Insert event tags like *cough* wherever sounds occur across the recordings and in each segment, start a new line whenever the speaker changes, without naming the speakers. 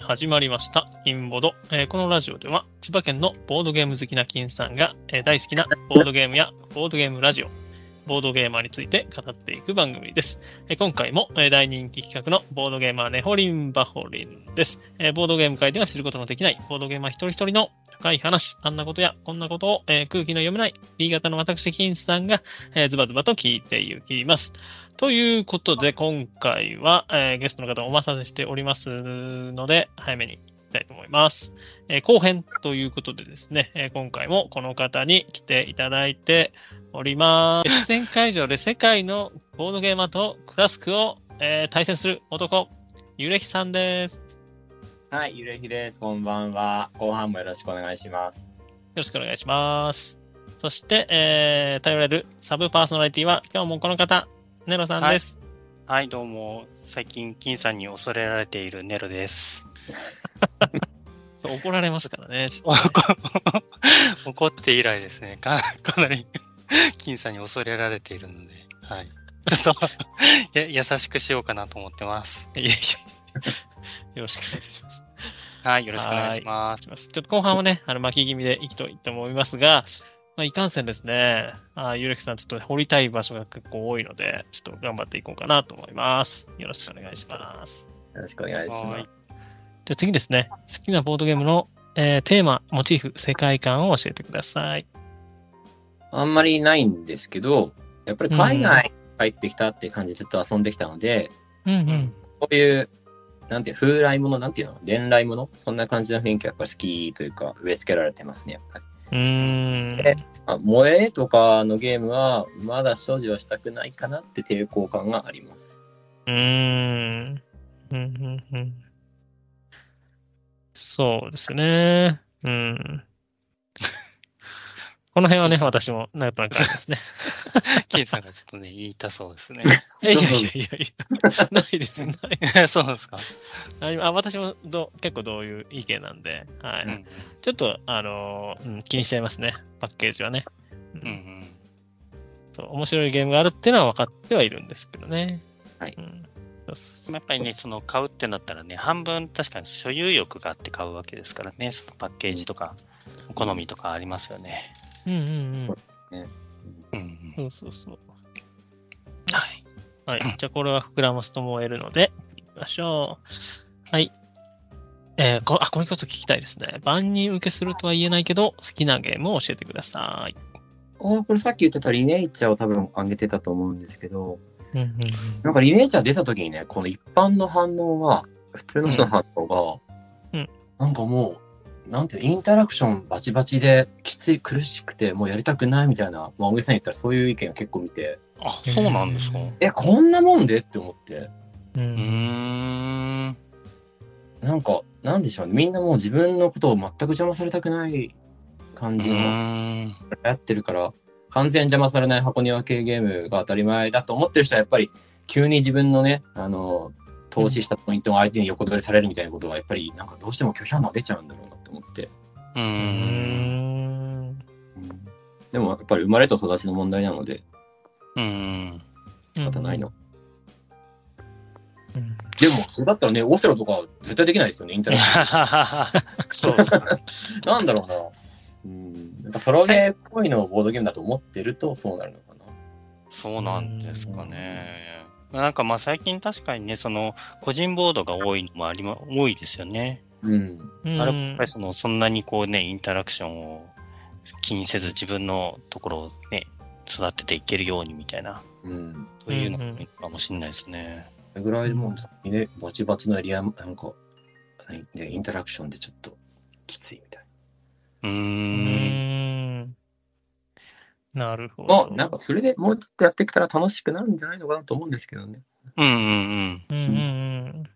始まりました。インボード、えーこのラジオでは、千葉県のボードゲーム好きな金さんが、えー大好きなボードゲームやボードゲームラジオ、ボードゲーマーについて語っていく番組です。えー今回も、えー大人気企画のボードゲーマーねほりんばほりんです、えーボードゲーム界では知ることのできない、ボードゲーマー一人一人の深い話、あんなことやこんなことを、えー空気の読めない B 型の私、金さんが、えーズバズバと聞いていきます。ということで、今回は、えーゲストの方お待たせしておりますので、早めに行きたいと思います。えー後編ということでですね、えー今回もこの方に来ていただいております。 *laughs* 決戦会場で世界のボードゲーマーとクラスクを、えー対戦する男、ゆれひさんです。
はい、ゆれひです。こんばんは。後半もよろしくお願いします。
よろしくお願いします。そして、えー頼れるサブパーソナリティは、今日もこの方、ネロさんです。
はい、どうも。最近、金さんに恐れられているネロです。
そう怒られますからね。ちょっと
*laughs* 怒って以来ですね。か *laughs* かなり、金さんに恐れられているので、はい。ちょっと *laughs* や、優しくしようかなと思ってます。
いやいや、よろしくお願いします。
はい、よろしくお願いします。
しますちょっと後半はね、あの巻き気味でいきといと思いますが、まあ、いかんせんですね、あーゆうれきさん、ちょっと掘りたい場所が結構多いので、ちょっと頑張っていこうかなと思います。よろしくお願いします。
よろしくお願いしま
は
す
い。
じゃあ次ですね、好きなボードゲームの、えーテーマ、モチーフ、世界観を教えてください。
あんまりないんですけど、やっぱり海外帰ってきたって感じでずっと遊んできたので、
うんうんん。
こういう、なんていう、風来物、なんていうの伝来物そんな感じの雰囲気がやっぱり好きというか、植え付けられてますね、やっぱり。
うーん。
えあ萌えとかのゲームは、まだ所持はしたくないかなって抵抗感があります。
うーん。うんうんうんそうですね。うん。 *laughs* この辺はね、私もなんとなくあれですね。
金さんがちょっとね、言いたそう *laughs* ですね。
いやいやいやいやいや、 *laughs* ないです、ない。
そうなんですか、
あ今あ私もど結構どういう意見なんで、はい
うん、
ちょっと、あのーうん気にしちゃいますね、パッケージはね、うん
うんうん。
そう。面白いゲームがあるっていうのは分かってはいるんですけどね。
はい
うんそうそうそう
やっぱりね、その買うってなったらね、半分確かに所有欲があって買うわけですからね、そのパッケージとか、お好みとかありますよね。
うんうん
うんう、
うんん。そうそうそう。
はい。
はい。じゃあ、これは膨らますと燃えるので、いきましょう。はい。えーこあ、これこそ聞きたいですね。万人受けするとは言えないけど、好きなゲームを教えてください。
おこれさっき言ってたリネイチャーを多分上げてたと思うんですけど、
うんうん
なんかリネーチャー出た時にね、この一般の反応は、普通の人の反応が、
うんうん
なんかもう、なんていうのインタラクションバチバチで、きつい、苦しくて、もうやりたくないみたいな、まあ、大げさに言ったらそういう意見を結構見て、
あ、そうなんですか。
へー
え、こんなもんでって思って、
うん。う
うんーん。
なんか、なんでしょうね、みんなもう自分のことを全く邪魔されたくない感じの、流
ん。
行ってるから、完全に邪魔されない箱庭系ゲームが当たり前だと思ってる人は、やっぱり、急に自分のね、あの、投資したポイントを相手に横取りされるみたいなことは、やっぱり、なんかどうしても拒否反応が出ちゃうんだろうなと思って。
う
う
ーん。
ん
でも、やっぱり生まれと育ちの問題なので、
うん。
仕
仕方ない。の。
うん
でも、それだったらね、オセロとか絶対できないですよね、インターネッ
そうで
*laughs*
すね。
ト。なんだろうな。うん、なんかソロゲーっぽいのをボードゲームだと思ってると、そうなるのかな。
そうなんですかね。なんかまあ最近確かにね、その個人ボードが多いのもありま、多いですよね。
うん。
うん
あれもやっぱりそのそんなにこうね、インタラクションを気にせず自分のところをね、育てていけるようにみたいな、
うん。
そういうの
うんうん
もいいかもしれないですね。
それぐらいでもう、ね、バチバチのエリア、なんか、ね、インタラクションでちょっときついみたいう
ー。
うんん。なるほ
な。
ど。
あ、なんかそれでもうちょっとやってきたら楽しくなるんじゃないのかなと思うんですけどね。
うんうんうん。
うんうん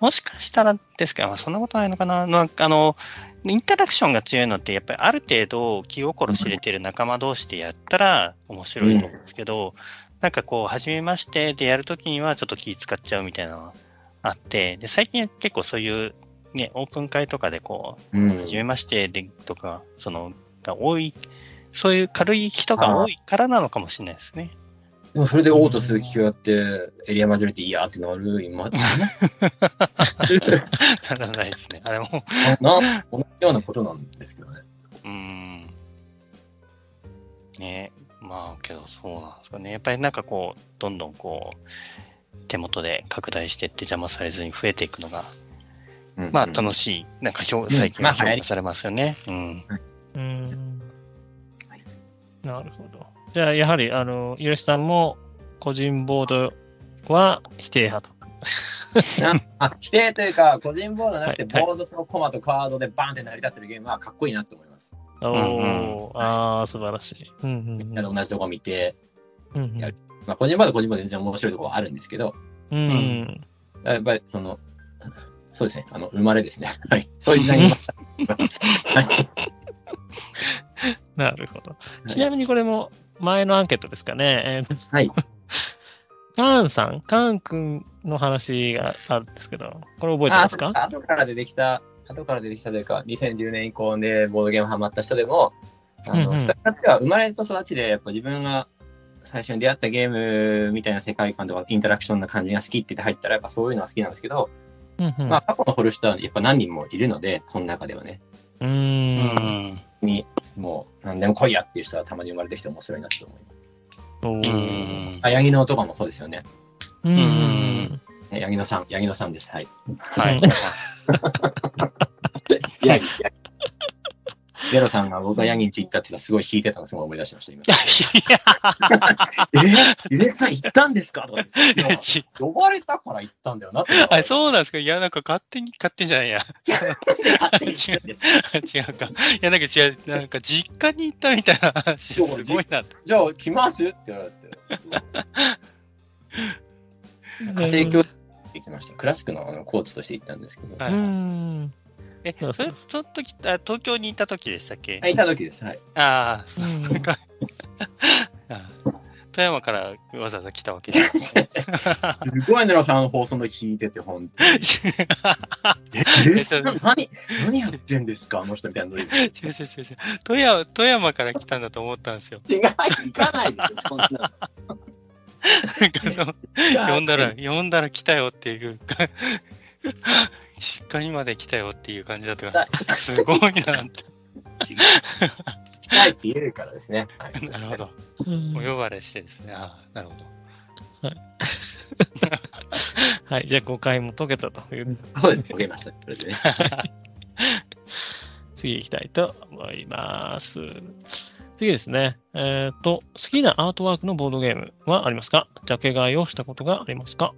もしかしたらですけど、まあそんなことないのかな。なんかあの、インタラクションが強いのって、やっぱりある程度気心知れてる仲間同士でやったら面白いと思うんですけど、なんかこう、初めましてでやるときにはちょっと気使っちゃうみたいなのがあって、で、最近は結構そういう、ね、オープン会とかでこ
う
う、
ん
初めましてでとか、その、が多い、そういう軽い人が多いからなのかもしれないですね。 *laughs*
でもそれで王と鈴木がやって、エリアマジョリティいやーってなる、今、
ならないですね。あれも、
な同じようなことなんですけどね。
うーん。ねまあけどそうなんですかね。やっぱりなんかこう、どんどんこう、手元で拡大してって邪魔されずに増えていくのが、
うん
まあ
うん
楽しい、なんか評
ん
最近
ま
は
あ
評
流行
価
り
されますよね。うん。
うんなるほど。じゃあ、やはり、あの、ゆるしさんも、個人ボードは否定派と。
あ否定というか、個人ボードなくて、
はいはい
ボードとコマとカードでバンって成り立ってるゲームはかっこいいなと思います。
お
うん
お、ああ、素晴らしい。うんうん
みん
う
なで
ん
同じとこ見て、
うん
やるまあ、個人ボードは個人ボードで全然面白いところはあるんですけど、
うんうん
やっぱりその、 *laughs* そうですね、あの、生まれですね。はい。そういう時代に生ま *laughs* れ。
なるほど。ちなみにこれも前のアンケートですかね。えー
はい。
*laughs* カーンさん、カーン君の話があるんですけど、これ覚えてますか
あ後から出てきた、後から出てきたというか、2010年以降でボードゲームハマった人でも、あ
うんう
の、
ん
二、つは生まれと育ちで、やっぱ自分が最初に出会ったゲームみたいな世界観とかインタラクションな感じが好きって言って入ったら、やっぱそういうのは好きなんですけど、
うんうん
まあ過去の掘る人はやっぱ何人もいるので、その中ではね、
う
う
ーん。
ん。
に、もう何でも来いやっていう人はたまに生まれてきて面白いなと思います。
お
う
ー
ん。
あ、ヤギのとかもそうですよね。
うんうんうん
ねヤギのさん、ヤギのさんです。はい。
はい。
ヤギ、ヤギ。ベロさんが僕がヤギに行ったって言ったらすごい引いてたのすごい思い出しました、今。えゆでさん行ったんですかとか言っていや呼ばれたから行ったんだよなって。
あ、そうなんですかいや、なんか勝手に、勝手にじゃないや。 *laughs*
勝手に言ってんです
違うか。いや、なんか違う。なんか実家に行ったみたいな話、す
そう
ごいな。
じゃあ来ますって言われて。家庭教師行きました。クラシックのあのコーチとして行ったんですけど。
は
う
い
ん。
え、
そう
そ
そう
れその時あ、東京にいた時でしたっけ
はい、いた時
*laughs*
です。はい。
ああ、そう
うん
か。あ *laughs* 富山からわざわざ来たわけじゃない *laughs* ですね。
すごいネロさんの放送の聞いてて、本当に。え、ゆでさん何、何やってんですかあの人みたいなノリで。
*laughs* 違う違う違う違う富山。富山から来たんだと思ったんですよ。
違う、行かないですよ、そんなの。
なんかその *laughs* 呼んだら、呼んだら来たよっていう *laughs* か、実家にまで来たよっていう感じだったから、すごいなっ
違
て。
う。したいって言えるからですね。はい
なるほど。
うん
お呼ばれしてですね。ああ、なるほど。
はい、じゃあ誤解も解けたという
そうです、解けました。それでね。
次行きたいと思います。次ですね。えっ、と、好きなアートワークのボードゲームはありますかジャケ買いをしたことがありますか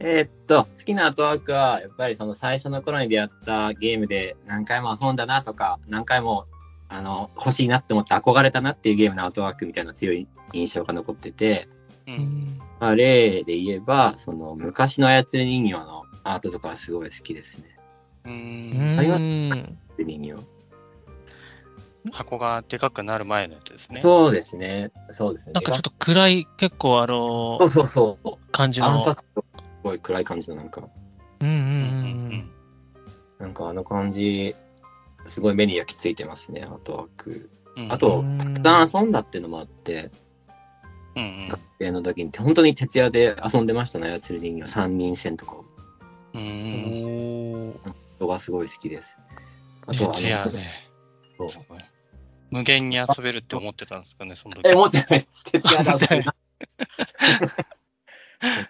えーっと、好きなアートワークは、やっぱりその最初の頃に出会ったゲームで何回も遊んだなとか、何回もあの欲しいなって思って憧れたなっていうゲームのアートワークみたいな強い印象が残ってて、
う。
うん
まあ、例で言えば、その昔の操り人形のアートとかはすごい好きですね。
う
ー
ん。
ん。
操り人形。
箱がでかくなる前のやつですね。
そうですね。そうですね。
なんかちょっと暗い、結構あの
そ、うそうそう。
感じ
暗
の。
殺とすごい暗い感じのなんか、
うんうん
うんう
うん
ん
なんかあの感じ、すごい目に焼き付いてますね、アートワーク。
うんうん。
あ
う
と
ん、
たくさん遊んだっていうのもあって、
うんうん
学生の時に本当に徹夜で遊んでましたね釣り人形三人戦とか
う
うん
うん。
ん。おー
人がすごい好きですあとは
徹夜で。
あの
すごい無限に遊べるって思ってたんですかね、その時。
え持ってないです徹夜で遊べる
*laughs*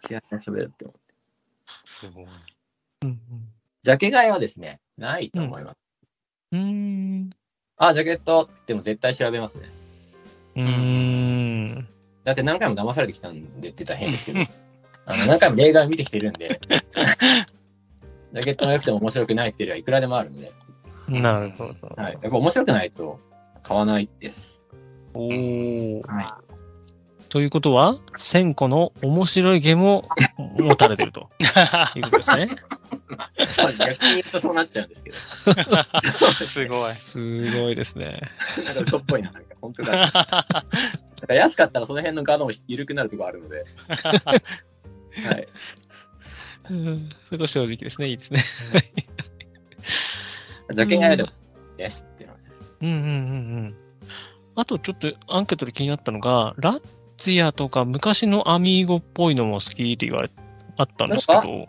徹夜で遊べるって思う
すごい。
うん
ジャケ買いはですねないと思います、
うん。うーん。
あジャケットって言っても絶対調べますね
うーん。
だって何回も騙されてきたんでって言ったら変ですけどあの何回も例外見てきてるんで *laughs* ジャケットが良くても面白くないっていうのはいくらでもあるんで、
なるほど。
はい、やっぱ面白くないと買わないです
おー
は
ということは、1000個の面白いゲームを持たれてるということです
*laughs*
ね。
まあ逆に言うと *laughs* そうなっちゃうんですけど
すごい。
すごいですね。
なんか嘘っぽいな、なんか本 *laughs* 当だ。なんか安かったらその辺のガードも緩くなるとこある *laughs* ので、はい。
うんそこ正直ですね。いいですね。
ジャケ買いでもですっていうのは
うんうんうんうん。あとちょっとアンケートで気になったのが、ラッツヤとか昔のアミーゴっぽいのも好きって言われあったんですけど、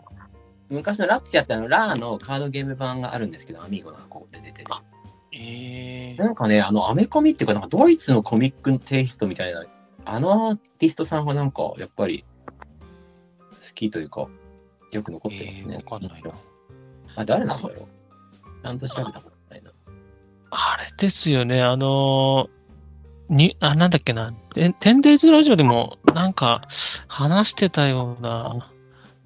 昔のラッツやってあのラーのカードゲーム版があるんですけど、アミーゴの箱で出てる。
えー、
なんかね、あの、アメコミっていうか、なんかドイツのコミックテイストみたいな、あのアーティストさんがなんか、やっぱり、好きというか、よく残ってますね。
えーわかんないな。
あ、誰なんだろ *laughs* う。ちゃんと調べたことないな。
あれですよね、あのーに、あ、なんだっけな、テンデイズラジオでもなんか話してたような、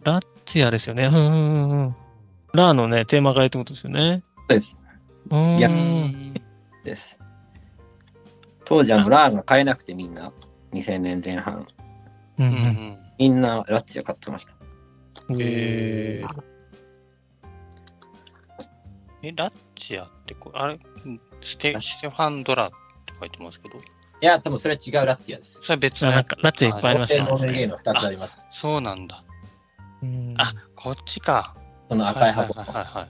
ラッツヤですよね。うんうんうんうん。ラーのね、テーマがってことですよね。
です。
うーん。
いや
うん
です。当時、あの、ラーが買えなくてみんな、2000年前半、
う。
うんうんん
みんなラッツや買ってました。
えー
え、ラッチアってこれ、あれ、ステステファンドラって書いてますけど、
いや、多分それは違うラッツヤです。
それは別
あ
の
なん
やつ
かラッツィいっぱいありましたね
ボードゲームの2つあります。
そうなんだ。
うん
あ、こっちか。
その赤い箱。
はいはいはいはい。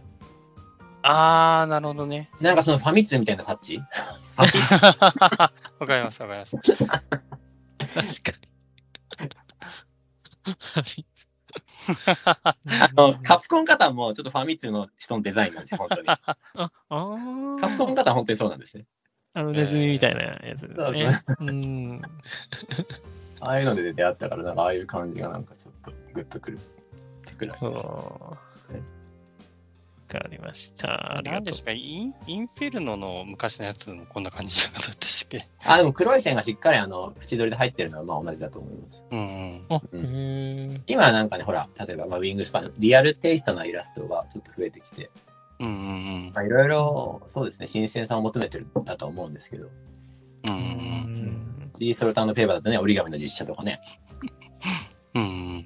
あー、なるほどね。 *laughs*
なんかそのファミ通みたいなタッチ
わかりますわかります。
確かに。
あのカプコン型もちょっとファミ通の人のデザインなんです、本当 *laughs* に。カ
あ、あー
プコン型は本当にそうなんですね。
あのネズミみたいなやつですね。うん。
ああいうので出会ったから、なんかああいう感じがなんかちょっとグッとくる。ってくらい
そう。
です
わかりました。あり
何
が
で
とう
す。かインインフェルノの昔のやつもこんな感じじゃなかったでしたっけ
あ、でも黒い線がしっかりあの、縁取りで入ってるのはまあ同じだと思います。
うんうん。
あ、
う
へ
ん
え。
今はなんかね、ほら、例えば、まあ、ウィングスパン、リアルテイストなイラストがちょっと増えてきて、
うんうん
まあいろいろ、そうですね、新鮮さを求めてるんだと思うんですけど、
う
う
ん。う
んん
リーソルタンのペーパーだとね、折り紙の実写とかね。
うんうん。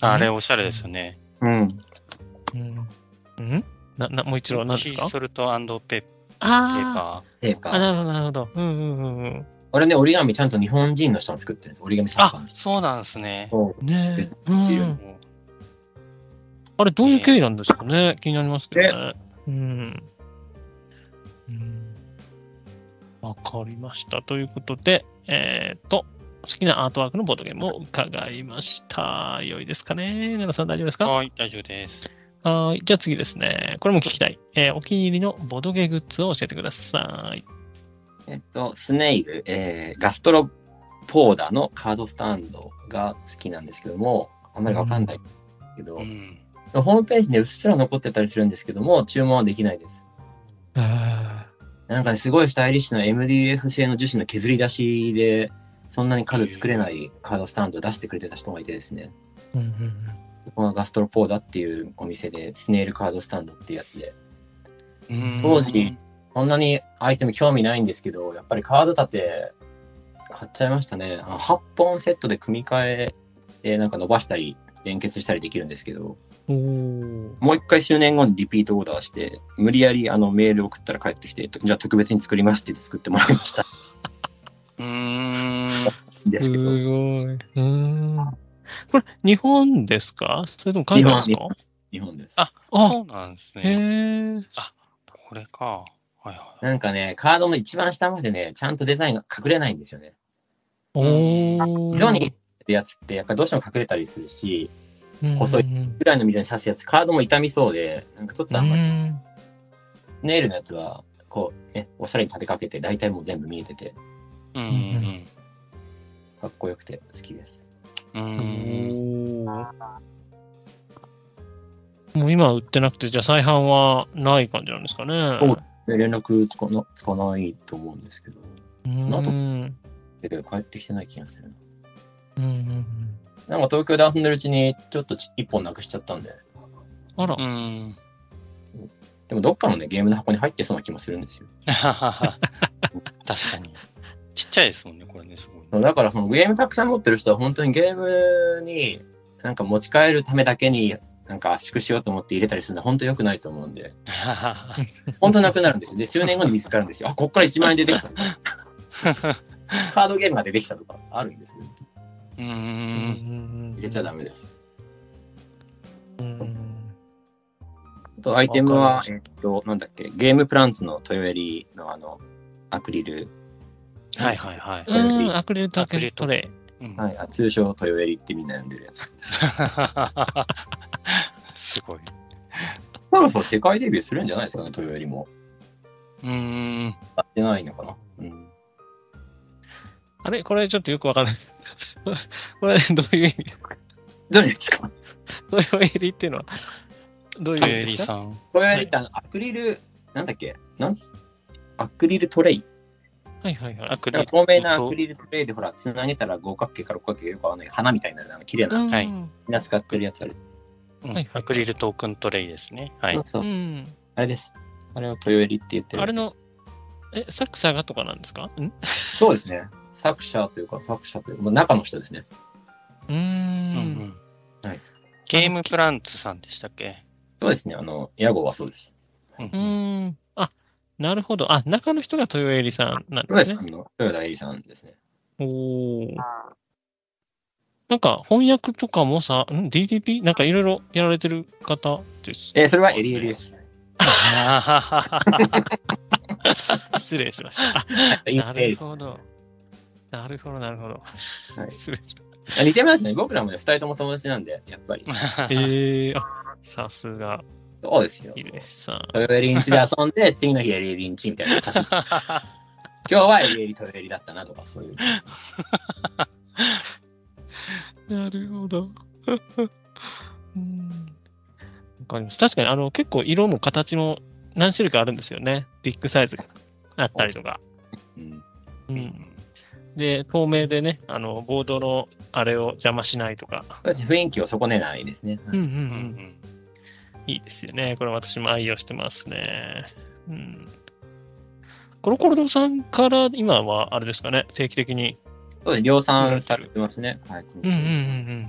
あれ、おしゃれですよね。
うん。
うん。うんな、な、もう一度は何です
シー
か
ソルトペッペー
あ
パ
ペーパ
あ。あ、
ー。
なるほど、なるほど。うんうんうん
俺ね、折り紙ちゃんと日本人の人が作ってるんです。折り紙
ー。
作家
あ
の、人。
そうなんですね。
そう
うん。ねえ
別。
うん。
も
あれ、どういう経緯なんですかね。気になりますけどね。うん。うんわかりました。ということで、えっと、好きなアートワークのボードゲームを伺いました。良いですかね奈良さん大丈夫です
う
か
はい、大丈夫です。
はい。じゃあ次ですね。これも聞きたい。えーお気に入りのボドゲグッズを教えてください。
えっと、スネイル、えーガストロポーダのカードスタンドが好きなんですけども、あんまりわかんないけど、
うん。
ホームページにうっすら残ってたりするんですけども、注文はできないです。なんかね、すごいスタイリッシュな MDF 製の樹脂の削り出しで、そんなに数作れないカードスタンドを出してくれてた人がいてですね、
うんうん
このガストロポーダっていうお店で、スネイルカードスタンドっていうやつで、
うん
当時。そんなにアイテム興味ないんですけど、やっぱりカード立て買っちゃいましたね。あの8本セットで組み替えでなんか伸ばしたり連結したりできるんですけど、
うん。おー
もう一回数年後にリピートオーダーして、無理やりあのメール送ったら帰ってきて、じゃあ特別に作りますって言って作ってもらいました。 *laughs*
うーん。
ですけど、
すごい。うん。これ、日本ですかそれとも海外です
日
か
日本です。
あ
あ、
そうなんです
へ
ね。
え。
これか。はいはい。
なんかね、カードの一番下までね、ちゃんとデザインが隠れないんですよね。
おー。
色に入ってるやつって、やっぱどうしても隠れたりするし、
うん
細い
うん
ぐらいの水に刺すやつ、カードも傷みそうで、なんかちょっとあんまりネイルのやつは、こう、ね、おしゃれに立てかけて、大体もう全部見えてて、
うん
かっこよくて好きです。
うんうん。う
うん
ん
おーもう今売ってなくて、じゃあ再販はない感じなんですかね。
そう連絡つかなつかないと思うんですけど、
うん
その後
うん
だけど帰ってきてない気がするな。
うんうん。
なんか東京で遊んでるうちに、ちょっとち一本なくしちゃったんで、
あら
う。ん。
でもどっかのね、ゲームの箱に入ってそうな気もするんですよ。
確かに。ちっちゃいですもんね、これね、す *laughs* ごいね。
だからそのゲームたくさん持ってる人は本当にゲームになんか持ち帰るためだけになんか圧縮しようと思って入れたりするのは本当良くないと思うんで、本当なくなるんですよ。で、数年後に見つかるんですよ。あ、こっから1万円出てきたとか、カードゲームが出てきたとかあるんですよ。
う。
うん
入れちゃダ
メ。
メです。
うん
あとアイテムは
わ、か
えっと、なんだっけ、ゲームプランツのトヨエリのあの、アクリル。
はいはいはい。
うん、アクリルタケトレイ。
うん
はい、あ通称トヨエリってみんな呼んでるやつ。
*laughs* すごい。
そろそろ世界デビューするんじゃないですかね、トヨエリも。
うーん。
やってないのかな。うん。
あれこれちょっとよくわかんない。 *laughs* これどういう意味 *laughs*
誰ですか
どういう襟っていうのはどういう
ト
意
ヨエ
味
リ
ですか
さん。
トヨエリってあのアクリル、なんだっけなんアクリルトレイ。
はいはいはい。
アクリ
なん
ル
か。透明なアクリルトレイでほら、つなげたら五角形か六角形よくあの花みたいになるあの綺麗な、み
うん
はい
んな使ってるやつある。
うん
はいはい
アクリルトークントレイですね。はい。
そうそう
うん。
あれです。あれをトヨエリって言ってる。
あれの、え、作者がとかなんですかんう
そうですね。作者というか、作者というか、まあ中の人ですね。
ー
うん
ん。
うん
はい
ゲームプランツさんでしたっけ
そうですね。あの、屋号はそうです。
う
*laughs*
ん
うーん。あ、なるほど。あ、中の人が豊襟さんなん
そう
で
で。
すす
あ
ね。
の、豊田エリさんですね。
おーなんか翻訳とかもさ、ん ?DDP? なんかいろいろやられてる方です。
えーそれはエリエリです。
失礼しました。あ
イン
な
フレ
る
ーズ
ほど。なるほど、なるほど。
はい
失礼しまし
あ似てますね。僕らもね、二人とも友達なんで、やっぱり。
た。えー、あ、さすが、
そうですよ。
イレスさん。
トヨエリンチで遊んで、 *laughs* 次の日エリエリンチみたいな *laughs* 歌詞。今日はエリエリトヨエリだったなとか、そういう。
なるほど。 *laughs* うんわかります。確かに、あの、結構色も形も何種類かあるんですよね。ビッグサイズがあったりとか。
うん、
う、
うんん
で、透明でね、あの、ボードのあれを邪魔しないとか。
そうですね雰囲気を損ねないですね。
うんうんう
うん
ん。いいですよね。これ私も愛用してますね。うん。コロコロ堂さんから今はあれですかね、定期的に。
そうですね。量産されてますね。はい。
ん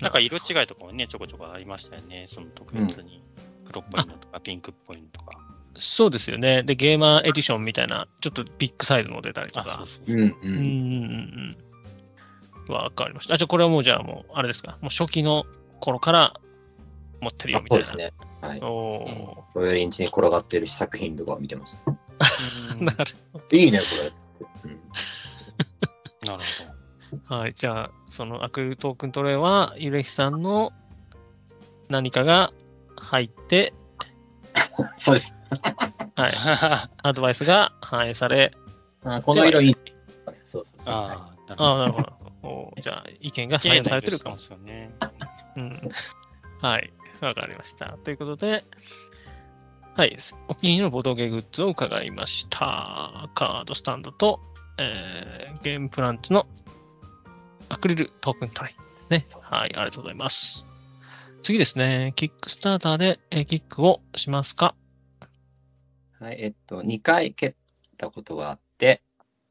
なんか色違いとかもね、ちょこちょこありましたよね。その特別に黒っぽいのとかピンクっぽいのとか。
そうですよね。で、ゲーマーエディションみたいな、ちょっとビッグサイズの出たりとか。
そ
う
う
ん
ん。
う
うんうん
ん。
うんうん。わかりました。あ、じゃあこれはもうじゃあもう、あれですか。もう初期の頃から持ってる
あ
よみたいう
そ
な。
ですね。はい。
お
うん
ー
トヨエリンチに転がってる試作品とかを見てます。
*laughs* なる
いいね、これ。つって。うん
なるほど。
はい。じゃあ、そのアクリルトークントレイは、ゆれひさんの何かが入って、
そうです。
はい。アドバイスが反映され、
あこの色いいね。そうそうそう。は
ああ、なるほど。
ああ、なるほど。おーじゃあ、意見が
綺
反
麗
映
な
され
色
てる
して
かも
ま。すよね。
うん。はい。わかりました。ということで、はい。すお気に入りのボドゲグッズを伺いました。カードスタンドと、えーゲームプランツのアクリルトークントレイですね。はい。ありがとうございます。次ですね。キックスターターで、えーキックをしますか
いはい。えっと、2回蹴ったことがあって、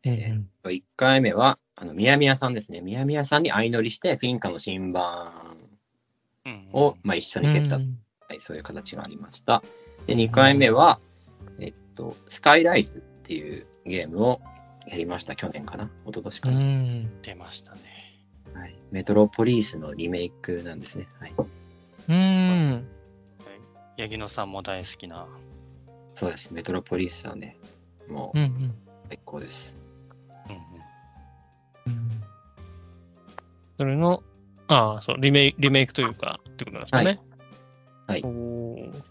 えー
1回目は、あの、みやみやさんですね。みやみやさんに相乗りして、フィンカの新版
うん
を、まあ、一緒に蹴った、
うん
はい、そういう形がありました。で、2回目は、えっと、スカイライズっていうゲームをやりました。去年かな一昨年か
う
な、
ん。
出ましたね。
はい。メトロポリスのリメイクなんですね。はい。
うん。
八木野さんも大好きな。
そうです。メトロポリスはね、も
うん。う
うん最高です。
うんうん
それの、ああ、そう、リメイリメイクというか、ってことなんですかね。
はいはい
おー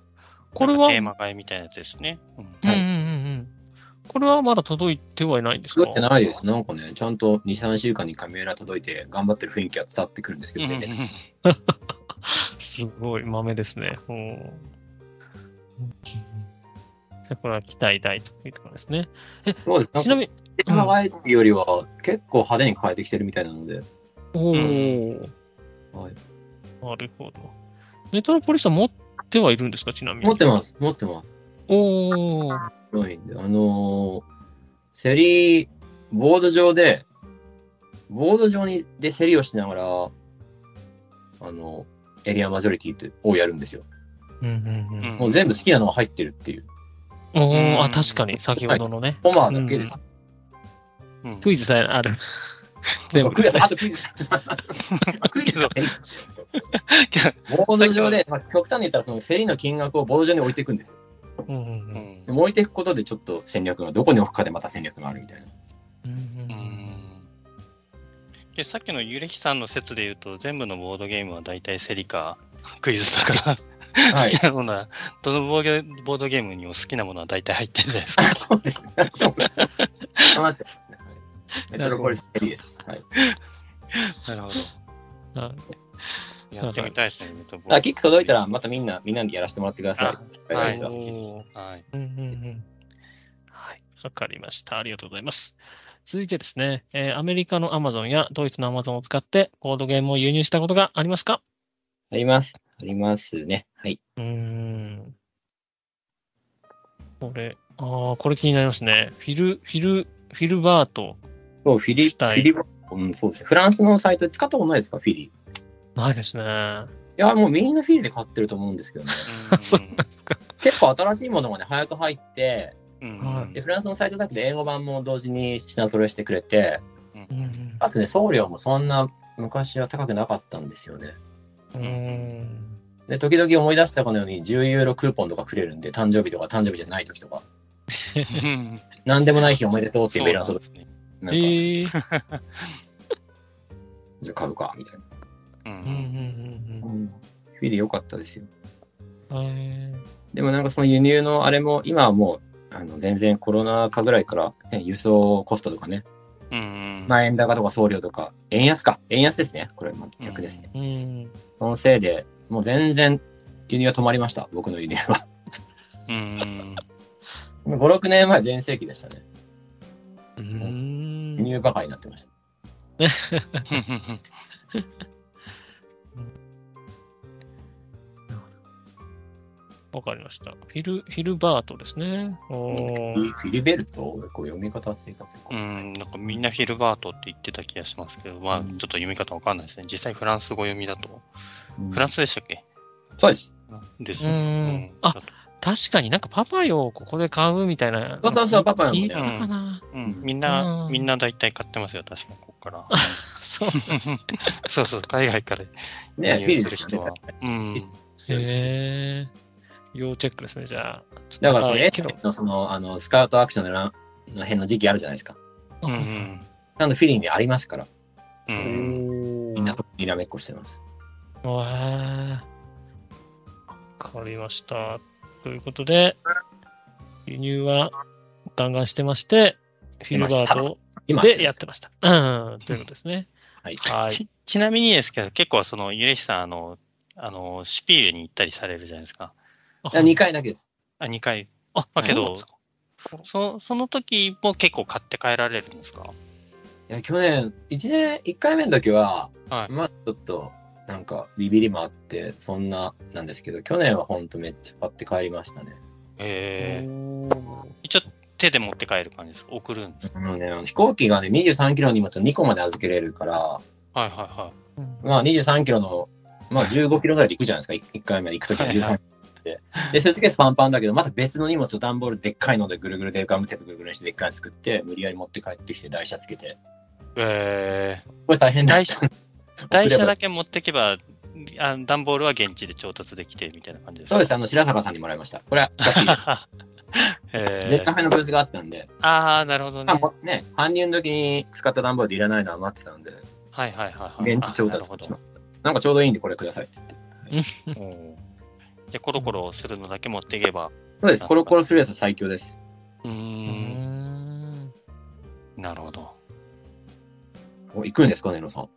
これは、
テーマ買いみたいなやつですね。うん
うんうんうんうん。これはまだ届いてはいないんですか
作ってないです。なんかね、ちゃんと2、3週間にカメラ届いて頑張ってる雰囲気が伝わってくるんですけど、全然
すごい、豆ですね。おーじゃあこれは期待大というところですね。
そうです。
ちな
に、
みに、
手がワイっていうよりは、結構派手に変えてきてるみたいなので、
おー
はい、
なるほど。メトロポリスは持ってはいるんですかちなみに。
持って
す。
ます、持ってます。
おお。
ないんで、あのー競り、ボード上で、ボード上にで競りをしながら、あの、エリアマジョリティってをやるんですよ。
うんうんうん
うん
もう全部好きなのが入ってるっていう。
おー
う
あ、
ん
確かに、先ほどのね。
コマだけです。
うん
クイズさえあ
*laughs*
る。全部
クイズ、 *laughs* あとクイズ。クイズ。ボード上で、まあ、極端に言ったら、その競りの金額をボード上に置いていくんですよ。
うんうん
う
うん
ん
でも置いていくことで、ちょっと戦略がどこに置くかでまた戦略があるみたいな。
うんうん
うんで、さっきのゆれきさんの説で言うと、全部のボードゲームは大体セリか *laughs* クイズだから、
*laughs* はい
好きなものは、どのボードボードゲームにも好きなものは大体入ってるんじゃないです
*laughs*
か。
そうですね。そうですね。そうなっちゃうんですねはい。メトロポリスヘリです。はい。
*laughs* なるほど。
あ
やってみたいですね、ネットボード
あ、キック届いたら、またみんな、みんなにやらせてもらってください。
あ
は
はいい。
おー
はい。
うんうんうんはい。わかりました。ありがとうございます。続いてですね、えーアメリカの Amazon やドイツの Amazon を使ってボードゲームを輸入したことがありますか
あります。ありますね。はい。
うーん。これ、ああ、これ気になりますね。フィル、フィル、フィルバート。
そう、フィリ、
し
フ
たい
ィリ、うん、そうですね。フランスのサイトで使ったことないですか、フィリ。い
ないですね。
や、もうみんなフィリで買ってると思うんですけどね。
うん
*laughs* そ
結構新しいものがね、早く入って、
*laughs* うん
はい
で、フランスのサイトだけで英語版も同時に品揃えしてくれて、
うん
かつね、送料もそんな昔は高くなかったんですよね。
うん。うーん。
で、時々思い出したかのように10ユーロクーポンとかくれるんで、誕生日とか誕生日じゃない時とか、
うん
なんでもない日おめでとうっていうメールが
そうなん
届
で
く。
す
な
ね
んか、
えー。
じゃあ買うか、みたいな。
う
う
んうん
ん
うん
フィリ良かったですよ。
うん。え
でもなんかその輸入のあれも、今はもう、あの全然コロナ禍ぐらいから、ね、輸送コストとかね、
うん
まあ円高とか送料とか、円安か、円安ですね、これ、まあ逆ですね。
ーうん。
そのせいで、もう全然輸入は止まりました、僕の輸入は。 *laughs*
うん
5、6年前、全盛期でしたね。
う
輸
ん。
入バカになってました。
わかりました。フィル、フィルバートですね。お
フ
ー
ィフィリベルトこう読み方正確
う。んなんかみんなフィルバートって言ってた気がしますけど、まあち
う
ょ
ん
っと読み方わかんないですね。実際フランス語読みだと。フラン
ス
スでしたっけ
そうです。
です
うん。
ね
あ確かになんかパパよ、ここで買うみたいな。
そうそうそうパパよもね
聞いたかな。
うんうんみんな、
うん
みんな大体買ってますよ、確かここから。
*laughs* そう。
そうそう、海外から
ね、フィ
輸入
リ
す
で
る
す
人
よね
は。。うん。
へえ。要チェックですね、じゃあ。
だからその、
はい
エッセイのその、あの、スカウトアクションのらの辺の時期あるじゃないですか。
うんうん。
ちゃんとフィリにありますから、
う
うん
みんなそこにらめっこしてます。
わーわかりました。ということで、輸入はガンガンしてまして、フィルバー
今
トでやってました。うん、ということですね。
はい。
はい。
ちちなみにですけど、結構その、ゆれひさん、あの、あの、シピーレに行ったりされるじゃないですか。
あ
2回だけです。
あ、2回。
あ
まあけ
そうなん
ど
ですか、
そその時も結構買って帰られるんですか
いや、去年、1年、1回目の時は、
はい
まあちょっと、なんか、ビビりもあって、そんな、なんですけど、去年はほんとめっちゃ買って帰りましたね。
ええ
おー
一応手で持って帰る感じですか送るんです
あのね、あの飛行機がね、23キロの荷物を2個まで預けれるから、
はいはいはい。
まあ23キロの、まあ15キロぐらいで行くじゃないですか、1回
*laughs*
目で行くときは
はいは
13
い
キロで。で、スーツケースパンパンだけど、また別の荷物を段ボールでっかいのでぐるぐるでガムテープぐるぐるにしてでっかいの作って、無理やり持って帰ってきて台車つけて。
ええ
これ大変だ
台
った。
台車だけ持ってけば、あ段ボールは現地で調達できてみたいな感じです
そう
か
です、あの、白坂さんにもらいました。これは使っていいです
*laughs* え
絶
え
対のブースがあったんで、
ああ、なるほどね
まあ。もね、搬入の時に使った段ボールでいらないの余ってたんで、
はいはいはいはい。
現地調
なる
達
ほ
し
ど
ま。した。なんかちょうどいいんでこれくださいって言って。
うんで、コロコロするのだけ持っていけば。
そうです、コロコロするやつ最強です。
うー、
うんん
なるほど。
お行くんですかね、ロさん。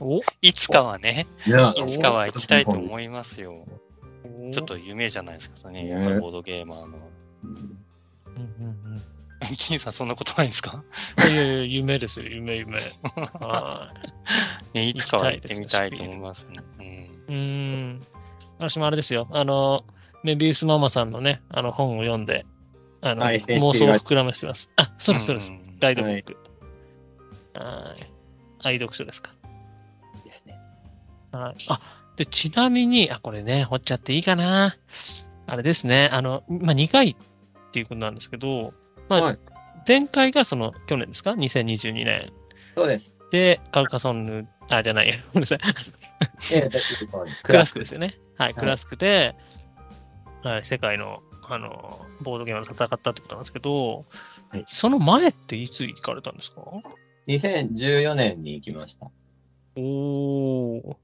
お
いつかはね、
いや
いつかは行きたいと思いますよ。ちょっと夢じゃないですかね、
ね
やっぱりボードゲーマーの。 *laughs*
うん
うんうんうん
金さん、そんなことないですか、
いやいや、夢ですよ、夢、夢。は
ね、いつかは行ってみたいと思いますね。うん
い。うーん。私もあれですよ、あの、メビウスママさんのね、あの本を読んで、あの、
はい
妄想を膨らましてます。あ、そうです、そうです。。
ん
大読ック。はい。愛読書ですか。
ですね。
はい。あ、で、ちなみに、あ、これね、掘っちゃっていいかな。あれですね、あの、まあ、2回っていうことなんですけど、まあ、
はい
前回がその、去年ですか ?2022 年。
そうです。
で、カルカソンヌ、あ、じゃないや、ごめんなさい。
ええだってここに
クラスクですよね。はい、
い
クラスクで、はい、世界の、あの、ボードゲームで戦ったってことなんですけど
はい、
その前っていつ行かれたんですか
2014年に行きました。
おお。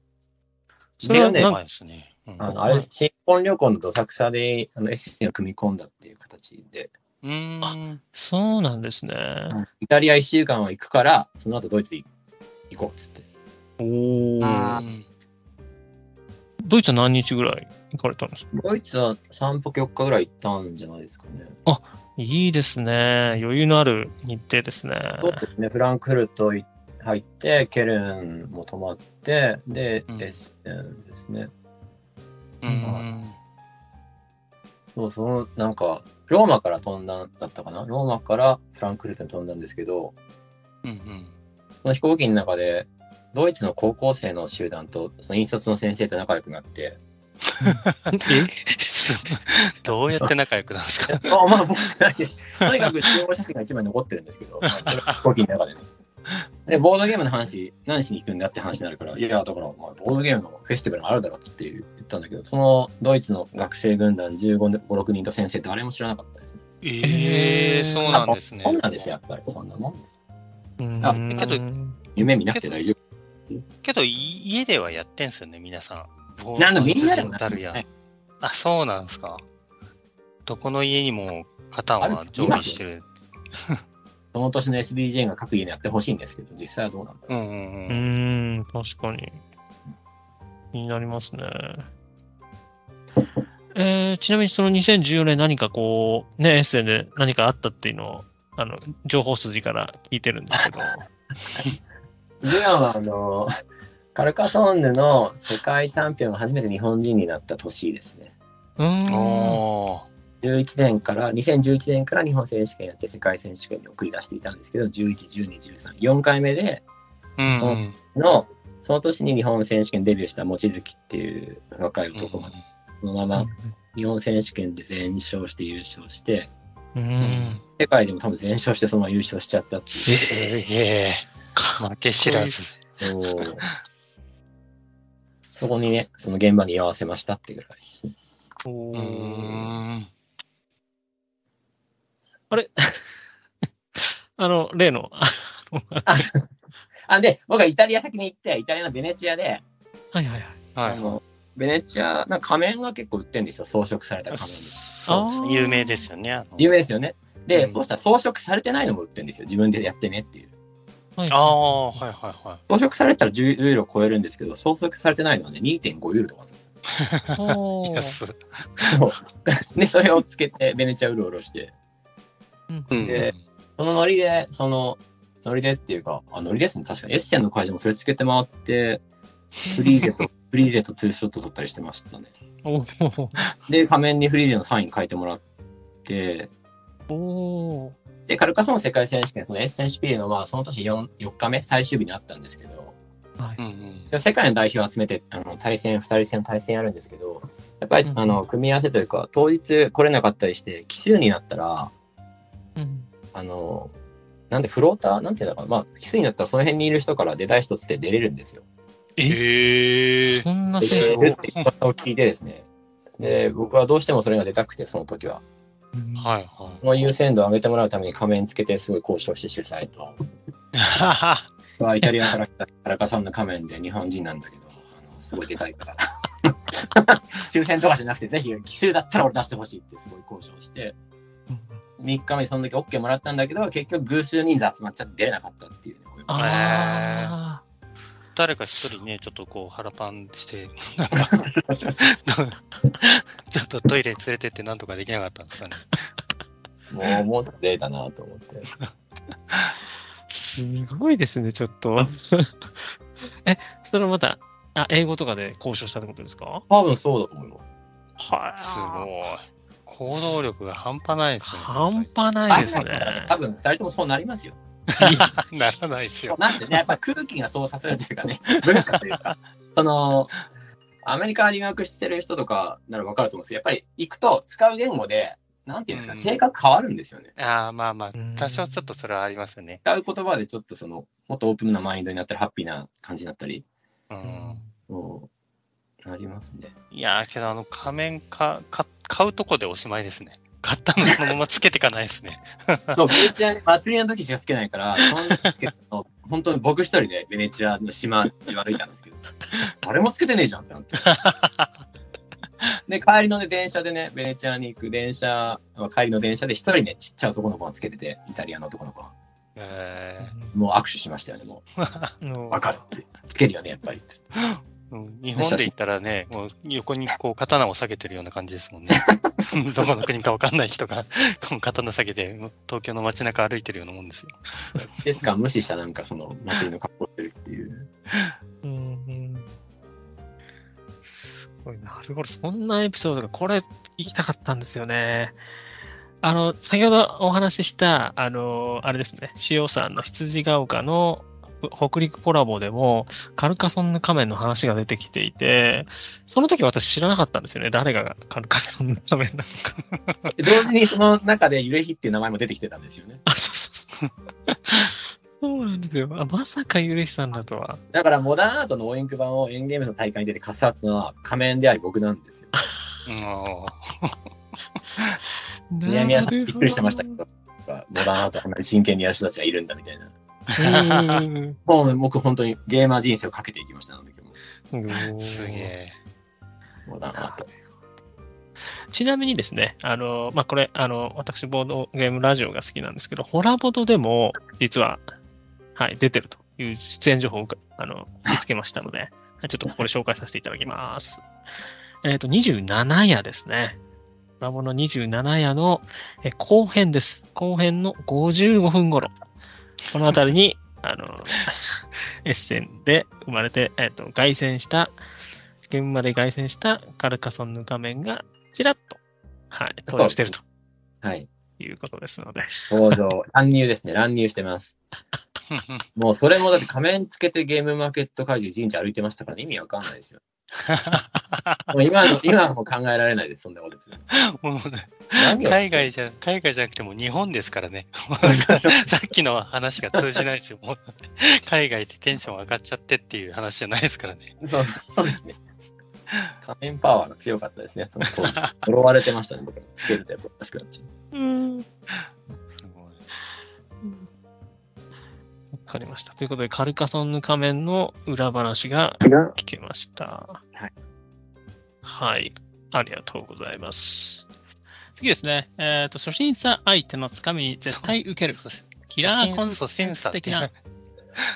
それは
14年
なん
前ですね。うん
あの、あれ、新婚旅行のどさくさで、あの、SC を組み込んだっていう形で、
うーん。
そうなんですね。
イタリア1週間は行くから、その後ドイツ行行こうっつって。
おお。ドイツは何日ぐらい行かれたんですか
ドイツは3泊4日ぐらい行ったんじゃないですかね。
いいですね。余裕のある日程ですね。
そうですね、フランクフルトい入って、ケルンも泊まって、で、
うん
エッセンですね。
うん。
そう、その、なんか、ローマから飛んだんだったかなローマからフランクフルトに飛んだんですけど、
うんうん。
その飛行機の中で、ドイツの高校生の集団と、その引率の先生と仲良くなって、
すごいどうやって仲良くなるんですか
あまあ僕ないですとにかく集合写真が一枚残ってるんですけど、まあ、それは飛行機の中でね。で、ボードゲームの話、何しに行くんだって話になるから、いや、だから、まあ、ボードゲームのフェスティバルがあるだろうって言ったんだけど、そのドイツの学生軍団15、6人と先生、誰も知らなかったですね。
ええ、そうなんですね。
そうなんですよ、やっぱり。そんなもんです。
*laughs* うん
あ
けど
夢見なくて大丈夫。
けど、い家ではやってんすよね、皆さん。
なんだみんなでも
なるやん。あ、そうなんですか。どこの家にも、型は常備してる。
その年の SDJ が各家にやってほしいんですけど、実際はどうなんだろ
うんう
う
んうん。
ん、確かに。気になりますね。えーちなみにその2014年何かこう、ね、エッセンで何かあったっていうのを、あの、情報筋から聞いてるんですけど。
う。ジュアンは、あの、カルカソンヌの世界チャンピオンが初めて日本人になった年ですね。
*laughs* うーん。
おー
11年から2011年から日本選手権やって世界選手権に送り出していたんですけど111213回目で
うん
そう
うん。
のその年に日本選手権デビューした望月っていう若い男がそのまま日本選手権で全勝して優勝して
う
うんん。
世界でも多分全勝してそのまま優勝しちゃったって
すげえ。負け知らず。
いうそこにねその現場に居合わせましたってぐらいですね
お
う
ー
ーん。
あの、例の、あの
あで僕はイタリア先に行ってイタリアのベネチアで
はいはいはい。
は
あ
い。
のベネチアなんか仮面が結構売ってるんですよ装飾された仮面
そうですね有名ですよね。あの
有名ですよね。で、
うん
そうしたら装飾されてないのも売ってるんですよ。自分でやってねっていう。
はい、
ああ、はいはいはい。
装飾されたら10ユーロ超えるんですけど、装飾されてないのはね、2.5ユーロとかなんですよ。 *laughs*
おー
安。
で、それをつけて、ベネチアうろうろして、
うん
うん
でそのノリで、その、ノリでっていうか、あ、ノリですね。確かに、エッセンの会社もそれつけて回って、フリー
*laughs*
ゼと、フリーゼとツーショット撮ったりしてましたね。
おー
で、仮面にフリーゼのサイン書いてもらって、
おー
で、カルカソンヌ世界選手権、そのエッセンシュピールの、まあ、その年 4, 4日目、最終日にあったんですけど、
うんうん。
で世界の代表を集めてあの対戦2人戦の対戦やるんですけどやっぱり、
うん
あの組み合わせというか当日来れなかったりして奇数になったら
うん
あのなんでフローターなんていうのかなまあ奇数になったらその辺にいる人から出たい人つって出れるんですよ。
え
ええ。
そんな
で
制
出
度
るっていう噂を聞いてですねで僕はどうしてもそれが出たくてその時は
はいは
その優先度を上げてもらうために仮面つけてすごい交渉して主催と
い。
まあイタリアから来た田中さんの仮面で日本人なんだけど、あのすごいでかいから。抽選とかじゃなくて、ぜひ奇数だったら俺出してほしいってすごい交渉して、3日目にその時 OK もらったんだけど、結局偶数人数集まっちゃって出れなかったっていうね。
あ
誰か一人ね、ちょっとこう腹パンして、 *laughs* なんか、ちょっとトイレ連れてってなんとかできなかったんですかね。
もう、もうちょっと出れたなと思って。
ーすごいですね、ちょっと。え、それまた、あ、英語とかで交渉したってことですか
多分そうだと思います。
は
すごい。行動力が半端ないですね。
半端ないです
会えないから
ね
多。分2人ともそうなりますよ。
*laughs* ならないですよ。
なんてね、やっぱ空気がそうさせるというか
*laughs*
ね、文化というか、その、アメリカ留学してる人とかなら分かると思うんですけど、やっぱり行くと使う言語で、なんていうんですか、
うん
性格変わるんですよね。
ああ、まあまあ
うん、
多少ちょっとそれはありますよね。
使う言葉でちょっとその、もっとオープンなマインドになったり、ハッピーな感じになったり、
うん。
もう、なりますね。
いやー、けどあの仮面か、か、買うとこでおしまいですね。買ったのそのままつけていかないですね。
そう、ベネチアに祭りの時しかつけないから、その時つけたの本当に僕一人でベネチアの島地を歩いたんですけど、誰もつけてねえじゃんってなって。で、帰りのね、電車でね、ベネチアに行く電車、帰りの電車で一人ね、ちっちゃい男の子がつけてて、イタリアの男の子が。
え
もう握手しましたよね、もう。わかるって。つけるよね、やっぱりって。
ーうん日本で言ったらね、もう横にこう刀を下げてるような感じです *laughs* もんね。どこの国かわかんない人が *laughs* この刀下げて東京の街中歩いてるようなもんですよ。
ですから無視したなんかその祭りの格好してるっていう。
うんうんすごいなるほど、そんなエピソードが、これ、言きたかったんですよね。あの、先ほどお話しした、あの、あれですね、塩さんの羊ヶ丘の北北陸コラボでも、カルカソンヌ仮面の話が出てきていて、その時私知らなかったんですよね、誰がカルカソンヌ仮面なの *laughs* か。
で同時にその中でゆれひっていう名前も出てきてたんですよね。
あ、そうそうそう。そうなんですよ。あまさかゆれしさんだとは。
だからモダンアートの応援区版をエンゲームの大会に出てかっさったのは仮面であり僕なんですよ。
うんあ
宮宮さんびっくりしてましたけ
な
ど、モダンアートあんなに真剣にやる人たちがいるんだみたいな。
るほど。うん
もう僕本当にゲーマー人生をかけていきました、あの時も。
ーすげ *laughs* え。
モダンアート。
ちなみにですね、あの、まあ、これ、あの、私、ボードゲームラジオが好きなんですけど、ホラボドでも、実は、はい、出てるという出演情報をうかあの見つけましたので、 *laughs* はいちょっとこれ紹介させていただきます。えっ、と、27夜ですね。ホラボの27夜のえ後編です。後編の55分頃。この辺りに、あの、 *laughs* エッセンで生まれて、えっ、と、凱旋した、現場で凱旋したカルカソンヌ仮面がちらっと、はい、登場していると
はい。
いうことですので。
登場。乱入ですね。乱入してます。もうそれもだって仮面つけてゲームマーケット会場一日歩いてましたから意味わかんないですよ。もう今の、今はもう考えられないです、そんなことです。
もうね
何を
海外じゃ、海外じゃなくても日本ですから *laughs* ね。さっきの話が通じないですよ。もう海外ってテンション上がっちゃってっていう話じゃないですからね。
そうそうですね。仮面パワーが強かったですね、その当時。呪われてましたね、僕。つけるとやっぱおかしくなっちゃう。
うん。わ
すごい
かりました。ということで、カルカソンヌ仮面の裏話が聞けました。
はい。
はい。ありがとうございます。次ですね。えっ、と、初心者相手のつかみに絶対受ける。
そうそう
キラーコン
素
セン
審査
ス
って
的
*laughs*
な。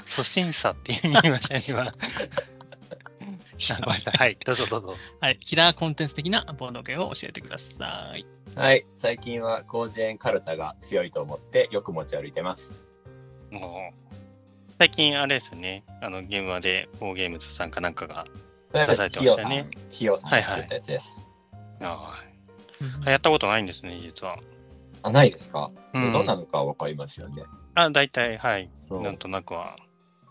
素審査っていう意味ました *laughs* ね、今。ごめんなさいはい、どうぞどうぞ。
はい。キラーコンテンツ的なボードゲームを教えてください。
はい、最近は広辞苑カルタが強いと思ってよく持ち歩いてます。
もう最近あれですよね、あの、現場で、フォーゲームズさんかなんかが、
だ
出されてましたね。
ひよさんが作ったやつです。
ああやったことないんですね、実は。
あ、ないですか、
うん
どんなのかわかりますよね。
あ、大体、はい。
そう。
なん
だ
となくは。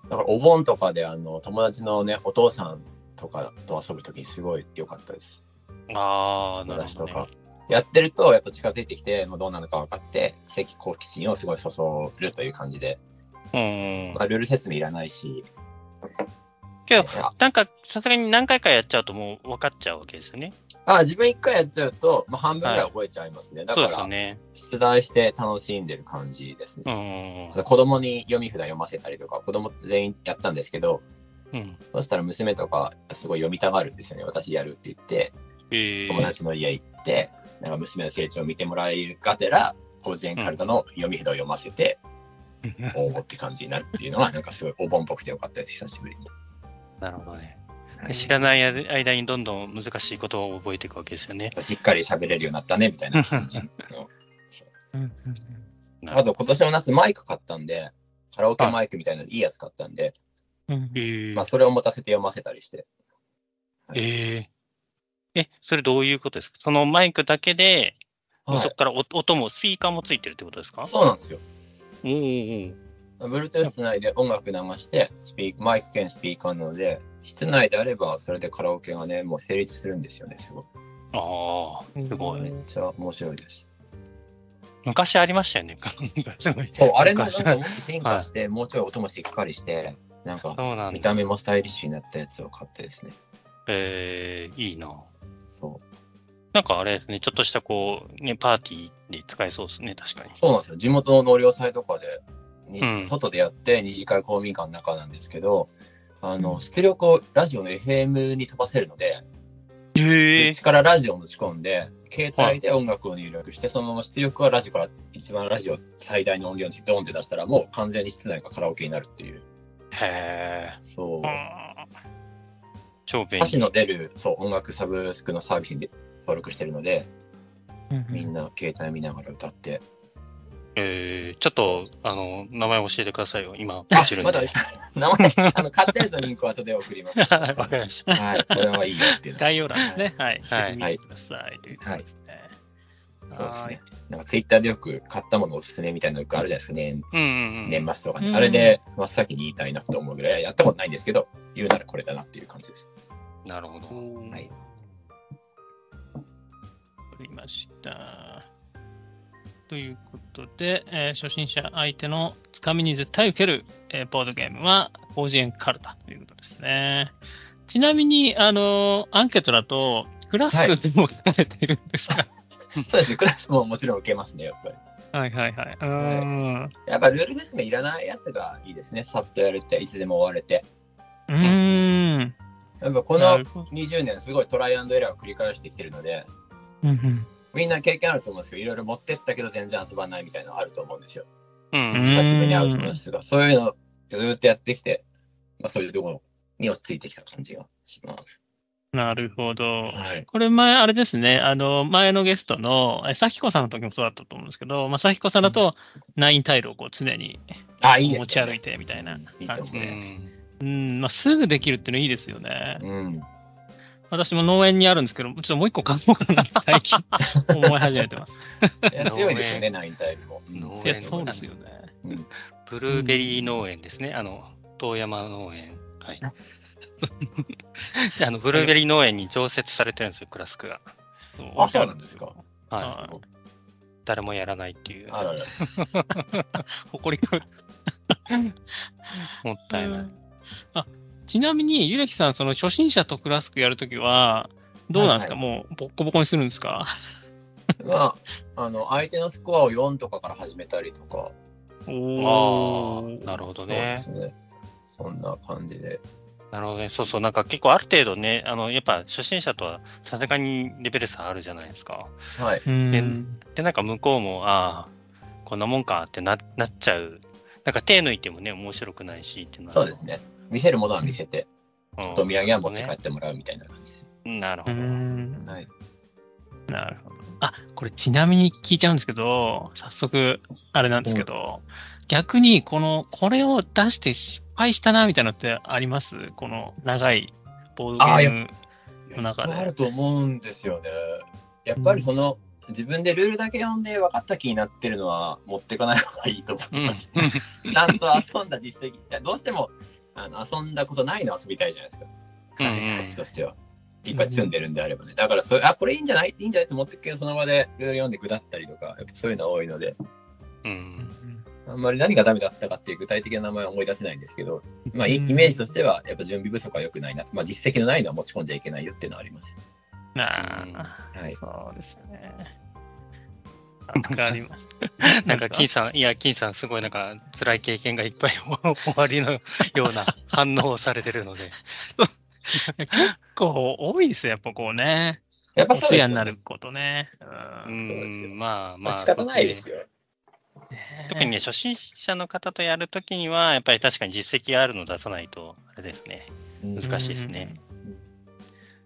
からお盆とかであの友達のね、お父さんとかと遊ぶときすごい良かったです。
ああ、なる
私
ほど、
と
ね
か。。やってると、やっぱ近づいてきて、もうどうなのか分かって、知的好奇心をすごいそそるという感じで、
うん
ま。あ、ルール説明いらないし。
けど
あ
なんか、さすがに何回かやっちゃうともう分かっちゃうわけですよね。
あ自分一回やっちゃうと、まあ、半分ぐらい覚えちゃいますね。だ
そう
か
ですよ
ら、
ね。
出題して楽しんでる感じです
う
ね。
ん。
子供に読み札読ませたりとか、子供全員やったんですけど、
うん。
そしたら娘とかすごい読みたがるんですよね。私やるって言って、
え
友
ー、
達の家行って、なんか娘の成長を見てもらえるがてら、広辞苑カルタの読み札を読ませて、応募って感じになるっていうのは、なんかすごいお盆っぽくてよかったです、久しぶりに。
なるほどね。
はい
知らない間にどんどん難しいことを覚えていくわけですよね。
しっかり喋れるようになったね、みたいな感じの。
うんうん
な
あ
るほど
と、今年の夏、マイク買ったんで、カラオケマイクみたいなのいいやつ買ったんで、
うん
えー
まあ、それを持たせて読ませたりして。
えーえ、それどういうことですかそのマイクだけで、そこからお音も、スピーカーもついてるってことですか
そうなんですよ。
おー
Bluetooth つないで音楽流して、スピーマイク兼スピーカーなので、室内であれば、それでカラオケがね、もう成立するんですよね、すごい。
おーおー。ああ、すごい。
めっちゃ面白いです。
昔ありましたよね。 *laughs* すごい
そう、あれのなん
昔
かもっと進化して、もうちょい音もしっかりして、なんか、
そうなん
見
だ。
た目もスタイリッシュになったやつを買ってですね。
えー、いいな。
そ
なんかあれですね、ちょっとしたこう、ね、パーティーで使えそうですね、確かに。
そうなんですよ。地元の納涼祭とかで、に
うん
外でやって、二次会公民館の中なんですけど、あの、出力をラジオの FM に飛ばせるので、
へ
うちからラジオを持ち込んで、携帯で音楽を入力して、そのまま出力はラジオから、一番ラジオ最大の音量でドンって出したら、もう完全に室内がカラオケになるっていう。
へー
そう。
超便
歌詞
利。
の出る、そう、音楽サブスクのサービスに登録してるので、みんな携帯見ながら歌って。
えー、ちょっと、あの、名前教えてくださいよ。今、落ちるん
まだ
で。、
名前、あの、買ったやつのリンクは後で送ります。
*laughs* わかりました。
はい、これはいいよってい
*laughs*
うのは。
概要欄ですね。はい。
はい
ぜひ見てください。ということですね。
そうです
は
ね
い。
なんかツイッターでよく買ったものおすすめみたいなのよくあるじゃないですか、ね、
うんうんうん。
年末とかね、
うん
あれで真っ先に言いたいなと思うぐらいやったことないんですけど、言うならこれだなっていう感じです。
なるほど。
はい
わかりました。ということで、えー初心者相手のつかみに絶対受ける、えーボードゲームは、法人カルタということですね。ちなみに、あのーアンケートだと、フラスクでも書かれているんですが。
そうですね、クラスももちろん受けますね、やっぱり。
*laughs* はいはいはい。うーん。う
やっぱルール説明いらないやつがいいですね、さっとやれて、いつでも終われて。
ーん。
やっぱこ
な
の
るほど
20年、すごいトライアンドエラーを繰り返してきてるので、
うんうん
みんな経験あると思うんですけど、いろいろ持ってったけど全然遊ばないみたいなのあると思うんですよ。
うん。
うん
久しぶりに会う友達とか、そういうのをずっとやってきて、まあ、そういうところに落ち着いてきた感じがします。
なるほど。
はい。
これ前、あれですね、あの、前のゲストの、え咲子さんの時もそうだったと思うんですけど、まあ、咲子さんだと、ナインタイルをこう常に
あ、いいです、ね。
持ち歩いてみたいな感じ
いいと
で
思。
うん、まあ、すぐできるってのいいですよね。
うん。
私も農園にあるんですけど、ちょっともう一個買おうかなって最近思い始めて
*laughs*
ます。
い
*laughs*
や強いですよね、ナインタイルも。
農園
いや、そうですよね。
ブルーベリー農園ですね。あの、遠山農園。はい。で *laughs* あの、ブルーベリー農園に常設されてるんですよ、クラスクが。
あ、そうなんですか。。
はい。誰もやらないっていう。
あらら。
誇りかぶっ
もったいない。
あ、ちなみに、ゆらきさん、その初心者とクラスクやるときは、どうなんですか、
は
もうボッコボコにするんですか
まあ、あの、相手のスコアを4とかから始めたりとか。
あ
お
あ、なるほど
そうで
ね。
すね。そんな感じで。
なるほどね。そうそう。なんか結構ある程度ね、あの、やっぱ初心者とはさすがにレベル差あるじゃないですか。
はい。
う
で
ん。
で、なんか向こうも、ああ、こんなもんかってななっちゃう。なんか手抜いてもね、面白くないしってなる
そうです。ね。見せるものは見せて、
うん
お土産は持って帰ってもらうみたいな感じで。
なるほ
う
ど。
ん
はい。
なるほど。あ、これちなみに聞いちゃうんですけど、早速、あれなんですけど、逆に、この、これを出して失敗したな、みたいなのってありますこの長いボードゲーム。の中で
いっぱいあると思うんですよね。やっぱりその、自分でルールだけ読んで分かった気になってるのは持ってかない方がいいと思
うん
います。ちゃんと遊んだ実績いやどうしてもあの遊んだことないの遊びたいじゃないですか、
うんう
こ
ん
っちとしては。いっぱい積んでるんであればね。だからそれ、あ、これいいんじゃないいいんじゃないって思ってるけど、その場でルール読んで下ったりとか、やっぱそういうのは多いので、
うん
あんまり何がダメだったかっていう具体的な名前は思い出せないんですけど、まあ、イイメージとしては、やっぱ準備不足は良くないなと。まあ、実績のないのは持ち込んじゃいけないよっていうのはあります。
なあ、
はい。
そうですよね。わかりま
*laughs*
した。
なんか金さん、いや、金さん、すごいなんか辛い経験がいっぱい *laughs* 終わりのような反応をされてるので、
結構多いですよ、やっぱこうね。
やっぱ
お
そうです
通
よ
夜
ね
になることね。
う
うん
ですよ
ん、まあ
ま
まあ、
あ、仕方ないですよ。
ね
特にね、初心者の方とやるときには、やっぱり確かに実績があるのを出さないと、あれですね。難しいですね。
うん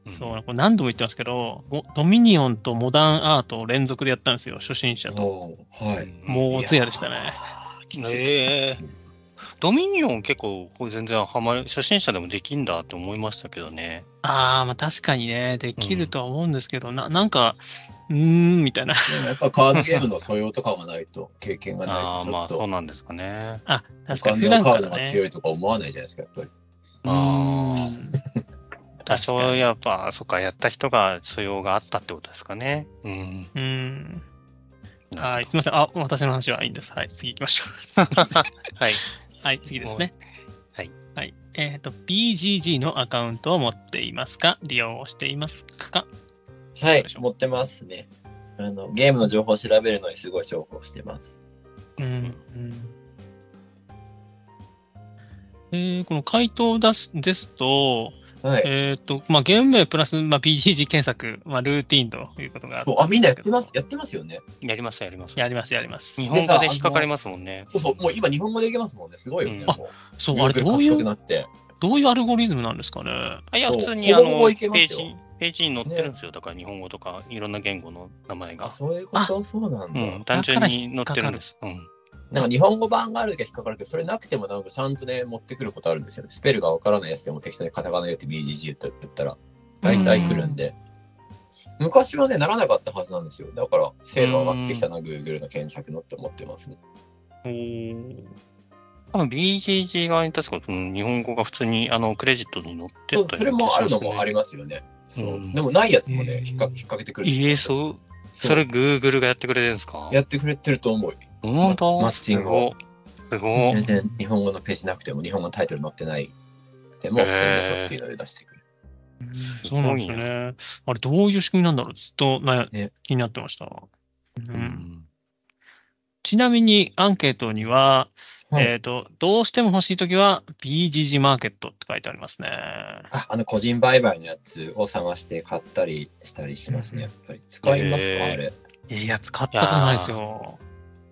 そう、これ何度も言ってますけど、もドミニオンとモダンアートを連続でやったんですよ、初心者と。
おーは
う
い。
ん。
もうお通夜でしたね。
いやー。
え
きつい
ドミニオン結構、これ全然ハマる、初心者でもできんだって思いましたけどね。
ああ、まあ確かにね、できるとは思うんですけど、ななんか、うーん、みたいな。 *laughs*
でもやっぱカードゲームの素養とかがないと、経験がな
あ
い
あ、
と、ち
ま
ょ
あ
っ
そう
と、
なんですかね。
あ、確かに
他の
普段
カ
か
ード
ら
が
ね。
強いとか思わないじゃないですか、やっぱり。
う
あ
ーん
多少やっぱ、そっか、やった人が素養があったってことですかね。うん。
うーん。
な
は
る
い、すみません。あ、私の話はいいんです。はい、次行きましょう。
ほど。はい。
はい、次ですね。
はい。
はい。えっ、と、BGG のアカウントを持っていますか利用をしていますか
は
どう
い
でしょ、う
持ってますね。あのゲームの情報を調べるのにすごい重宝してます。
うんえーこの回答を出すですと、
はい。
えっ、と、まあ、ゲーム名プラス、まあ、BGG 検索、まあ、ルーティーンということがあ
そうあみんなやってますすやってますよね。
やります、やります。
やります、やります。
日本語で引っかかりますもんね。
そうそう、もう今日本語でいけますもんね。すごいよね。
うん
も
そうう、あれ、どうい
賢く
う、
なって。
どういうアルゴリズムなんですかね。
あいや、
そう
普通にあ
ほぼほ
の
ぼ
ペ
いけます
ー
よ
ジページに載ってるんですよ。だから日本語とかいろんな言語の名前
あ、
が。
そういうことそうなん
う
だ。
ん、単純に載ってるんです。うん。
なんか日本語版があるだけ引っかかるけど、それなくてもなんかちゃんとね、持ってくることあるんですよね。スペルがわからないやつでも適当にカタカナでって BGG 打ったら、大体来るんで。昔はね、ならなかったはずなんですよ。だから、精度上がってきたな、Google の検索のって思ってますね。
おー
多分 BGG 側に確か、うん、日本語が普通にあのクレジットに載ってた
そう
ような気が
そ
しますね
れもあるのもありますよね。そう
うん
でもないやつも
う
ね
ん、
引っか引っ掛けてくるんですよ
いえ、そう、
そう
それ Google がやってくれてるんですか
やってくれてると思う。
本当
マッチングを
すごい
全
す
然日本語のページなくても、日本語のタイトル載ってないでも、
へ
こ
ー
れでしょっていうので出してくる。
そうなんですよね。あれ、どういう仕組みなんだろうずっと悩
ね
気になってました。う
ごい。うんん
ちなみにアンケートには、
はい
えっ、と、どうしても欲しいときは BGG マーケットって書いてありますね。
ああの個人売買のやつを探して買ったりしたりしますね、やっぱり。使います
へ
か、
ー
あれ。
いや、使ったことないですよ。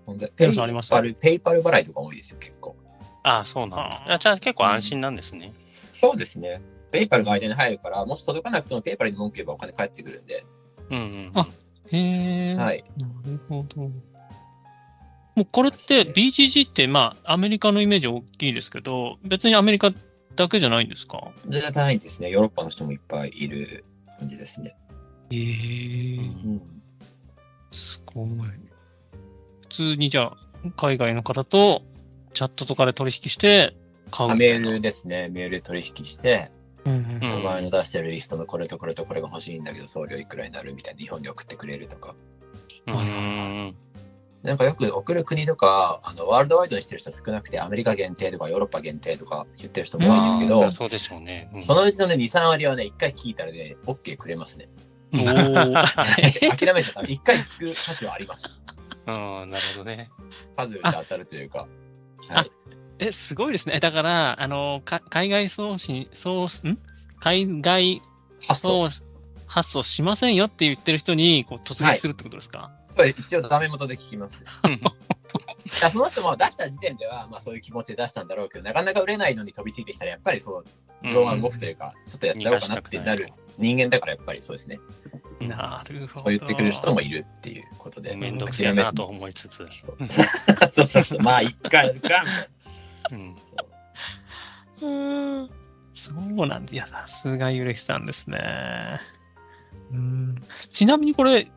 ほんで、
ペ
ペ
イ
イ
さん
パ
あります
ル、ペイパル払いとか多いですよ、結構。
あ、そうなんだ。あじゃあ結構安心なんですね。
そうですね。ペイパルが間に入るから、もし届かなくてもペイパルに文句言えばお金返ってくるんで、
うんうんうん。
あへえ。
はい。
なるほど。もうこれって BGG ってまあアメリカのイメージ大きいですけど、別にアメリカだけじゃないんですか
じゃ単位ですね、ヨーロッパの人もいっぱいいる感じですね。
ええ
うん
うん、
すごい。普通にじゃあ海外の方とチャットとかで取引して買う
あ
み
メ
たいな
ールですね、メールで取引して、
うんうん
うん
お前の出してるリストのこれとこれとこれが欲しいんだけど、送料いくらになるみたいな、日本に送ってくれるとか。
うん
なんかよく送る国とか、あのワールドワイドにしてる人少なくて、アメリカ限定とかヨーロッパ限定とか言ってる人も多いんですけ
ま
ど
あ、そうでしょうね。うん
そのうちのね、2、3割はね、1回聞いたらね、OK くれます
*laughs*
ね。
おー
諦めちゃった。1回聞く価値はあります。
うん、なる
*laughs*
ほどね。
パズルで当たるというか。はい。
*laughs* え、すごいですね。だから、あの、か海外送信、送信、ん海外
発想。
送信、発送しませんよって言ってる人にこう突撃するってことですか、
そう一応ダメ元で聞きます。
うん
だからその人も出した時点では、まあそういう気持ちで出したんだろうけど、なかなか売れないのに飛びついてきたら、やっぱりそう、
うん
動画動くというか、ちょっとやっちゃおうかなってなる。人間だからやっぱりそうですね。
うん
なるほど。
そう言ってくる人もいるっていうことで。
めんどくせえなと思いつつ。
そうそうそうそうまあ、一回やるかみたいな。
うん
うーんそうなんです。いや、さすがゆれきさんですね。うんちなみにこれ、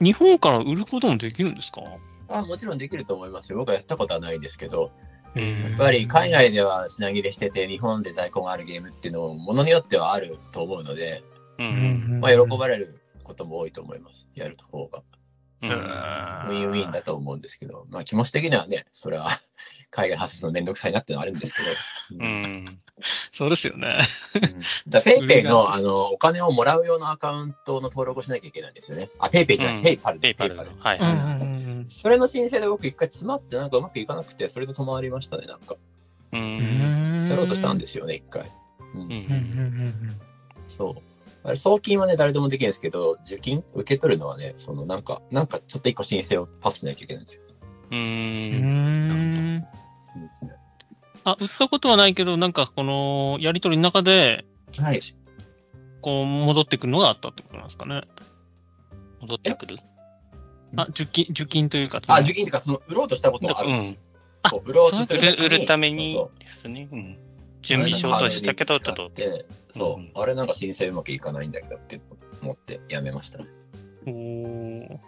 日本から売ることもできるんですか
あもちろんできると思いますよ。僕はやったことはないですけど、
うん
や
やっぱり海外では品切れしてて、日本で在庫があるゲームっていうのも、ものによってはあると思うので、
う
う
ん
まあ、喜ばれることも多いと思います。やる方が。
うん
ウィンウィンだと思うんですけど、まあ、気持ち的にはね、それは *laughs* 海外発出のめんどくさいなっていうのはあるんですけど。
うん
そうですよね。
だペイペイ
上が
のあのお金をもらう用のアカウントの登録をしなきゃいけないんですよね。あ、ペイペイじゃな
うん
い、ペイパル
ペ
だ
イ
ペ
パル
イパ
の
ル。
はい
うん
は
うん
い。
うん
それの申請で僕一回詰まってなんかうまくいかなくて、それで止まりましたね、なんか。
う
うんん
やろうとしたんですよね、一回。うん
う
うんうん
ん
そう。あれ、送金はね、誰でもできるんですけど、受金受け取るのはね、そのなんか、なんかちょっと一個申請をパスしなきゃいけないんですよ。
う
うんうんんうん
うん
あ、売ったことはないけど、なんかこのやりとりの中で、
はい。
こう戻ってくるのがあったってことなんですかね。
戻ってくる
あ、受金、受金というか。
あ、受金っていうか、その、売ろうとしたことはあ
う
るんです
ん
よ。
あ
そう売ろうとす
そ
る
うい
売
う
る
こと
売るために
そう
ですね。うん準備しようとしたけど、ちょっと。
そう
うん、
あれなんか申請うまくいかないんだけどって思ってやめましたね。
おー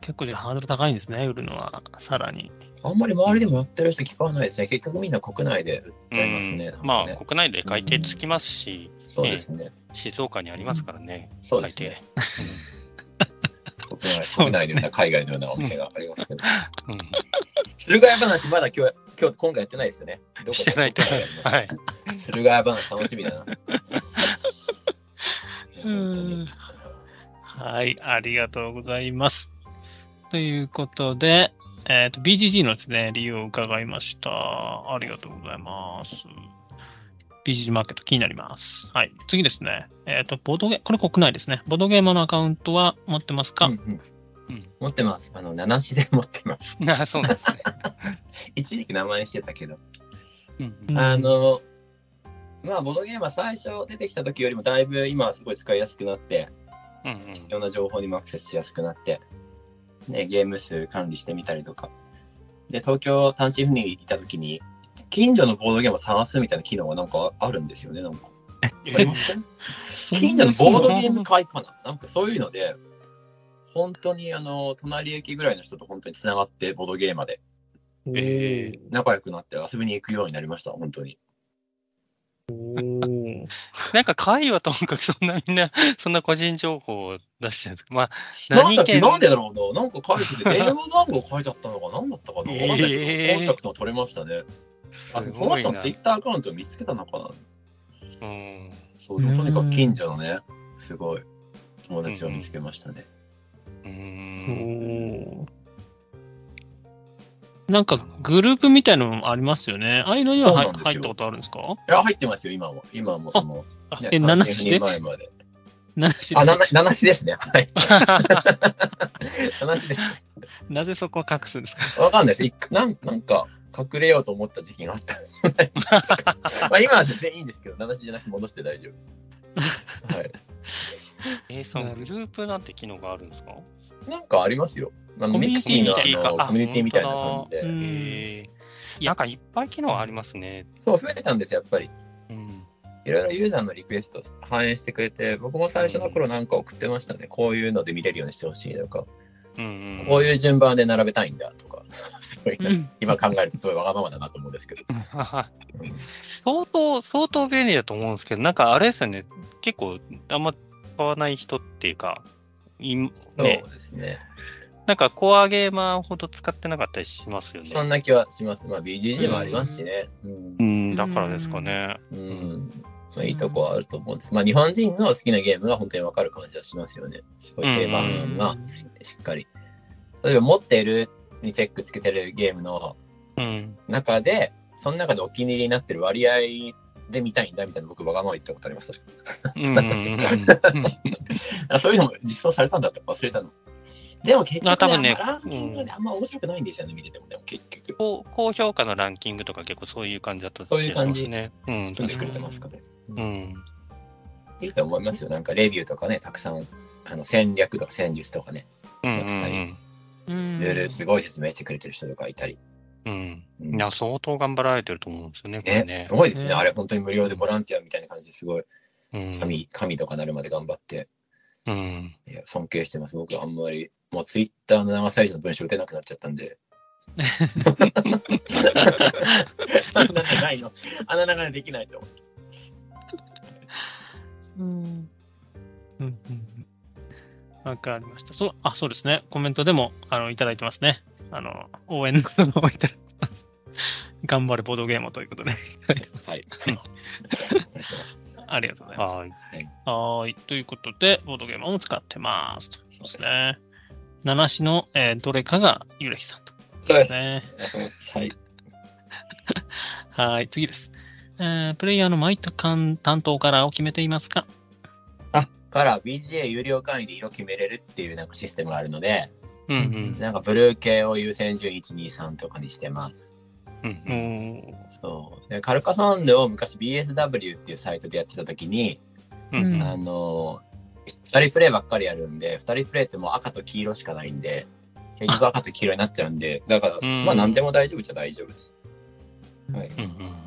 結構じゃあハードル高いんですね、売るのは。さらに。
あんまり周りでもやってる人聞かないですね。結局みんな国内で売っちゃいますね。なん
う
か
んまあ、
ね
国内で改定つきますし、
そうですね。
静岡にありますからね、
そうで
改
すね
定。。
国内
そう
国内のような海外のようなお店がありますけど。
うん
駿河屋話、まだ今日、今日、今回やってないですよね。どこで
してないと思います。はい。
駿河屋話楽しみだな。いや本当に
うんはい、ありがとうございます。ということで、えっ、と、BGG のですね、理由を伺いました。ありがとうございます。BGG マーケット気になります。はい、次ですね。えっ、と、ボードゲーこれ国内ですね。ボードゲーマーのアカウントは持ってますか、
うんうん持ってます。あの、七種で持ってます。 *laughs*
*laughs* あそうなんですね。
一時期名前にしてたけど。
うん
うん
あの、まあ、ボードゲームは最初出てきた時よりもだいぶ今はすごい使いやすくなって、
うんうん
必要な情報にもアクセスしやすくなって、ね、ゲーム数管理してみたりとか。で、東京単身赴任いた時に、近所のボードゲームを探すみたいな機能がなんかあるんですよね、なんか。ありません *laughs* 近所のボードゲーム会かななんかそういうので、本当にあの、隣駅ぐらいの人と本当に繋がって、ボードゲーマーで
ええ
仲良くなって遊びに行くようになりました、本当に。
ー。
なんか可愛いはともかくそんなみんな、 *laughs* そんな個人情報を出してる。まあ、
なんだっけ
県
なんでだろうななんか書いてて、電話番号書いてあったのかなんだったかなわかんないけ
えー
ど、コンタクトが取れましたね。あ、
す
この
ごい
人
な
の。ツイッターアカウントを見つけたのかな
うん
そう、でもとにかく近所のね、すごい友達を見つけましたね。
う
お
ん。
ーなんかグループみたいなのもありますよね。ああいうのには
そ
入
うなんですよ
入ったことあるんですか
いや、入ってますよ、今も。今もその、
あ
ね、
え、
単
7
身赴
し
任
で
前まで。
7し
あ、
で
七七種ですね。はい。七種です。
なぜそこは隠すんですか
わかんないです。いなんなんか隠れようと思った時期があったんじゃないですかまあ今は全然いいんですけど、7時じゃなくて戻して大丈夫です。はい。
えーそのグループなんて機能があるんですか
なんかありますよ。あの
コミュニティみたい
ミクシーのあの
あ
コミュニティみたいな感じ
う
で。
ん
えーなんかいっぱい機能ありますね。
そう、増えたんですよ、やっぱり。
うん。
いろいろユーザーのリクエスト反映してくれて、僕も最初の頃なんか送ってましたね。こういうので見れるようにしてほしいとか、
うんうん。
こういう順番で並べたいんだとか、すごいな
うん
*laughs* 今考えるとすごいわがままだなと思うんですけど。
相当、相当便利だと思うんですけど、なんかあれですよね、結構、あんま買わない人っていうか、い
そう
ね、
ですね。
なんかコアゲーマーほど使ってなかったりしますよ
そん
ね。
な気はします。まあ BGG もありますしね。うん
うん、だからですかね。
うん、まあ、いいとこはあると思うんです。まあ、日本人の好きなゲームが本当にわかる感じはしますよね。すごい定番がししっかり。例えば、持ってるにチェックつけてるゲームの
うん。
中で、その中でお気に入りになってる割合で見たいんだみたいな僕、わがまま言ったことありました。
うんうん *laughs* うん
あそういうのも実装されたんだと忘れたの。でも結局、ね、
あ多分ね
あんまランキングであんま面白くないんですよね、見てても。でも結局、
高高評価のランキングとか結構そういう感じだった
そういう感じ
気がしますね。うん、
組んで
確
く
か
れ
に。
てますかね。
うん。
いいと思いますよ。なんかレビューとかね、たくさん、あの戦略とか戦術とかね、
うんうん
うん
ルールすごい説明してくれてる人とかいたり。
うん。
う
うんん。いや、相当頑張られてると思うんですよね、これ
ね
ね、
す。ごいですね。
ね
あれ、本当に無料でボランティアみたいな感じですごい、
うん。
神、神とかなるまで頑張って、
うん。
いや尊敬してます。僕、あんまり、もうツイッターの長さ以上の文章打てなくなっちゃったんで。あんな長いの。あんな長いのできないと思って。
うんうんうんわかりました。そう、あ、そうですね。コメントでも、あの、いただいてますね。あの、応援の言葉をいただいてます。頑張れ、ボードゲームをということで。
*laughs* はい。
ありがとうございます。
はい。
はーい。ということで、ボードゲームを使ってます。ということですね。七種の、えーどれかがゆれひさんと。
そうですね。
ね。
はい。
はい、次です。えープレイヤーの毎度担当カラーを決めていますか
あ、から BGA 有料会員で色決めれるっていうなんかシステムがあるので、
うんうん
なんかブルー系を優先順位1、2、3とかにしてます。
う
お
ん。
ー
そうでカルカサンデを昔 BSW っていうサイトでやってた時に、
うんうん
あの2人プレイばっかりやるんで2人プレイってもう赤と黄色しかないんで結局赤と黄色になっちゃうんでだから
うん
まあ何でも大丈夫じゃ大丈夫です、はい、
うんうん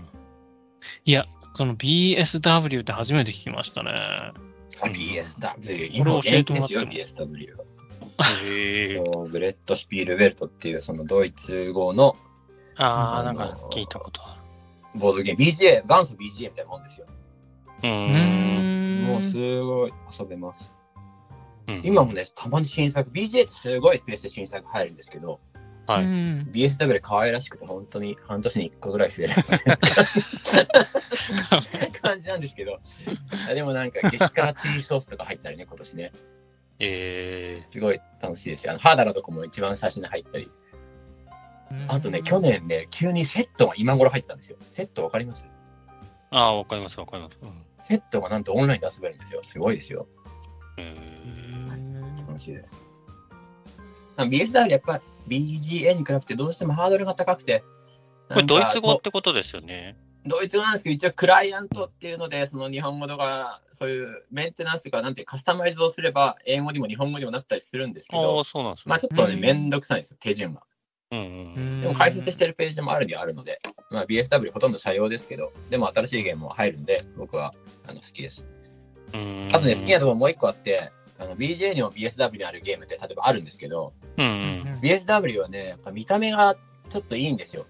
いや、この BSW って初めて聞きましたね。
あ
うん
BSW
俺
今
教え
元
て
気
も
で
らっ
す
て
よ
も
BSW は
へえ。
そうブレッド・スピールベルトっていうそのドイツ語の
*laughs* ああ、
あ
な
の
んか聞いたことあ
ボードゲーム BGA 元祖 BGA みたいなもんですよ
る。う
う
ーん。
ーん
もうすごい遊べます
うん
今もねたまに新作 BGA ってすごいスペースで新作入るんですけど
はい
うん。
BSW 可愛らしくて本当に半年に1個ぐらい
*laughs*
増える感じなんですけどあでもなんか激辛チリソースとか入ったりね今年ね
え
すごい楽しいですよ。あの、ハーダラとかも一番写真に入ったり。あとね、去年ね、急にセットが今頃入ったんですよ。セットわかります
ー、ああ、わかります、わかります。うん
セットがなんとオンラインで遊べるんですよ。すごいですよ。
え
楽しいです。あ BSR やっぱ BGA に比べてどうしてもハードルが高くて、
ーこれ、ドイ
なんか
ツ語ってことですよね。
ドイツ語なんですけど、一応クライアントっていうので、その日本語とか、そういうメンテナンスとか、なんていうカスタマイズをすれば、英語にも日本語にもなったりするんですけ
あ
ど
あ、、そうなんです
まあ
ね
ちょっとね、
うん
めんどくさいんですよ、手順が。
うんうん
でも解説してるページもあるにはあるので、まあ BSW ほとんど社用ですけど、でも新しいゲームも入るんで、僕はあの好きです。
うん。
あとね、好きなところもう一個あって、あの BJ にも BSW にあるゲームって例えばあるんですけど、
うんう。
うん
BSW はね、やっぱ見た目がちょっといいんですよ。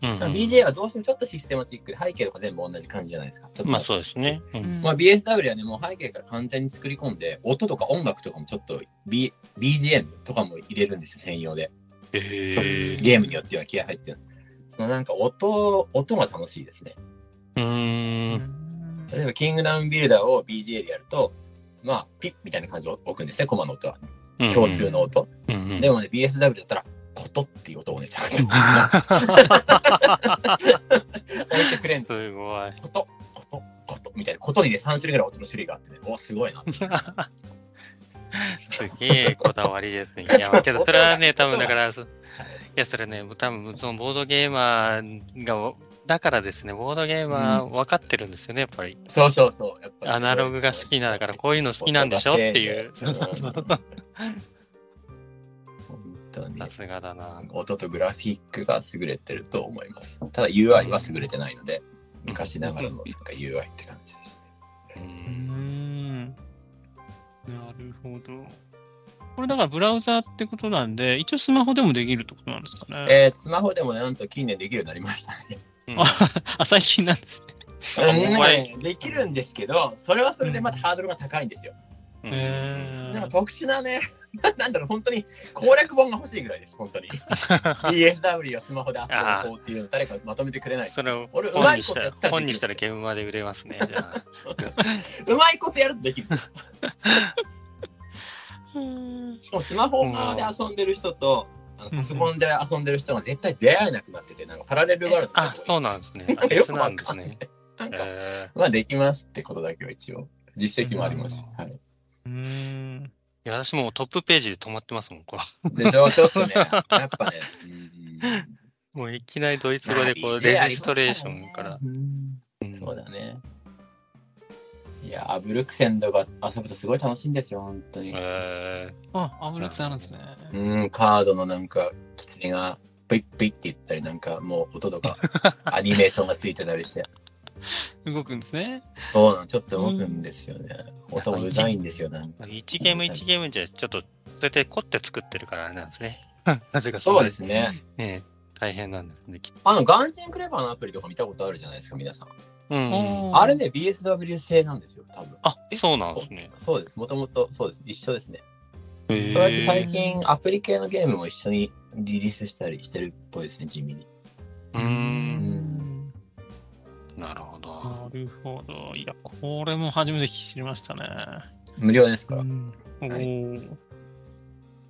うんうん
BJ はどうしてもちょっとシステマチックで背景とか全部同じ感じじゃないですか。ちょっと
まあそうですね。うん
まあ、BSW はね、もう背景から完全に作り込んで、音とか音楽とかもちょっと、B、BGM とかも入れるんですよ、専用で。
え
ゲームによっては気合入ってる。そのなんか音、音が楽しいですね。
ー、うーん。
ん
例えば、キングダムビルダーを BGA でやると、まあ、ピッみたいな感じを置くんですね、コマの音は。
うんうん
共通の。音。
うんうん
でもね、BSW だったら、ことっていう音をね、ちゃんと
*laughs*
置いてくれんの。
すごい。
こと、こと、こと、みたいな。ことにね、3種類ぐらい音の種類があってね、お、すごいなって。
すげえこだわりですね。いや、まあけどそれはね、多分だから、そいや、それね、多分そのボードゲーマーが、だからですね、ボードゲーマー分かってるんですよね、やっぱり。
そうそうそう。やっぱり
アナログが好きなんだからこういうの好きなんでしょっていう
そうそう
そうそう
本当に
さ。すがだな。
音とグラフィックが優れてると思います。ただ UI は優れてないので、昔ながらのなんか UI って感じです
う
うんんなるほど。これだからブラウザーってことなんで、一応スマホでもできるってことなんですかね。
ね。えー、スマホでもねなんと近年できるようになりましたね。
うん
ああ、最近なんですね。
うんなんかねできるんですけど、それはそれでまたハードルが高いんですよ。
うん
へ
なんか
ー
特殊なね、 *laughs* なんだろう、本当に攻略本が欲しいぐらいです、本
*laughs*
当に。ESW をスマホで遊ぶ方法っていうのを誰かまとめてくれない。
それを
俺
本にした
うまいことやったら
ら
できる
本にしたらゲームまで売れますね。じゃあ
うまいことやるとで
*laughs*
きるんですよ。しかもスマホ側で遊んでる人と、あのパソコンで遊んでる人が絶対出会えなくなってて、なんかパラレルワールド
あ、そうなんですね。あ
よ
別
く
な
わ
んで
か
す
んない
ね。。
なんか、
えー
まあできますってことだけは一応、実績もあります。はい、
うん。
いや私もうトップページで止まってますもん、これ。 *laughs*
で、ちょちょっとね、 *laughs* やっぱね、うん
もういきなりドイツ語でこうレジストレーションから。。
うん
うん
そうだね。いや、アブルクセンドが遊ぶとすごい楽しいんですよ、本当に。
え
あ、アブラックスあるんですね。
うん、カードのなんか、狐が、プイップイって言ったり、なんかもう音
*laughs*
とか、アニメーションがついてたりして、
動くんですね。
そうなの、ちょっと動くんですよね。音もうざいんですよ、なんか。
ー、1ゲーム1ゲームじゃちょっと、大体凝って作ってるからあれなん *laughs* ですね。なぜか。
そうですすね。
ね大変なんですね、きっと。
あの、ガンシンクレバーのアプリとか見たことあるじゃないですか、皆さん。
うんうん。
あ
あれね、BSW 製なんですよ、多分。
あ、そうなんですね。
そうです。もともと、そうです。一緒ですね。
そ
そうやって
最
最近、アプリ系のゲームも一緒にリリースしたりしてるっぽいですね、地味に。
うーん、
ん
なるほど。
なるほど。いや、これも初めて知りましたね。
無料ですから。
おお
はい
ー。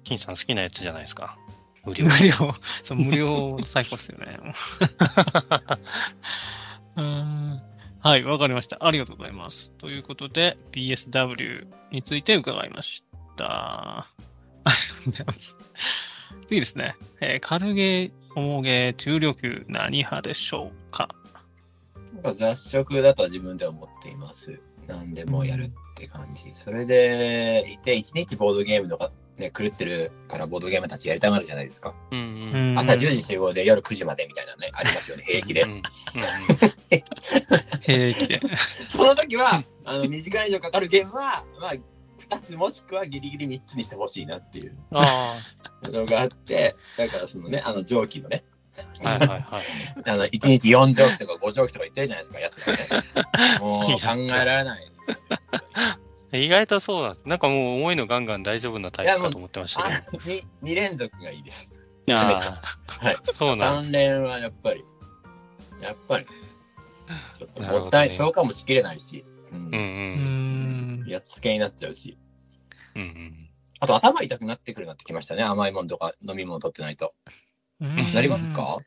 金さん好きなやつじゃないですか。無料
無。料、そう、無料最高ですよね。 *laughs* うーんはい、わかりました。ありがとうございます。ということで、BSW について伺いました。ありがとうございます。次ですね。えー軽ゲー、重ゲー、中力、何派でしょうか
なんか雑食だとは自分では思っています。何でもやるって感じ。それでいて、一日ボードゲームとか、ね、狂ってるからボードゲームたちやりたがるじゃないですか。
うんうん。うん
朝10時集合で夜9時までみたいなね、ありますよね、平気
う
で。
ん
平気 *laughs* で。
その時は、あの、2時間以上かかるゲームは、まあ、2つもしくはギリギリ3つにしてほしいなっていう
あ
のがあって、だからそのね、あの蒸気のね、
あ、はいはいはい。
あの、1日4蒸気とか5蒸気とか言ってるじゃないですか、やつらね。
*laughs*
もう考えられないですよね。
意外とそうなんです。なんかもう重いのガンガン大丈夫なタイプかと思ってましたけ
あ2、2連続がいいです。
ど。
あ
あ
はい
あ、そうなんで
関
す。
連はやっぱり、やっぱり、ちょっともったい、
なるほどね
消化もしきれないし、う
うん
ん
うん。
うーん
やっつけになっちゃうし、
うんうん
あと頭痛くなってくるようになってきましたね。甘いものとか飲み物取ってないと。
うん
なりますか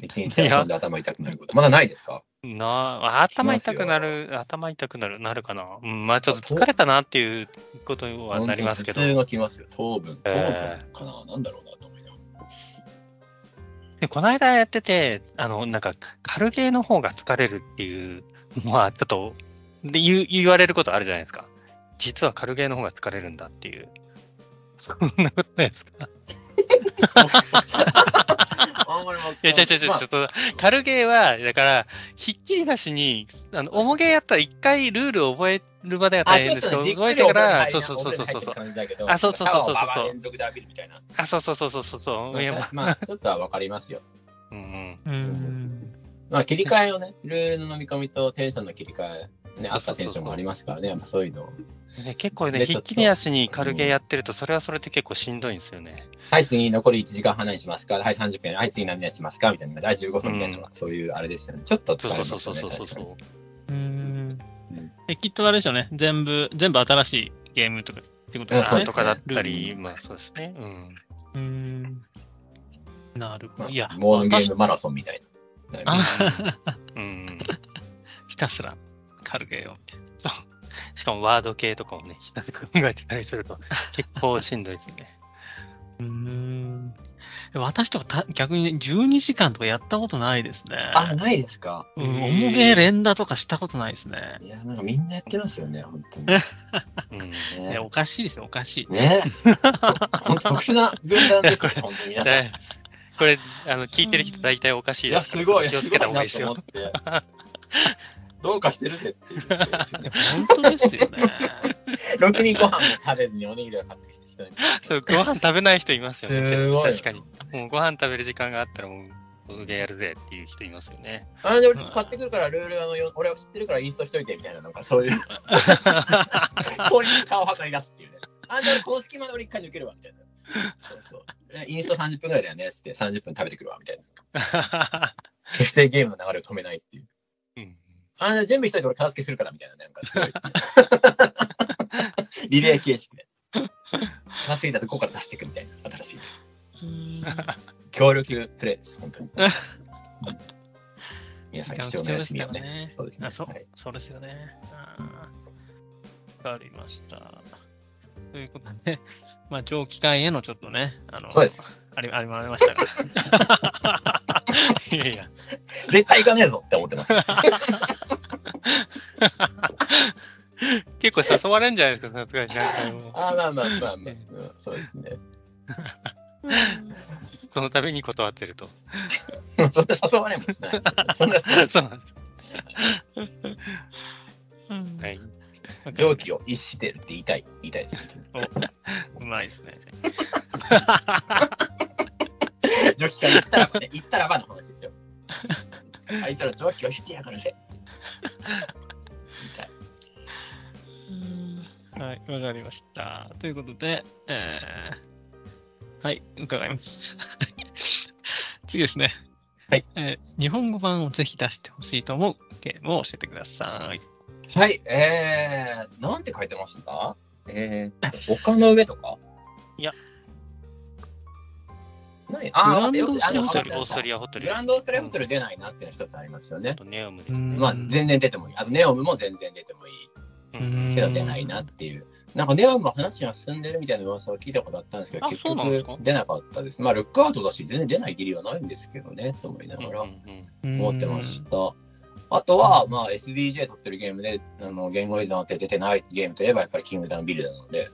一日遊んで頭痛くなること。まだないですか
な頭痛くなる、頭痛くなる、なるかな。うん、まあちょっと疲れたなっていうことにはなりますけど
本当に頭。痛がきますよ。糖分、糖分
え
かな、なんだろうなと思いながら。
でこの間やってて、あの、なんか、軽ゲーの方が疲れるっていう、まあ、ちょっと、で言う言われることあるじゃないですか。実は軽ゲーの方が疲れるんだっていう。そんなことないですか。 *laughs*
あんまりわかん
い
な
や、違う違う違う、
まあ
ちょっと、軽ゲーは、だから、ひっきりなしに、あの、重ゲーやったら一回ルールを覚えるまでは
あ
大
ち
変
ょっ
です
と
けど、
ねじっく
覚え
り
てから、
お風
そう
呂
そうそ
入っ
うそう
て
そう
る。感じだけど
あそうそうそうそうそう
シャワーをバーバー連続で浴びるみたいな。
あ、そうそうそうそうそうそう。いやまあ
まあ、ちょっとはわかりますよ。
うんうん
うん
まあ、切り替えをね、ルールの飲み込みとテンションの切り替え、ね、あったテンションもありますからね、やっぱそういうの。
ね、結構ね、
で
ひ
ちょ
っ
っと
きりなしに軽ゲーやってると、それはそれで結構しんどいんですよね。
はい、次残り1時間半にしますか、はい、30分、はい、次何々しますか、みたいな、はい、15分みたいな、
うん
そういうあれですよね。ちょっと疲
そう
れ
そう
ます
そうそ
よ
う
ね、
そう
確かに
そ。
うん
うん
できっとあれでしょうね。全部、全部新しいゲームとかってこと
う。
です
そう
よ
な
ね
んと。かだったり、まあそうですね。うん。
うんなるほど。
まあ、
いや、
ボードゲームマラソンみたいな。
あ
うん。
ひたすら軽ゲーを。
しかもワード系とかをね、ひたすら考えてたりすると、結構しんどいですね。
うん私とかた逆にね12時間とかやったことないですね。
あ、ないですか。
うん、
へー
重げ連打とかしたことないですね。
いや、なんかみんなやってますよね、本当
*laughs*
に。
うん。
い
ね
や、おかしいですよ、おかしい。
ね。本当特殊な分断
*laughs*
ですよ、本当に皆さん。
だこれ、あの、聞いてる人大体おかしい
い
で
や、
すか
す
ら。
ごい、
気をつ
すご
け
い
た方がい
ない
です
と思
よ
っ。て。どうかしてるぜ
*laughs*
っていうことですよね。
本当ですよね。
ろくにご飯も食べずにおにぎりを買ってきた人に。
*laughs* そう、ご飯食べない人いますよね。
すごい
確かに。もうご飯食べる時間があったら、もう、ボードゲーやるぜっていう人いますよね。 *laughs*
あで俺ちょっと買ってくるから、ルールあの、よ俺は知ってるからインストしといてみたいな、なん
*laughs*
かそういう。氷に顔を測り出すっていうね。あんた俺この隙間で俺一回抜けるわ、みたいな。そうそう。ねインスト30分ぐらいだよね、つって30分食べてくるわ、みたいな。決してゲームの流れを止めないっていう。
うん
あ、準備しといて俺片付けするからみたいな、なんかすごい。リレー形式で。片付いたとこから出していくみたいな、新しい。協力プレイです、
*laughs*
本当に。皆さん貴重な休みをね。
ね
そうですね
あそう
はい、
そうですよね。あーわかりました。ということで、まあ、長期間へのちょっとね、あの、
そうです。
あり、ありましたから。
いやいや、
絶対行かねえぞって思ってます。
結構誘われるんじゃないですか、さすがに。なんかもう
あまあまあまあまあ、うんそうですね。
そのために断ってると。 *laughs*
そんな誘われもしないですよ。そんな
そうなんです。
うん
はい。
常軌を逸してるって言いたい、言いたいです。
うまいですね。
上機嫌行ったらばね、行ったらばの話ですよ。あいつら上機をしてやがるぜ。痛い
はい、わかりました。ということで、えーはい、伺いました。 *laughs* 次ですね。
はい、
えー日本語版をぜひ出してほしいと思うゲームを教えてください。
はい、えー、なんて書いてましたえー、丘の上とか
いや。
何あー、
グランド
よくあの
オ
オ
ー
ー
ス
ス
ト
ト
リ
リ
ア
ア、
わ
オー
か
スト
りました
リアホテ
グ
ル。
ランドオーストリアホテル出ないなっていうの一つありますよね
あ。とネオムですね。
まあ、全然出てもいい。あと、ネオムも全然出てもいい。
うん
けど出ないなっていう。なんかネオンも話が進んでるみたいな噂を聞いたことあったんですけど、
あ
結
そうなんですか
局出なかったです。まあ、ルックアウトだし、全然出ない義理はないんですけどね、と思いな
うん
が
うん
ら
うん
思ってました。あとは、まあ、SDJ 取ってるゲームで、あの、言語依存って出てないゲームといえば、やっぱりキングダムビルなので、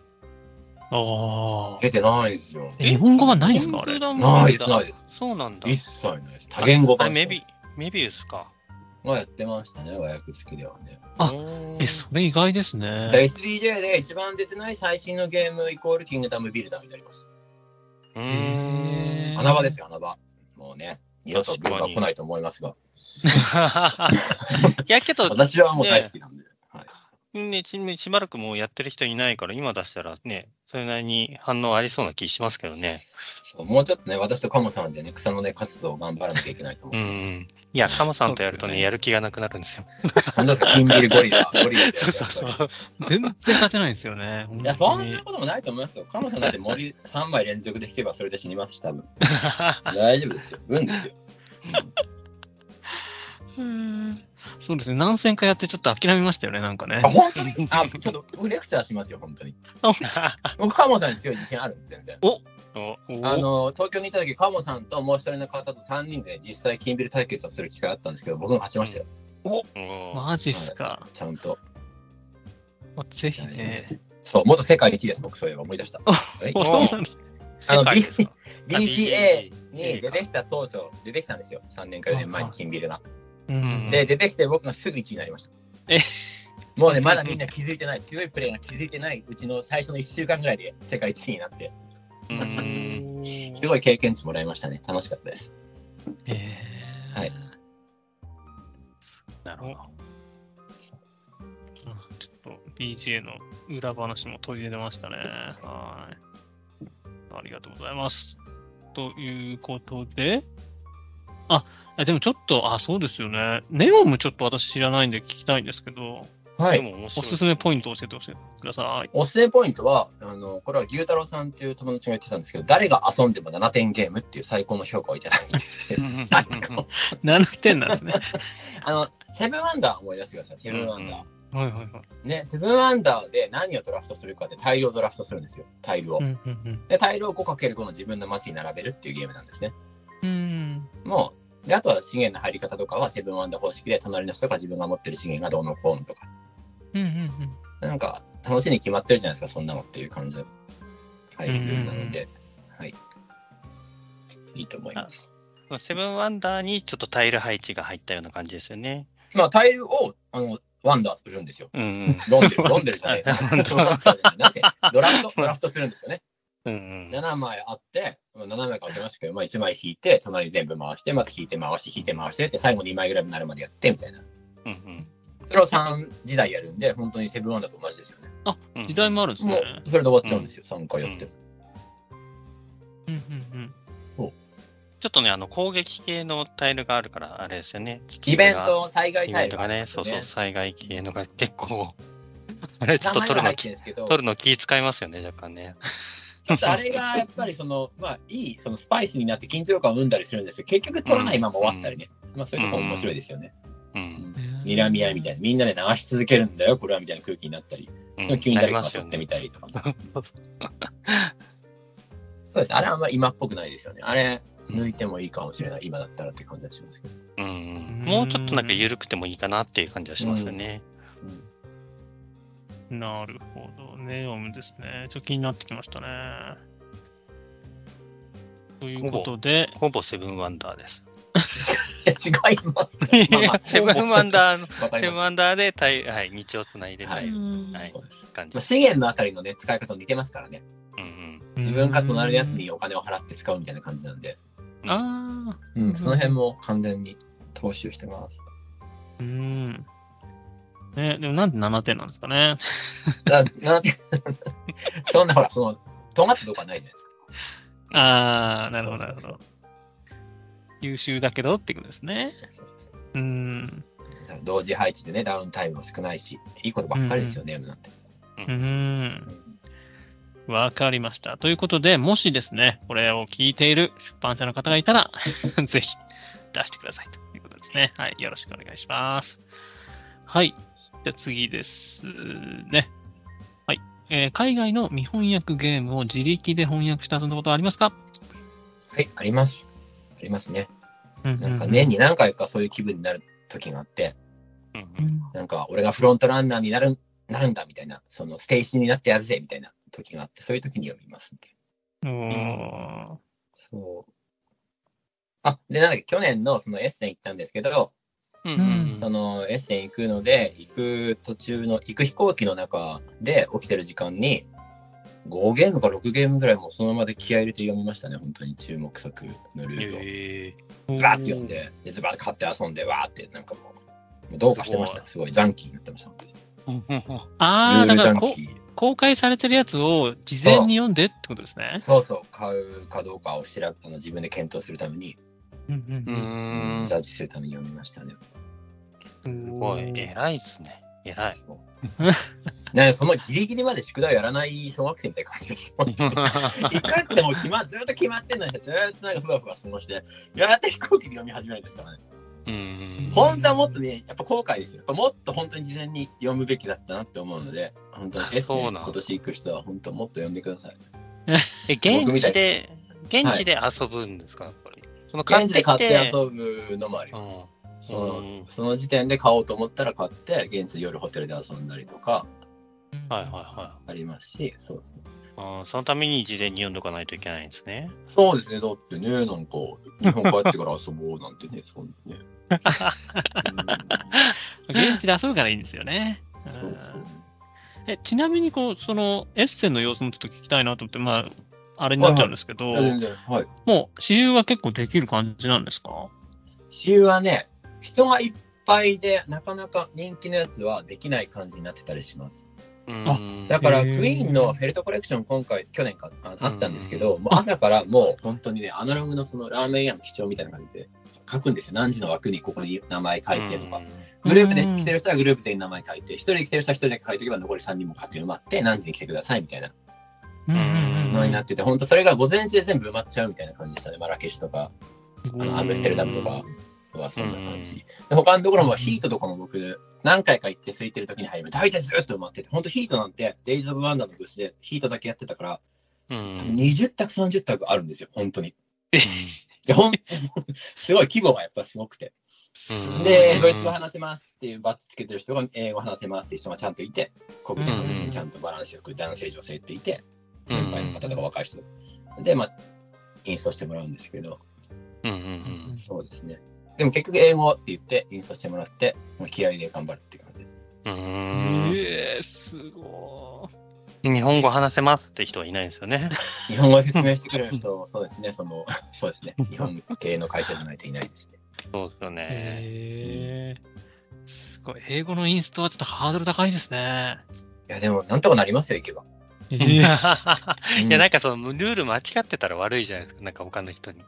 ああ。
出てないんですよ。
え日本語版ないんですかあ
コン
れ
ピュー。ターモ
な
デ
いで
ルだ
す、ないです。
そうなんだ。
一切ないです。多言語
あ
版
れメ
しか
ビ、メビウスか。
まあ、やってましたね、和訳付きではね。
あ
おー
え、それ意外ですね。
で SDJ で一番出てない最新のゲームイコールキングダムビルダーになります。
うーん。 *laughs*
穴場ですよ、穴場。もうね、二度とブームは来ないと思いますが、
いやけど、
私はもう大好きなんで。はい、
ねち、しばらくもうやってる人いないから、今出したらね、それなりに反応ありそうな気しますけどね。
そうもうちょっとね、私とカモさんでね、草の根活動を頑張らなきゃいけないと
う
思
ん
っ
う
てます。
ん。いや、カモさんとやる
そ
と
うですよ
ね、
ね
やる気がなくなるんですよ。
本当ですか、金ビルゴリラ、ゴリラで。
*laughs* そうそうそう
やっぱ。
全然勝てないんですよね。
りいや、そ
本当
ん
に
なこともないと思いますよ。カモさんだって森3枚連続で弾けばそれで死にますし、
*laughs*
多分。大丈夫ですよ。運ですよ。
そうですね。何戦かやってちょっと諦めましたよね、なんかね
あ、。本当にあ、ちょっと僕レクチャーしますよ、本
*laughs*
当に。僕、カモさんに強い自信あるんです、全然。
おお
あの東京にいた時カモさんともう一人の方と3人で実際金ビル対決をする機会あったんですけど僕が勝ちましたよ、
お
マジっすか。
ちゃんと
まあぜひね。
そう元世界一位です僕そういえば思い出したはい
お *laughs* そうなんです
あの
世界ですか
BCA に
BCA
出てきた当初出てきたんですよ3年か4年前に金ビルが
うん
で出てきて僕がすぐ1位になりました
え
もうねまだみんな気づいてない強いプレーが気づいてないうちの最初の1週間ぐらいで世界一位になって
う
うん
ん
すごい経験値もらいましたね楽しかったです
えー
はい
なるほど。
うんちょっと BGA の裏話も取り入れましたね。はい。ありがとうございます。ということで、あ、えでもちょっと、あ、そうですよね。ネオムちょっと私知らないんで聞きたいんですけど、
は
でも面白
お
い。
すすめポイント教えてほしいくださ
*laughs*
い。
おすすめポイントは、あの、これは牛太郎さんっていう友達が言ってたんですけど、誰が遊んでも7点ゲームっていう最高の評価をいただいて、
7点なんですね。
*laughs* あの、セブンアンダー思い出してください、セブンアンダー。
*laughs* はいはいはい。
ね、セブンアンダーで何をドラフトするかってタイルをドラフトするんですよ、タイルを
う。んうん
で、タイルを 5×5 の自分の街に並べるっていうゲームなんですね。
うん。うん。
もう、で、あとは資源の入り方とかはセブンアンダー方式で、隣の人が自分が持ってる資源がどうのこうのとか、
うんうん
なんか楽しいに決まってるじゃないですか、そんなのっていう感じのタイルなので、はい。いいと思います。
まあセブンワンダーにちょっとタイル配置が入ったような感じですよね。
まあ、タイルを、あの、ワンダーするんですよ。
うん
ロ
*laughs*
ンデル、ロンデルじゃない。なんてドラフト、ドラフトするんですよね。
うん。うんうん
7枚あって、まあ7枚か分けましたけど、まあ、1枚引いて、隣全部回して、また引いて回して、引いて回してって、最後2枚ぐらいになるまでやって、みたいな。
うん
それを3時代やるんで、本当にセブンワンダーと同じですよね。
う。
うんん。時代もあるんです
も
ね。
う、それで終わっちゃうんですよ、3回やっても。
うんうん
そう。
ちょっとね、あの攻撃系のタイルがあるから、あれですよね。
イベント、災害
イ
タ
ベ
イ
ン
ル
ト
があ
が
るん
ね、
です
そ
よ
う
ね。
そう、災害系のが結
*laughs*
構、あれちょっと取
名前
るの
が入っ
気
て、るんですけど、
取るの気使いますよね、若干ね。
ちょっとあれがやっぱりその、まあいい、そのスパイスになって緊張感を生んだりするんですけど、結局取らないまま終わったりね。まあそういうとこ面白いですよね。
うん。
うん。
睨み合いみたいな、みんなで流し続けるんだよ、これはみたいな空気になったり、
う
*laughs*
ん
急に誰か
なり
が
ますよ
取
ね
ってみたりとか。そうです、あれはあんまり今っぽくないですよね。あれ、抜いてもいいかもしれない、今だったらって感じがしますけど。
うんうん。もうちょっとなんか緩くてもいいかなっていう感じはしますよね。
なるほどね、オウムですね。ちょっと気になってきましたね。ということで、
ほぼセブンワンダーです。
いや違いますね。まあま *laughs* あ
*laughs* セブンワンダーの、
わか
セ
り
ブン
ま
ワンダーでタイ、はい、道をつないでタイル、は
す。
い
そうです
感じ
まあ。資源のあたりのね、使い方も似てますからね。
うん
自分が隣のやつにお金を払って使うみたいな感じなんで、
うん。ああ、
うん、その辺も完全に踏襲してます。 *laughs*
うん。ね、でもなんで7点なんですかね。
ななん *laughs* てそんなほら、その、尖ったとこはないじゃないですか。
ああ、なるほど、なるほ
そう
ど。優秀だけどってことですね。
そうです
うん。
同時配置でね、ダウンタイムも少ないし、いいことばっかりですよね、M なんて。
うん。わかりました。ということで、もしですね、これを聞いている出版社の方がいたら、 *laughs* ぜひ出してくださいということですね。はい。よろしくお願いします。はい。じゃあ次ですね。はい。えー海外の未翻訳ゲームを自力で翻訳したそんなことはありますか
はい、あります。ありますね。
な
なんか年。に何回かそういう気分になる時があって、
うん
う
うん
うんん
なんか俺がフロントランナーになるなるんだみたいな、そのステージになってやるぜみたいな時があって、そういう時に読みますんで。
おー
そう。あ、で、なんだっけ、去年のそのエッセン行ったんですけど、
うんうん
そのエッセン行くので、行く途中の、行く飛行機の中で起きてる時間に、5ゲームか6ゲームぐらいもうそのままで気合い入れて読みましたね、本当に注目作のルールを。
え
ズバーって読んで、でズバーって買って遊んで、わーってなんかもう、もうどうかしてましたね、すごいジャンキーになってました、本当に。
あああ、だからこ
ユージャンキー
公開されてるやつを事前に読んでってことですね。
そうそう、買うかどうかを調べあの自分で検討するために、
うん
うーん。
ジ
す
ャッジするために読みましたね。
うん
ごい。偉いっすね。偉
*laughs*
い。
そうねそのギリギリまで宿題やらない小学生みたいな感じです。行くってもう決まずっと決まってんのに、ずっとなんかふわふわ過ごして、やって飛行機で読み始めるんですからね。
うん
ほ
本当はもっとね、やっぱ後悔ですよ。やっぱもっと本当に事前に読むべきだったなって思うので、本当に
あ
ですね
そうなん
今年行く人は本当もっと読んでください。
え
僕
現
みた
地
い
で、現地で遊ぶんですか、やっぱり。その
現地で買って
きて
遊ぶのもあります。その
うん
その時点で買おうと思ったら買って、現地で夜ホテルで遊んだりとか
うんはいはいは
ありますし、そうですね。
い。うんそのために事前に読んどかないといけないんですね。
そうですね、だってね、なんか、日本帰ってから遊ぼうなんてね、そんな
*laughs*
ね。
現地で遊ぶからいいんですよね。
うんそうそう。
えちなみにこう、そのエッセンの様子もちょっと聞きたいなと思って、まあ、あれになっちゃうんですけど、
いや全然、はい。
もう、私有は結構できる感じなんですか
週はね、人がいっぱいで、なかなか人気のやつはできない感じになってたりします。
うん
だから、
へ
クイ
ー
ーンのフェルトコレクション、今回、去年かああったんですけど、もう
あ
朝からもう本当にね、アナログのそのラーメン屋の基調みたいな感じで書くんですよ。何時の枠にここに名前書いてとか。グループで来てる人はグループ全員名前書いて、一人で来てる人は一人で書いておけば残り3人も書き埋まって、何時に来てくださいみたいな
うん
うん
のになってて、本当それが午前中で全部埋まっちゃうみたいな感じでしたね。マラケシュとか、あのアムステルダムとかはそんな感じ。で他のところもヒートとかも僕、何回か行って空いてる時に入る。大体ずっと埋まってて、本当ヒートなんて、デイズ・オブ・ワンダーのブースでヒートだけやってたから、
うん
多 *laughs* 分20択30択あるんですよ、本当に。
うん
で、ほん、 *laughs* すごい規模がやっぱすごくて。
うん
で、ドイツ語話せますっていうバッジつけてる人が英語話せますって人がちゃんといて、国民の別にちゃんとバランスよく男性女性っていて、
うん
年配の方とか若い人。で、まあ、インストしてもらうんですけど、
うんうん
そうですね。でも結局英語って言ってインストしてもらって、まあ、気合で頑張るって感じです。
うんうん
ええすご
日本語話せますって人はいないんです
*laughs*
よね。
日本語を説明してくれる人、そうですね、その、そうですね、日本系の会社じゃないといないですね。
そうですよ
い。
ね。
へえすごい。英語のインストはちょっとハードル高いですね。
いや、でも、なんとかなりますよ、行けば。
*laughs*
え
いや、なんかそのルール間違ってたら悪いじゃないですか、なんか他の人に。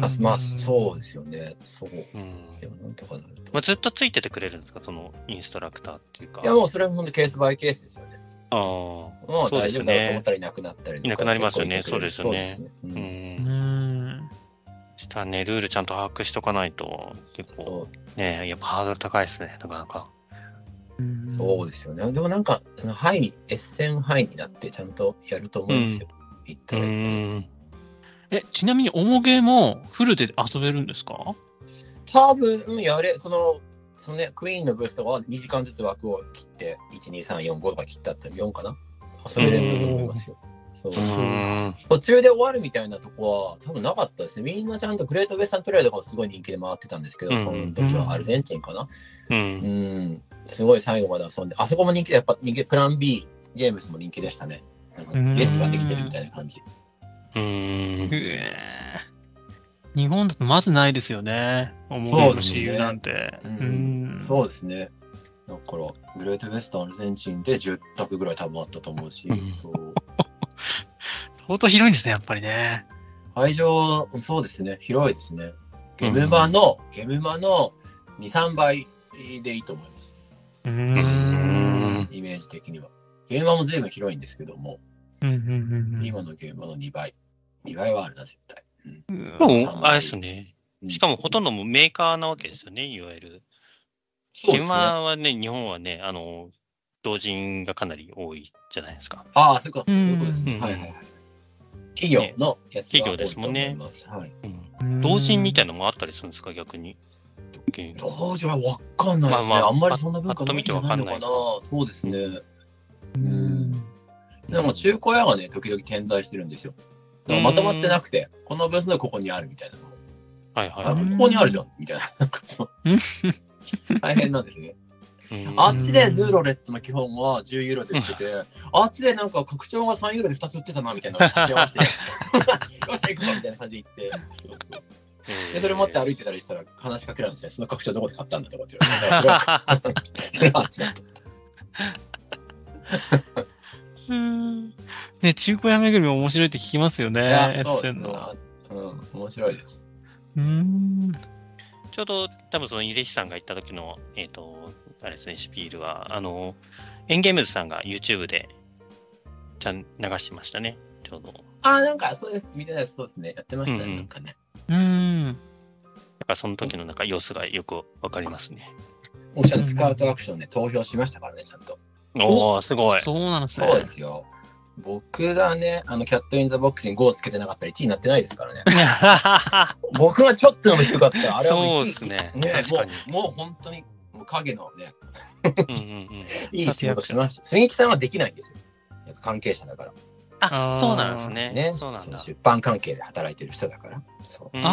あまあ、そうですよね。そう。
うん
でも、なんとかなると
まあ、。ずっとついててくれるんですか、そのインストラクターっていうか。
いや、もうそれは本当ケースバイケースですよね。
あー
もう
そうで
大
す
丈
よ
夫だろうと思
ね
った。らいなくなったりとか
いなくなりますよね
結構いてくれる
そうです
そ
よね
うです
う。
ね
うんん。
したね、ルールちゃんと把握しとかないと、結
うん
構、ね、やっぱハードル高いですね、なかなか。
うん
そうそうですよね。でもなんか、あの範囲に、エッセン範囲になってちゃんとやると思うんですよ。行った
う
ら行ったら
ん。
え、ちなみに、おもげもフルで遊べるんですか
多分、うんやれ、その、そのね、クイーンのブースとかは2時間ずつ枠を切って、1、2、3、4、5とか切ったって4かな遊べれると思いますよ。そう
うん
途中で終わるみたいなとこは多分なかったですね。みんなちゃんとグレートウェスタントレードがすごい人気で回ってたんですけど、
うん
その時はアルゼンチンかな、
う。
うんん、すごい最後まで遊んで、あそこも人気で、やっぱ人気で、プラン B、ジェームスも人気でしたね。なんか
うん
列ができてるみたいな感じ。
うん。
ええ日本だとまずないですよね。おもげ
そう
の
です
私
ね
有なんて。
うん
ん
そうですね。だから、グレートウェスタンアルゼンチンで10択ぐらい多分あったと思うし、
うん
そう。
相当広いんですね、やっぱりね。
会場、そうですね、広いですね。ゲムマの、ゲムマの2、3倍でいいと思います。
う。
うんん。
イメージ的には。ゲムマも随分広いんですけども、
うんうんうん
今のゲムマの2倍。2倍はあるな、絶対。
うん
でも、あれですね。
うん
しかもほとんどもうメーカーなわけですよね、いわゆる。
そう
ゲ
ですね
ーマーはね、日本はね、あの、同人がかなり多いじゃないですか。
ああ、そういうこと、
う
そうんいうことですね。
うん
はいはいはい。企業のやつが
企業ですもん
多
ね
いと思いますはい。
同人みた
い
いなのもあったりするんですか、逆に。
当時はわかんないですね。
まあまあ
あんまりそんな文化ないんじゃないの
パ
かな
ッと見てわ。
そうですね。
な
うんなんか中古屋がね、時々点在してるんですよ。だからまとまってなくて、このブースのここにあるみたいなの。
はいは
あ、
い
こ
うん
こにあるじゃんみ
*laughs*
たいな。なんかそう
うん
大変なんですね。
うん
あっちでズーロレットの基本は10ユーロで売ってて、あっちでなんか拡張が3ユーロで2つ売ってたなみたいなのを掛け合わせ
*laughs*
て、よっしゃ行くぞみたいな感じで行って。そうそうで、それ持って歩いてたりした
*laughs*
ら話しかけられるんですね。その拡張どこで買ったんだとかって言われて。それはそれはあっちだと。
うんね、中古屋巡りも面白いって聞きますよね、
い
エ
や
ッ
そう
セ
で
ン
すね
の。
うん、面白いです。
うん。
ちょうど多分その井出さんが行った時の、えっ、と、あれですね、シピールは、あの、エンゲームズさんが YouTube で、ちゃん流してましたね、ちょうど。だか
ああ、なんか、それ見てないです。そうですね。やってました
うんう
ね。
ん
なんかね。
うん。
らその時のなんか様子がよくわかりますね。
オーシャンスカウトアクションで投票しましたからね、ちゃんと。
おおすごい。。
そうなんです
そ
ね。
うですよ。僕がね、あの、キャットインザボックスに5をつけてなかったり、1位になってないですからね
*laughs* そ
僕はちょっとでも低かった。あれはも
う
う
で
1
すね。
位。ね
確かに。
もう、もう本当に、もう影のね、
*laughs* うんうんうん
いい仕事しました。杉木さんはできないんですよ。やっぱ関係者だから。
あ
あ
ー
そうなんですね。
ね。
そうなんだ。
出版関係で働いてる人だから。そう。
うーん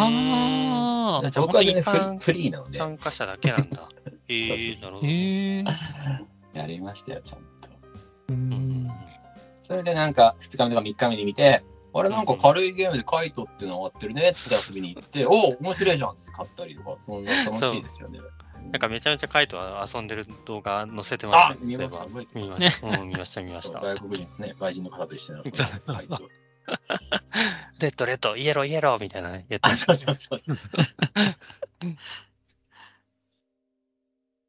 あ
ー
あ。
じゃあ
僕はね、
本当
フリーフ
に一般
リーなので、
参加者だけなんだ。え
そうそう
ー、
そ
なるほど。
へえ。
やりましたよ、ちゃんと。
う
うんうんうん
ん
それでなんか2日目とか3日目に見て、
あれなんか軽いゲームでカイトっていうの上がってるねって言って遊びに行って、おお、面白いじゃんって買ったりとか、そんな楽しいですよね。
なんかめちゃめちゃカイトは遊んでる動画載せてました
あ
ね。
見
そういえ
ました、
ば
覚えて
見
ま
ま
し
した。うん、見ました、見ま
た。
し
そう
た。
外国人、ね、外人の方と一緒に遊んでるカイト。
レッド、レッド、イエロー、イエローみたいなねや
あ、
つ。
そうそうそう。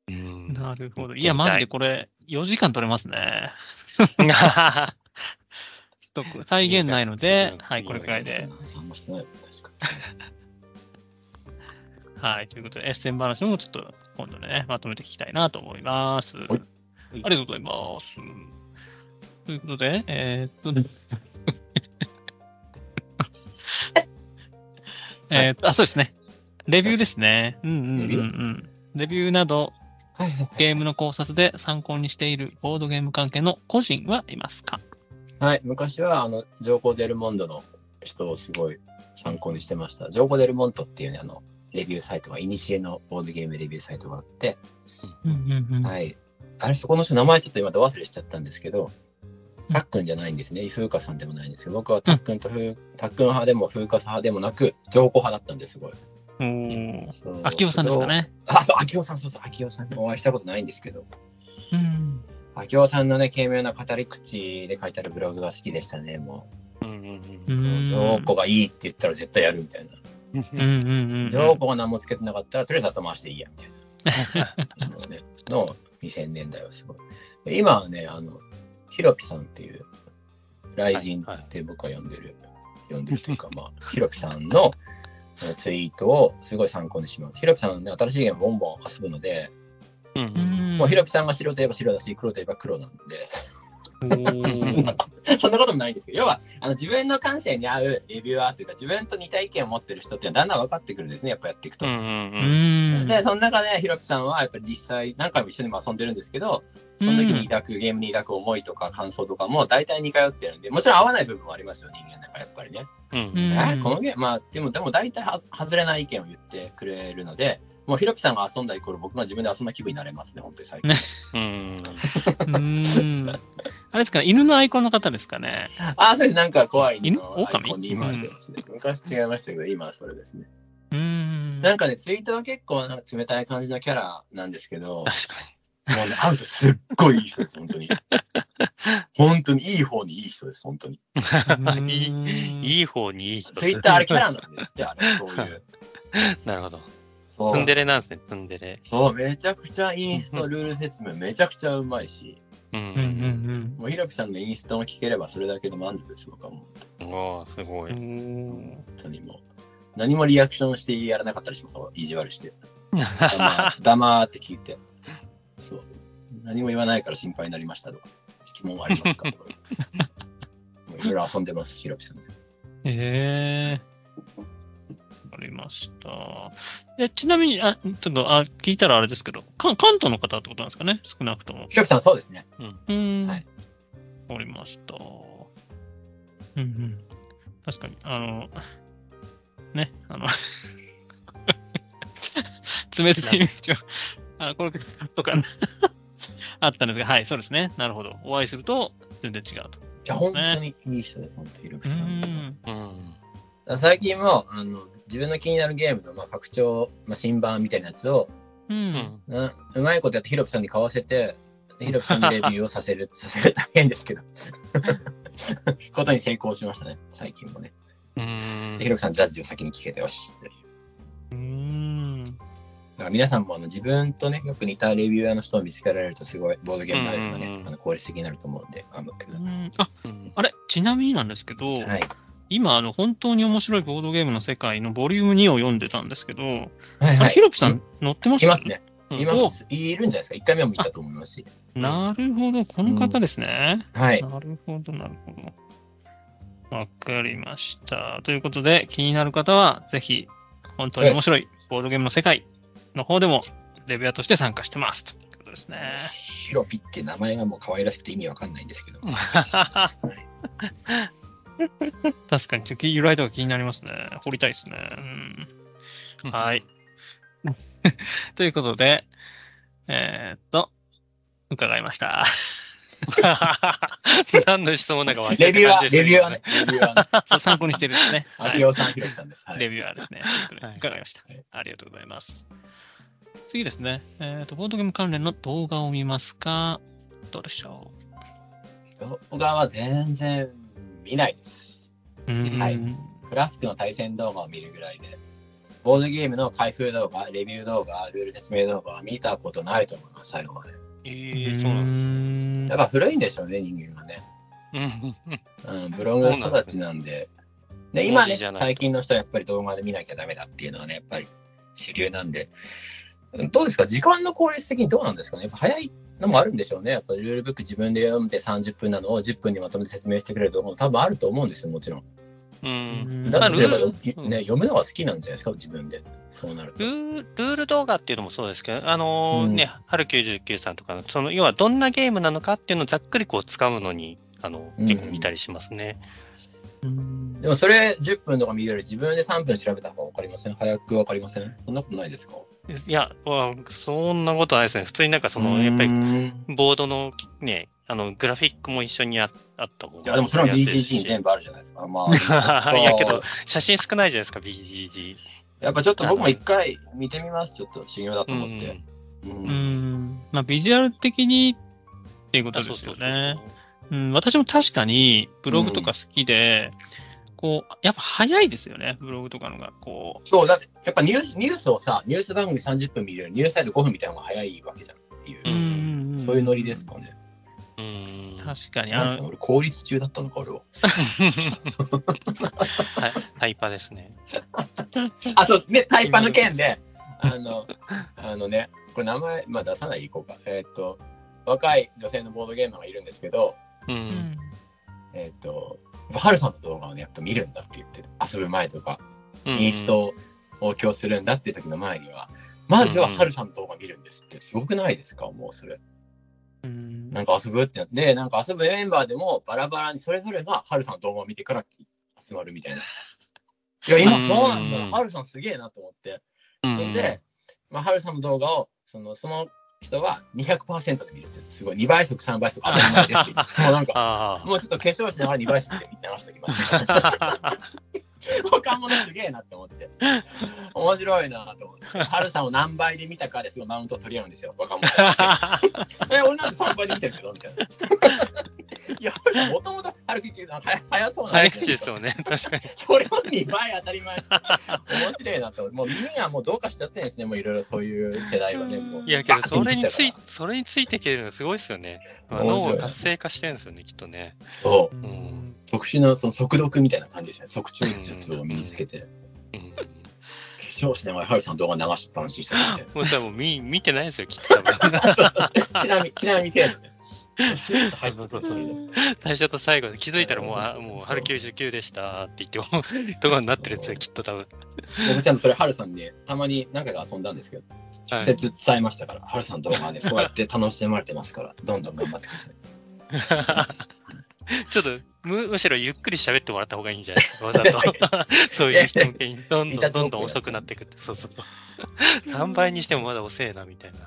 うん
なるほど。いや、マジでこれ、4時間取れますね。ちょっと再現ないので
うん、
はい、これくらいで。
あんましてない。確か
はい、ということで、エッセン話もちょっと今度ね、まとめて聞きたいなと思います。ありがとうございます。ということで、えー *laughs* っと、えーっと、あ、そうですね。レビューですね。うんうんうんうん。レビューなど、
に。はいはい
ゲームの考察で参考にしているボードゲーム関係の個人はいますか
はい、昔はあのジョーコ・デルモンドの人をすごい参考にしてました。ジョーコ・デルモンドっていうね、あの、レビューサイトが、いにしえのボードゲームレビューサイトがあって、
うんうんうん。
はい。あれ、そこの人、名前ちょっと今、ど忘れしちゃったんですけど、たっくんじゃないんですね。風花さんでもないんですけど、僕はたっくんとふうたっくん派でも風花さん派でもなく、上皇派だったんです、すごい。
おー。
そう
秋夫さんですか。ね。
あ、そう、秋夫さん、そうそう、秋夫さんにお会いしたことないんですけど、
うん。
秋夫さんのね、軽妙な語り口で書いてあるブログが好きでしたね、もう。
うんうん
う
うん
ん
上皇がいいって言ったら絶対やるみたい
うんうんうんう
な。
ん。
上皇が何もつけてなかったら、とりあえず後回しでいいや、みたいな。あのね、の2000年代はすごい。で今はね、あの、ひろきさんっていう、雷神って僕は呼んでる、呼んでるという *laughs* か、まあ、ひろきさんのあのツイートをすごい参考にします。ひろきさんのね、新しいゲームボンボン遊ぶので、
うん
う
うん
ん。
もうひろきさんが白といえば白だし、黒といえば黒なんで、
おー
*laughs* そんなこともないんですけど、要はあの自分の感性に合うレビュアーというか、自分と似た意見を持ってる人っていうのはだんだん分かってくるんですね、やっぱやっていくと。
うんうん
う
うん
ん。
で、その中で、ひろきさんは、やっぱり実際、何回も一緒にも遊んでるんですけど、その時に抱く、ゲームに抱く思いとか感想とかも、大体似通ってるんで、もちろん合わない部分もありますよ、人間だから、やっぱりね。
うん
うん
あこのゲーム、まあ、でも、でも大体は、外れない意見を言ってくれるので、もう、ひろきさんが遊んだイコール、僕が自分で遊んだ気分になれますね、本当に最近。
うん
うん。あれですかね、犬のアイコンの方ですかね。
あ、そうです、なんか怖い
犬
の
狼
アイコンに今してますね。昔違いましたけど、今はそれですね。
*laughs* うん。
なんかね、ツイートは結構なんか冷たい感じのキャラなんですけど、
*laughs*
もうね、
確か
会うとすっごいいい人です、本当に。本当にいい方にいい人です、本当に。
うん
に。いいいい方にいい人。
ツイッターあれキャラなんですって、あれ、そういう。
なるほど。
そ
ツン
う
デレなんですね、ツンデレ。
そう、めちゃくちゃインストルール説明めちゃくちゃうまいし、
うん
うん
もうひろきさんのインストも聞ければそれだけで満足です、僕はもう
うんうん。おおすご
うんう
い。
ん。
本当にもう。何もリアクションしてやらなかったりします、意地悪して。黙黙って聞いて。そう。何も言わないから心配になりましたとか、質問はありますかとか。 *laughs* もういろいろ遊んでます、ひろきさんね。
ええわかりました。え、ちなみに、あ、ちょっと、あ、聞いたらあれですけど、関関東の方ってことなんですかね少なくとも。
ひろきさん、そうですね。
うん。
はい
わかりました。うんうん。確かに、あの、ね、あの、 *laughs* 冷たいイメージを、あの、これとか、あったんですが、はい、そうですね。なるほど。お会いすると全然違うと。
いや、本当にいい人です、本当、ひろ
う
きさん。だか
ん。
うん。
ら最近も、あの、自分の気になるゲームの、まあ、拡張、まあ、新版みたいなやつを、
う。
うんん。
なうまいことやってひろきさんに買わせて、ひろきさんにレビューをさせる、させる大変ですけど。ことに成功しましたね、最近もね。
うーん
でひろきさん、ジャッジを先に聞けてよし。
うーん。
だから皆さんもあの自分とね、よく似たレビューアーの人を見つけられると、すごいボードゲームライフが
うんうん
ね
う、ん
あの効率的になると思うんで、頑張ってくださ
あ、あれ、ちなみになんですけど、
い。はい。
今、あの、本当に面白いボードゲームの世界のボリューム2を読んでたんですけど、
はい
あ
は
れ
い。
ヒロピさん乗ってまし
い
た
ますね。
うん
います。いるんじゃないですか。1回目も見たと思いますし。
おなるほど、この方ですね。
はい。
なるほど、なるほど。わかりました。ということで、気になる方は、ぜひ、本当に面白いボードゲームの世界の方でも、レビュアーとして参加してます。ということですね。
ヒロピって名前がもう可愛らしくて意味わかんないんですけど。
確かに、ちょっと由来とか気になりますね。掘りたいですね。うん、はい。 *laughs* ということで、えーっと、伺いました。
何の質問だか分かんな
レ
い
ビューアー、レビューアーね。レビューアーね。
*laughs* そう参考にしてるんですね。 *laughs* は
ア
い
キオさん、ヒロピさんです。はい。
レビュアーですね。ということで
はい
伺いました
はい。
ありがとうございます。次ですね。えっ、と、ボードゲーム関連の動画を見ますかどうでしょ
動画は全然見ないです。
ううん
はいクラスクの対戦動画を見るぐらいで、ボードゲームの開封動画、レビュー動画、ルール説明動画は見たことないと思います、最後まで。
え
う
ーそうなんですね
ん
やっぱ古いんでしょうね、人間がね。
うんうんうん
うん、ブログ育ちなんで。で、今ね
文字じゃ、ない
最近の人はやっぱり動画で見なきゃダメだっていうのはね、やっぱり主流なんで。どうですか時間の効率的にどうなんですかねやっぱ早いのもあるんでしょうね。やっぱりルールブック自分で読んで30分なのを10分にまとめて説明してくれるところも多分あると思うんですよ、もちろん。
うん
うん
だ
まあ
とすれば、
ルール
ゆ
うん
ね、読むのが好きなんじゃないですか自分で。そうなると
ル。ールール動画っていうのもそうですけど、あのー
うん
ね、春99さんとかの、その要はどんなゲームなのかっていうのをざっくりこう掴むのに、あの、
うん
結構見たりしますね。
でもそれ10分とか見るより自分で3分調べた方が分かりません早く分かりませんそんなことないですか
いや、わそんなことないですね。普通になんかその、やっぱり
り。
ボードのね、あの、グラフィックも一緒にああったもん。
いや、でもそれは
やつですし
BGG に全部あるじゃないですか。ま
*laughs*
あ、
いやけど、写真少ないじゃないですか、BGG。
やっぱちょっと僕も一回見てみます、ちょっと修行だと思って。うん
うんまあ、ビジュアル的にっていうことですよね。うん私も確かにブログとか好きで、こう、やっぱ早いですよね。ブログとかのが、こ
そう、だって、やっぱニュースニュースをさ、ニュース番組30分見るより、ニュースサイト5分見た方が早いわけじゃんっていう
う。
ん
そういうノリです。かね。 *laughs*
うん。
確かに。
なん
あ
すか
の
俺、効率中だったのか、俺は。
はいハイパーですね。
あと、ね、タイパの件で、あの、あのね、これ名前、まあ出さないでいこうか。えーっと、若い女性のボードゲーマーがいるんですけど、
う。
うんん
えーっと、ハルさんの動画をね、やっぱ見るんだって言ってて、遊ぶ前とか。インストを供するんだっていう時の前には、まずはハルさんの動画見るんですって、すごくないですかもうそれ。
うん
なんか遊ぶってなって、なんか遊ぶメンバーでもバラバラにそれぞれがハルさんの動画を見てから集まるみたいな。いや、今そうなんだ
う
よ。
ん
ハルさんすげえなと思って。
うん。
それで、まあ、ハルさんの動画を、その、その人は200%で見るって、すごい。2倍速、3倍速、当たり前ですって *laughs* 言って。もうなんか、
あ
もうちょっと化粧しながら2倍速で流しておきます。
*laughs* あ。
他もねすげえなって思って面白いなと思って春さんを何倍で見たかですごいマウント取り合うんですよ
*laughs*
若者え俺なんて3倍で見てるけどみたいないや俺もともと春樹っていうのは早早そうなん
早
で
口
すよ
ですよね。確かに。
それを2倍当たり前面白いなと思ってもう耳はもうどうかしちゃってんですねもういろいろそういう世代はねもう
いやけど、それにつ
つ
い、それについていけるのすごいですよね。まあ
面白
脳
い
を活性化してるんですよね、きっとね。
そう
うん
うん
特殊なその速読みたいな感じですね速中術を身につけて化
うん。
粧しながら春さんの動画流しっぱなしにしてた
*laughs*
って
もう多分見、見てないですよ、きっと多分。
ちなみにちなみに程度ねスーッと入ってくるそれで
最初と最後で気づいたらもう、あもう、春99でしたって言っても、 *laughs* とこになってるやつよ、きっと多分。
僕ちゃんとそれ、ハルさんにたまに何回か遊んだんですけど、直接伝えましたから、ハルさんの動画はね、そうやって楽しまれてます
*laughs*
から、どんどん頑張ってください。
*laughs* ちょっとむ、むしろゆっくり喋ってもらった方がいいんじゃないですか、わざと。そういう人向けに、どんどんどんどん遅くなってくって。そうそう。3倍にしてもまだ遅えな、み *laughs* たいな。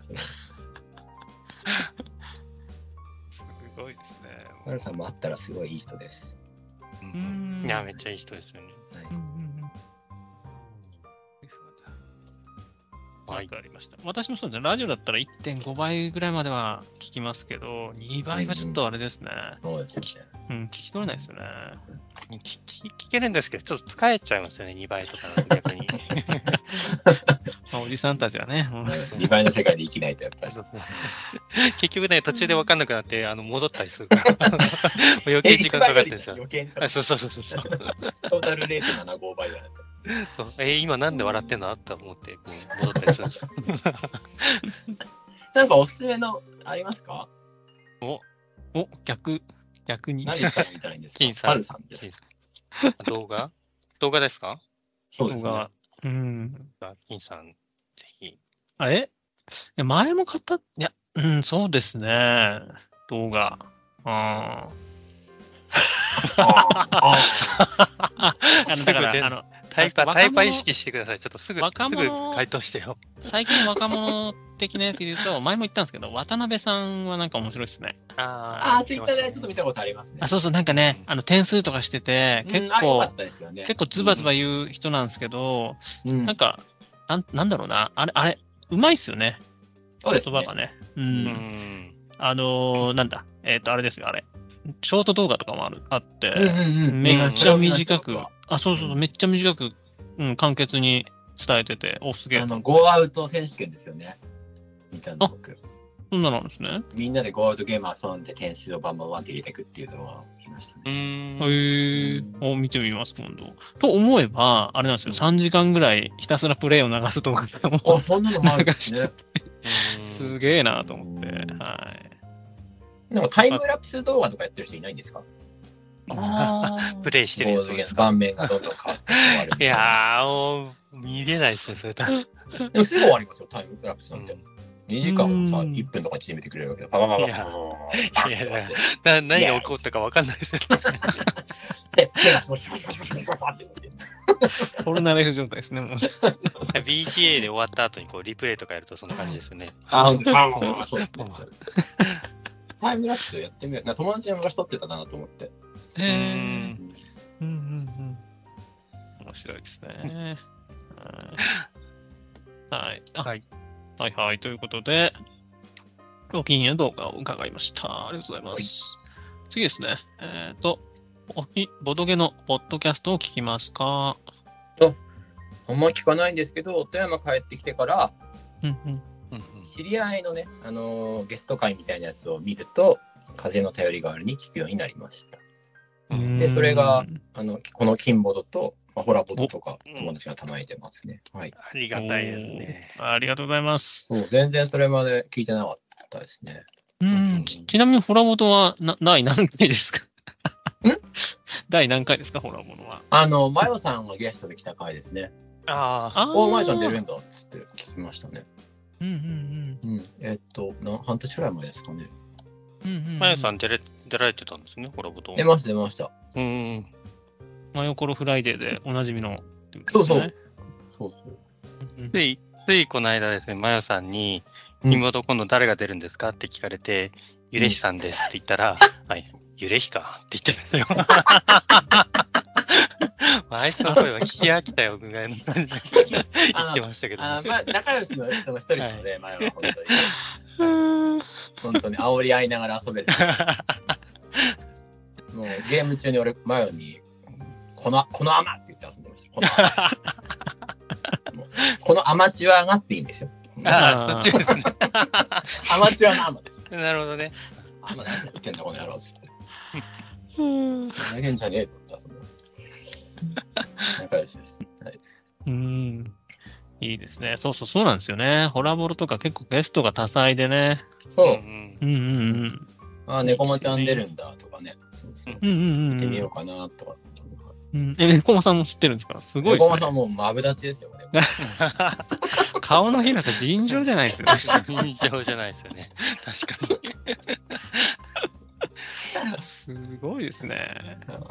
すごいですね。
ハルさんもあったらすごいいい人です。
うん
いや、めっちゃいい人ですよね。
はい
うんうんうん
ま
マークありました。私もそうですね、ラジオだったら1.5倍ぐらいまでは聞きますけど、2倍はちょっとあれですね。
そうですね。
うん、聞き取れないですよね。
聞き聞けるんですけど、ちょっと疲れちゃいますよね、2倍とかだと
*laughs*
逆に。
まあ、おじさんたちはね。うん
2倍の世界で生きないと、やっぱり。
*laughs* 結局ね、途中で分かんなく
*laughs*
なって、あの戻ったりするから、もう余計時間かかってるんですよ。
余計に
あそうそうそうそう
トータル0.75倍だね。
そう。えー今なんで笑ってんのあったと思って、こう戻ったりするんですよ。
なんかおすすめのありますか
お、逆、逆に。 *laughs*
何食べたらいいんですか
*laughs* 金さん
ハルさんです。
動画動画ですか
そうですね
が。、うん。
あ金さん、ぜひ。
あえいや前も買った、いや、うん、そうですね。動画。あ
あ
あ。あ、あの、だか
すぐ出る
ら、あの、
タイパ、
若者
タイパ意識してください。ちょっとすぐ、す
若者
ぐ回答してよ。
最近若者的なやつで言うと、前も言ったんですけど、渡辺さんはなんか面白いですね。
あ
あー、ツイッターでちょっと見たことありますね
あ、。そうそう、なんかね、あの、点数とかしてて、結
うんあよか
構
っ、たですよね
結構ズバズバ言う人なんですけど、
うん
なんか、なんなんだろうな、あれ、あれ、うまいっすよね、
そう
言
です
葉
ね
が。ね。う。
うんん。
あのーなんだ、えっ、と、あれですよ、あれ。ショート動画とかもあるあって、
うんうんうん
めっちゃ短
う
く
んあ、
あ、そうそうそう、めっちゃ短く、うん、簡潔に伝えてて、お、すげえ。
の、ゴーアウト選手権ですよね。見たの僕。
そんなのあるんですね。
みんなでゴーアウトゲーム遊んで点数をバンバンバンって入れていくっていうのは見ましたね。
う
へ
ん。
え
うん
を見てみます、今度。と思えば、あれなんですよ、3時間ぐらいひたすらプレイを流す動画でも、
あ、そんなのもあるんです
流
ね。
すげえなと思って、はい。
なんかタイムラプス動画とかやってる人いないんですか
*laughs*
プレイしてるや
ボ
つ
ー
で
ドゲー
す
ム
か
盤面がどんどん変わって終わるみた
い
な。
やー、もう見れないですね、それと。うん
でもすぐ終わりますよ、タイムラプスなんて。2時間をさ、
うん
1分とか縮めてくれるわけだ。パパパパパパパパ
いやいや
パパ
な何が起こったか分かんないですよね。
で手がシュワシュワシュワシュワシュワシュワって動いてる
ポルナレフ状態ですね、もう。
BGA で終わった後にこうリプレイとかやるとそんな感じですよね。
あ、ほんとあーそうですね。そうですねタイムラプスやってみよう。なんか友達が昔撮ってたなと思って。
へ
う
え。
ん
うんうんうん。面白いですね。はい。あ
はい。
はいはい。ということで、お気に入りの動画を伺いました。ありがとうございます。次ですね。えっ、と、おきボドゲのポッドキャストを聞きますか
あんま聞かないんですけど、富山帰ってきてから、
うんうん。
うんうん
知り合いのね、あのーゲスト会みたいなやつを見ると、風の頼り代わりに聞くようになりました。
うん
でそれが、あの、この金ボドと、まあ、ホラボドとか
お
友達がたまに出ますね。はい。
ありがたいですね。
ありがとうございます。
そう、全然それまで聞いてなかったですね。
うんん、ちちなみに、ホラボトはな第何回ですか *laughs* 第何回ですか、ホラボトは。
あの、マヨさんがゲストで来た回ですね。
あ
あー
おー、マヨちゃん出るんだっつって聞きましたね。
うんうん
うん。えっと、な半年くらい前ですかね。
うんうんうんう
あ、
ん。
まやさん出れ出られてたんですね、コラボと。
出ました、出ました。
うん。
真横のフライデーでおなじみの。
そうそう。そうそう。
うん
つい、ついこの間ですね、まやさんに、
うん
今ど今度誰が出るんですかって聞かれて、ゆれひさんですって言ったら、 *laughs* はい、ゆれひかって言ってる
*laughs*
んですよ。まああいつの声は聞き飽きたよぐらいの感じで言ってましたけ
*laughs*
ど、
あーまあ、仲良しの人の一人なので、マヨは本当に。
うん
本当に煽り合いながら遊べる。もうゲーム中に俺、マヨに、この、この甘って言って遊んでました。この甘もうこのアマチュアがっていいんですよ。
*laughs* ああ、そっちですね。
アマチュアのアマです。
なるほどね。
アマ何やってんだこの野郎っつって。
うん
投げんじゃねえと思って遊んでました。仲良しです。はい
うん。いいですね。そうそう、そうなんですよね。ホラボロとか結構ゲストが多彩でね。
そうう、
ん
うんうん
あー、猫間ちゃん出るんだとかね。そうそう。
うん。うんうんうん。
見てみようかなとか。
うん。え、猫間さんも知ってるんですかすごいで
猫
す
間
ね
さ。んもうマブダチですよ。俺
顔の広さ尋常じゃないですよね。
*laughs* 尋常じゃないですよね。確かに。
すごいですね。
うん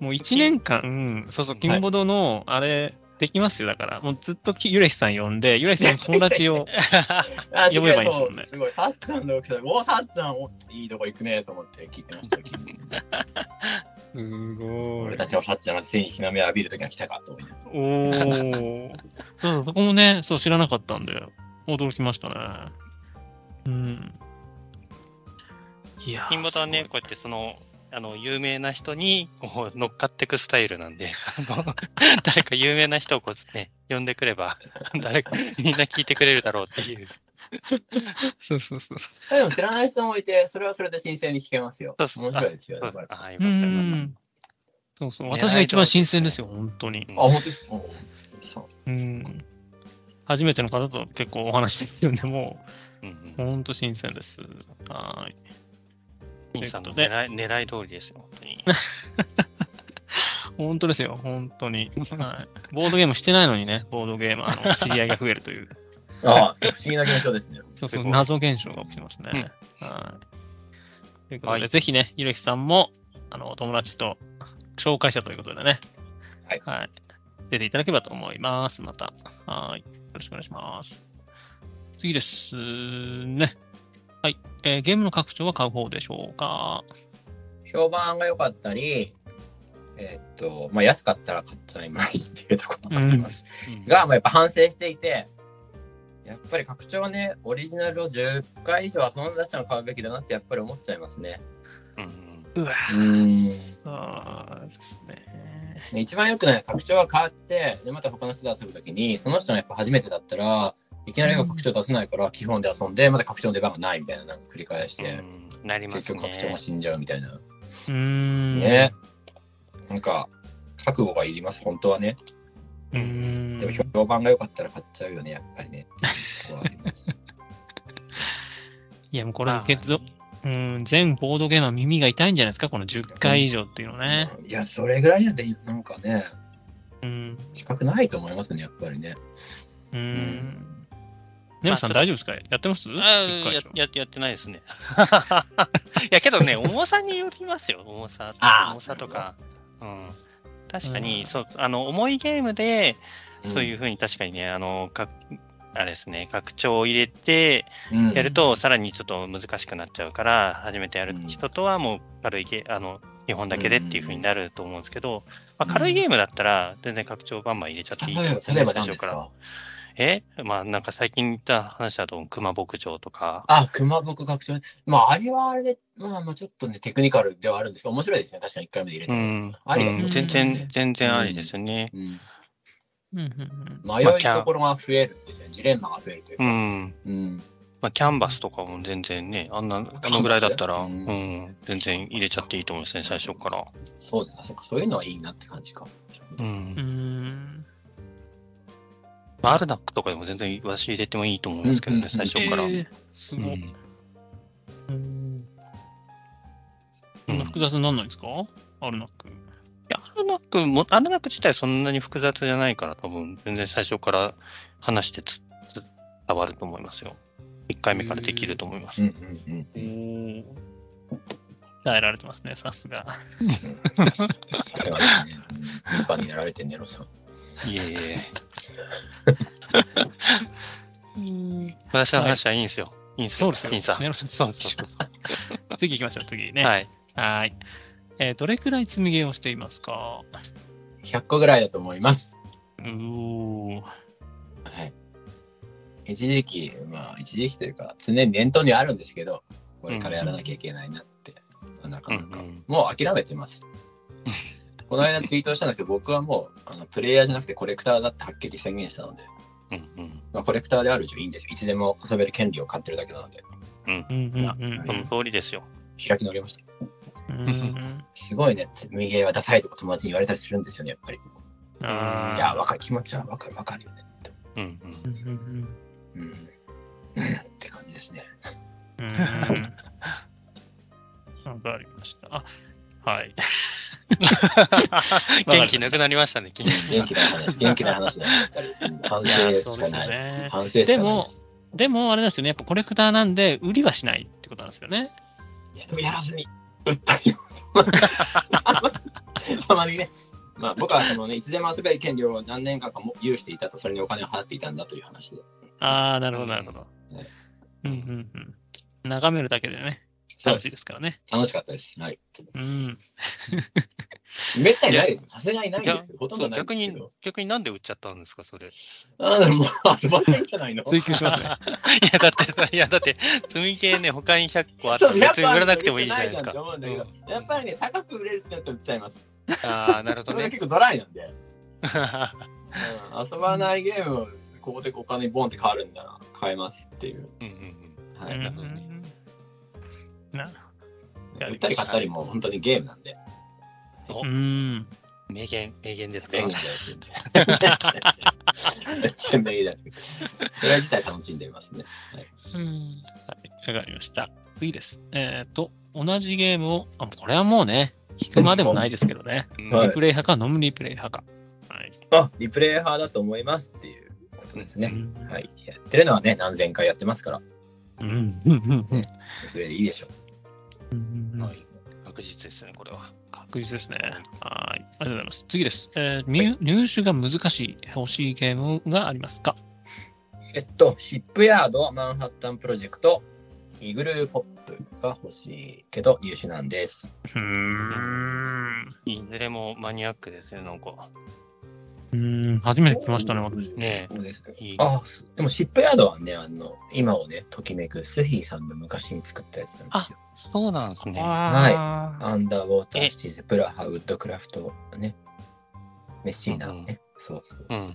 もう1年間、そうそう、金ボドのあれ、できますよ。だから、もうずっときゆれひさん呼んで、ゆれひさんの友達を。
あ
呼べばいいんですもんね
すごい、そうすごいはっちゃんの大きさ、おはっちゃん、おいいとこ行くねと思って聞いてました。
すごい
*laughs* 俺。たちのサッチャーの背に日の目を浴びるときが来たかと思いながら
おお。そうそこもね、そう知らなかったんで、驚きましたね。うん。いやー、
金ボタはね、こうやってその、あの、有名な人にこう乗っかっていくスタイルなんで、 *laughs* あの誰か有名な人をこうね、呼んでくれば、 *laughs* 誰か、みんな聞いてくれるだろうっていう。
そうそうそうそ
でも知らない人もいて、それはそれで新鮮に聞けますよ。
そ
面
うそう
白いですよ
そ
ね
う。ですああ、よ
う。う
かったよかった
ん。そうそう。私が一番新鮮ですよ、本当に。
あ、本当ですか。そう
うん。初めての方と結構お話できるんで、も
うん
う、
うん。
本当新鮮です。はーい。
金さんの
という
狙い狙い通りですよ、本当に。
本当ですよ、本当に。はい、ボードゲームしてないのにね、ボードゲーマーの知り合いが増えるという、
ああ、そう
*laughs*
不思議な現象ですね。
そうそ
す
う
ごい
謎現象が起きてますね。はい。ということで、ぜひね、ゆるきさんも、あの、お友達と紹介者ということでね、
はい
出ていただければと思います。また、はい。よろしくお願いします。次ですね。はい、えーゲームの拡張は買う方でしょうか。
評判が良かったり、えーっと、まあ、安かったら買っちゃいますっていうところもあります。 *laughs* が、まあ、やっぱ反省していて、やっぱり拡張はね、オリジナルを10回以上遊んだ人の買うべきだなってやっぱり思っちゃいますね。
うんうん
うわ
うん。
そうですね。
ね一番良くない拡張は買ってでまた他の人と遊ぶときにその人がやっぱ初めてだったらいきなり拡張出せないから基本で遊んでまた拡張の出番がないみたいななんか繰り返し
う
て、
んなりま
結
すね。
局拡張も死んじゃうみたいな、
うーん。
ねなんか覚悟がいります本当はね
うーん。
でも評判が良かったら買っちゃうよねやっぱりねっていうところはあります
いや、もうこれ、結
ま
論うん、全ボードゲームは耳が痛いんじゃないですか、この10回以上っていうのね。
いやそれぐらいなんてなんかね
うん。
資格ないと思いますねやっぱりね
うん。ネムさん、
まあ
大丈夫ですかやってます
あ
10
あ
回以上
やややってないですね。 *laughs* いやけど
*laughs*
ね、重さによりますよ、重さ。
あー
重さとか。うん、確か
う
に、
ん
そうあの重いゲームで、そういう
う、
ふうに確かにね、あのかあれですね、拡張を入れて
うん
やると、さらにちょっと難しくなっちゃうから、初めてやる
うん
人とはもう軽いゲあの基本だけでっていうふうになると思うんですけど、まあ、軽いゲームだったら、全然拡張バンバン入れちゃっていいと
例え
思
ば例えば何
うん最
で
初
す
から
か
えまあなんか最近言った話だと、熊牧場とか。
あ、熊僕拡張。まあ、あれはあれで、まあまあ、ちょっとね、テクニカルではあるんですけど、面白いですね。確かに1回目で入れ
う
ても。
ん、
ありだと
うん
思う
全
んです
然
ね、
全然ありですね。
うん
うんうんうん
迷いところが増えるんですよね。ジレンマが増えるという
う
か。
ん。
うん。
まあ、キャンバスとかも全然ね、あんな、あのぐらいだったら、う
うん
ん、全然入れちゃっていいと思うんですね、最初から。
そうですね。そっか、そういうのはいいなって感じか。
う。
うんん。
まあアルナックとかでも全然私入れてもいいと思うんですけど
うんう
ね、
ん
最初から。
え
うん
ーすごい。うんそんな複雑になんないんですかあるなく。
いやアルナックも、アルナック自体そんなに複雑じゃないから、多分全然最初から話してつつ伝わると思いますよ。1回目からできると思います。
うんうん
おー鍛えられてますね、さすが。
うん。さすがですね。うん頻繁にやられてんね、ロさん。
いえいえ。私の話はいいんですよ。いいんですよ。金さん。
ネロさん、そうですよ。次行きましょう、次ね。
はい。
はーい。えーどれくらい積みゲーをしていますか
100個ぐらいだと思います。
うおー
はい。一時期、まあ、一時期というか、常に念頭にあるんですけど、これからやらなきゃいけないなって、なか
うんう
なか。
ん。
もう諦めて
*laughs*
ます。この間ツイートしたんだけど、僕はもうあのプレイヤーじゃなくてコレクターだってはっきり宣言したので、
うんうん。
まあ、コレクターである以上いいんですよ。いつでも遊べる権利を買ってるだけなので、
うんうんうん
その通りですよ。
開き直りました。
うんうん
すごいね、右ゲーはダサいとか友達に言われたりするんですよね、やっぱり。
あー
いや、わかる、気持ちはわかる、わかるよね。
うんうん。
うんうん
うん。 *laughs* うんって感じですね。
うんうんわかりました。あはい。
元気なくなりましたね、金
元気な話、元気な話だね、やっぱり。うん反
いやー、
省
そうで
し
す
か
よ
ない。
ね。
反省しかないです。
でも、あれなんですよね。やっぱコレクターなんで、売りはしないってことなんですよね。
いやでもやらずに打ったりたまにね、まあ、僕はその、ね、いつでも遊べる権利を何年間かも有していたとそれにお金を払っていたんだという話で
ああ、なるほど、なるほど。
ね
うんうんうん。眺めるだけでね。楽しいですからね。
楽しかったです。はい。
うん。
めったにないですよ。さすがにないんですけど、ほとん
*laughs* そ
ど
う
ないん
逆
ですけ
に
ど。、
逆になんで売っちゃったんですか、それ。い
ああ、でも、遊ばないんじゃないの
追求しますね。
や、だ *laughs* って、いや、だって、積み系ね、他に100個あって、
そうやっ
別に
ぱ
売らなくてもいいじゃないで
売
す
れて
か。
ないじゃんって思うんだけどやっぱりね、高く売れるってなったら売っちゃいます。
ああ、なるほ
そ
ど
れが
ね。
結構ドライなんで。 *laughs* うん遊ばないゲームをここでお金ボンって変わるんだな買えますっていう、
うんうんうん
はい
*laughs* うん
なのでね
なるうん
売ったり買ったりも本当にゲームなんで
ほど。うん。
名言、名言ですか
便利だよ全然全然便利だよそれ自体楽しんでいますね
うんはい、わかりました。次です。えっ、と、同じゲームを、あ、これはもうね、引くまでもないですけどね。
うん
はい
リプレイ派かノンリプレイ派か。はい。
あリプレイ派だと思いますっていうことです
う
ね、
ん
はいやってるのはね何千回やってますから
うんうんうんうん
それでいいでしょ
うんうん
はい確実ですね、これは。
確実ですね。はい。ありがとうございます。次です。えー入入手が難しい、欲しいゲームがありますか
えっとシップヤードマンハッタンプロジェクトイグルーポップが欲しいけど入手なんです
うん。
いずれもマニアックですね、なんか。
うん、初めて来ましたね、私。
ね
そうですね
いい
あすでもシップヤードはねあの今をねときめくスヒーさんの昔に作ったやつなんですよ
そうなんですね。
は
アンダーウォータ
え
ーシティでプラハウッドクラフトねメッシーナのね、そうそう
うん。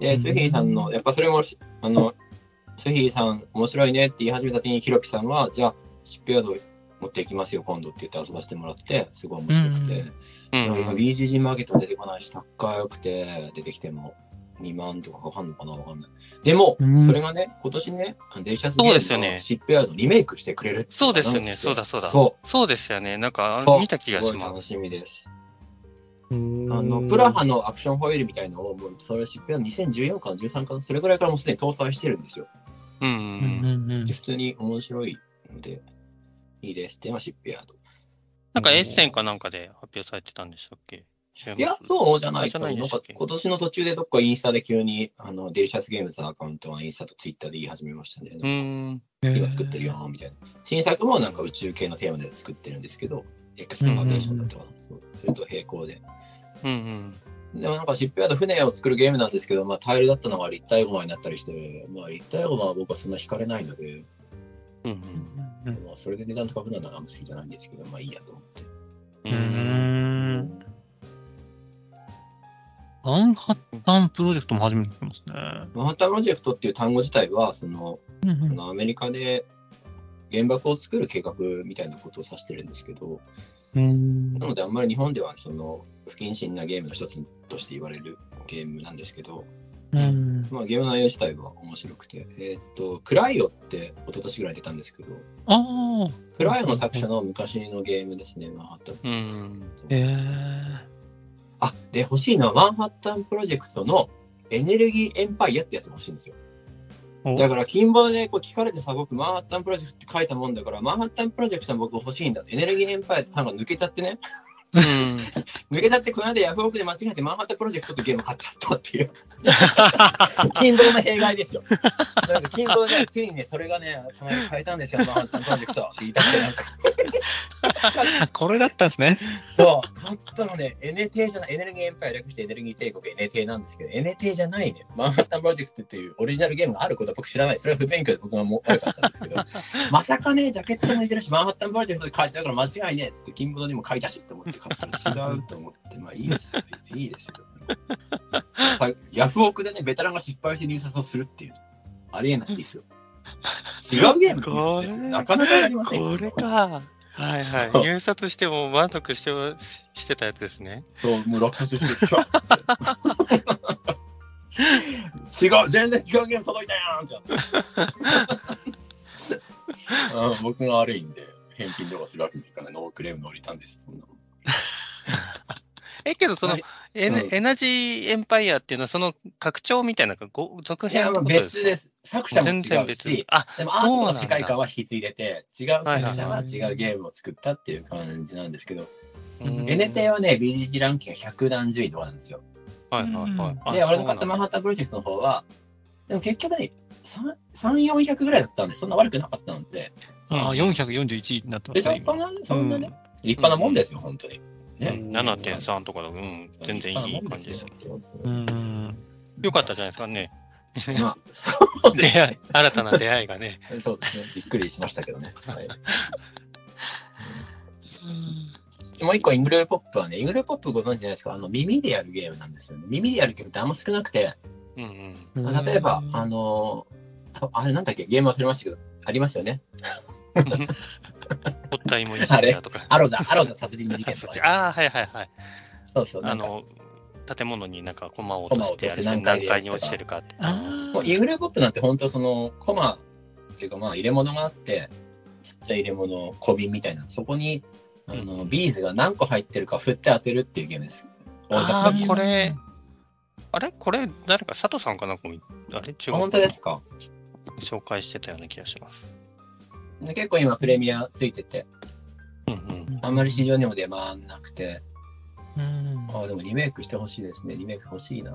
でスヒーさんのやっぱそれもあのスヒーさん面白いねって言い始めた時にヒロピさんはじゃあシップヤード持っていきますよ今度って言って遊ばせてもらってすごい面白くて、
うん
でも今 BGG マーケットも出てこないし、高くて、出てきても2万とかかかんのかなわかんない。でも、
うん
それがね、今年ね、あのデリシャスゲ
そうですよ
ーム
ね
のシップヤードリメイクしてくれるってい
そ
の
う
が
です
な
よ
ん
ね、
か
そうだそうだ。
そ
そうですよね、なんか
う。そう
見た気がし
ごい
ま
楽
す。
しみです。
い。あ
あの、プラハのアクションホイールみたいなのを、もう、それはシップヤード2014かな13かな、それぐらいからもうすでに搭載してるんですよ。
うんう
うんん
う。
うんんうん
普通に面白いので、いいですって、まあ、シップヤード。
なんかエッセンかなんかで発表されてたんでしたっけ
いや、そうじゃない
じ
か
ゃな
ない
で
ん
したっ
か
け
今年の途中でどっかインスタで急にあのデリシャスゲームズのアカウントはインスタとツイッターで言い始めましたね。
うーん。
今作ってるよーみたいな。新作もなんか宇宙系のテーマで作ってるんですけど、X のバリエーションだったかな。そうそれと並行で。
うんうん。
でもなんかシップヤード船を作るゲームなんですけど、まあタイルだったのが立体ゴマになったりして、まあ立体ゴマは僕はそんな惹かれないので、
うん
まあそれで値段高くなるのはあんま好きじゃないんですけど、まあいいやと思って。
う
う。
んん。マンハッタンプロジェクトも初めて聞きますね。
マンハッタンプロジェクトっていう単語自体は、その、
うん
あのアメリカで原爆を作る計画みたいなことを指してるんですけど、
うん
なのであんまり日本ではその不謹慎なゲームの一つとして言われるゲームなんですけど、
うん
まあ、ゲームの内容自体は面白くて、えーっと、クライオって一昨年ぐらい出たんですけど、
ああ。
クライオの作者の昔のゲームですね、マンハッタンプ
う
ロジェク
ん。
ト。
ええ
あ、で、欲しいのはマンハッタンプロジェクトのエネルギーエンパイアってやつが欲しいんですよ。
お
だから、金棒でね、こう聞かれてさ、僕、マンハッタンプロジェクトって書いたもんだから、マンハッタンプロジェクトは僕欲しいんだって。エネルギーエンパイアって単語抜けちゃってね、
うん
抜けちゃって、この間ヤフオクで間違えてマンハッタンプロジェクトってゲーム買っちゃったっていう。金棒の弊害ですよ。なんか金棒で、ついにね、それがね、この間変えたんですよ、マンハッタンプロジェクトって言いたくて、なんか。
あこれだったん *laughs* ですね。
そう、買ったのね、NT じゃない、エネルギーエンパイア略してエネルギー帝国 NT なんですけど、NT じゃないね、マンハッタンプロジェクトっていうオリジナルゲームがあることは僕知らない。それは不勉強で僕がもう悪かったんですけど、まさかね、ジャケットも似てるし、マンハッタンプロジェクトで書いてあるから間違いねえっつって、金棒にも書いたしって思って買ったの違うと思って、まあいいですよ、いいですよ。さヤフオクでね、ベテランが失敗して入札をするっていう。ありえないですよ。違うゲームの入札ですよなかなかやりませんよ
これか。はいはい。入札しても満足してもしてたやつですね。
そう、もう落札してきた。違う、全然違うゲーム届いたやんってな *laughs* ってうん、僕が悪いんで、返品とかするわけにいかない。ノークレーム乗りたんですよ、そんなもん
え、けどその
はい、
エネ
うん
エナジーエンパイアっていうのはその拡張みたいなのがご続
いや、
編
も
の
う
ことです
別
か
です。作者も
全然
違う
別
し。、
あ、
でもアート
そう
の
なんだ
世界観は引き継いでて、違う
はい
作
はい
者
は
はい違うゲームを作ったっていう感じなんですけど、
うん
NT はね、BGG ランキング100何十位とかなんですよ。
はいはいはいあ。
で、俺の買ったマン
ハ
ハッタンプロジェクトの方は、でも結局ね、3、3 400ぐらいだったんで、そんな悪くなかったので、
ああ、441になってま
ですしょ
ね、今。
そんな、そんなね、立派なもんですよ、本当に。ね。
7.3とかだ、うん、全然いい感じで
立派なも
す
ん。ですよ。そう
うん
そ
うん。
よかったじゃないですかね。
うまあ、そう
出
で
会い、新たな出会いがね。
そうですね。びっくりしましたけどね。はい。もう一個、イングルーポップはね、イングルーポップご存知ないですかあの、耳でやるゲームなんですよね。耳でやるゲームってあんま少なくて、
うんうん。
例えば、あのーたあれなんだっけゲーム忘れましたけど、ありますよね。
おったいもいいだ
*laughs*
とか。
アロザ、アロザ殺人事
あ
件
*laughs* そ
と
っち
か。
あー、はいはいはい。
そうそう。
あ
なんか、
の、建物になんかコマを落として、あれ
コマを落とし
何
て
階に落ちてるかって。
あ
もうインフレポップなんて本当その、コマっていうか、まあ、入れ物があって、ちっちゃい入れ物、小瓶みたいな、そこに、あの、
うん
ビーズが何個入ってるか振って当てるっていうゲームです。大雑把
あ
に
ー
言う
これ、あれこれ、誰か、佐藤さんかなこうあれ違
あ
う。
本当ですか
紹介してたような気がします。
で結構今プレミアついてて、
うんうん。
あんまり市場にも出回んなくて、
うん。
ああ、でもリメイクしてほしいですね。リメイク欲しいな、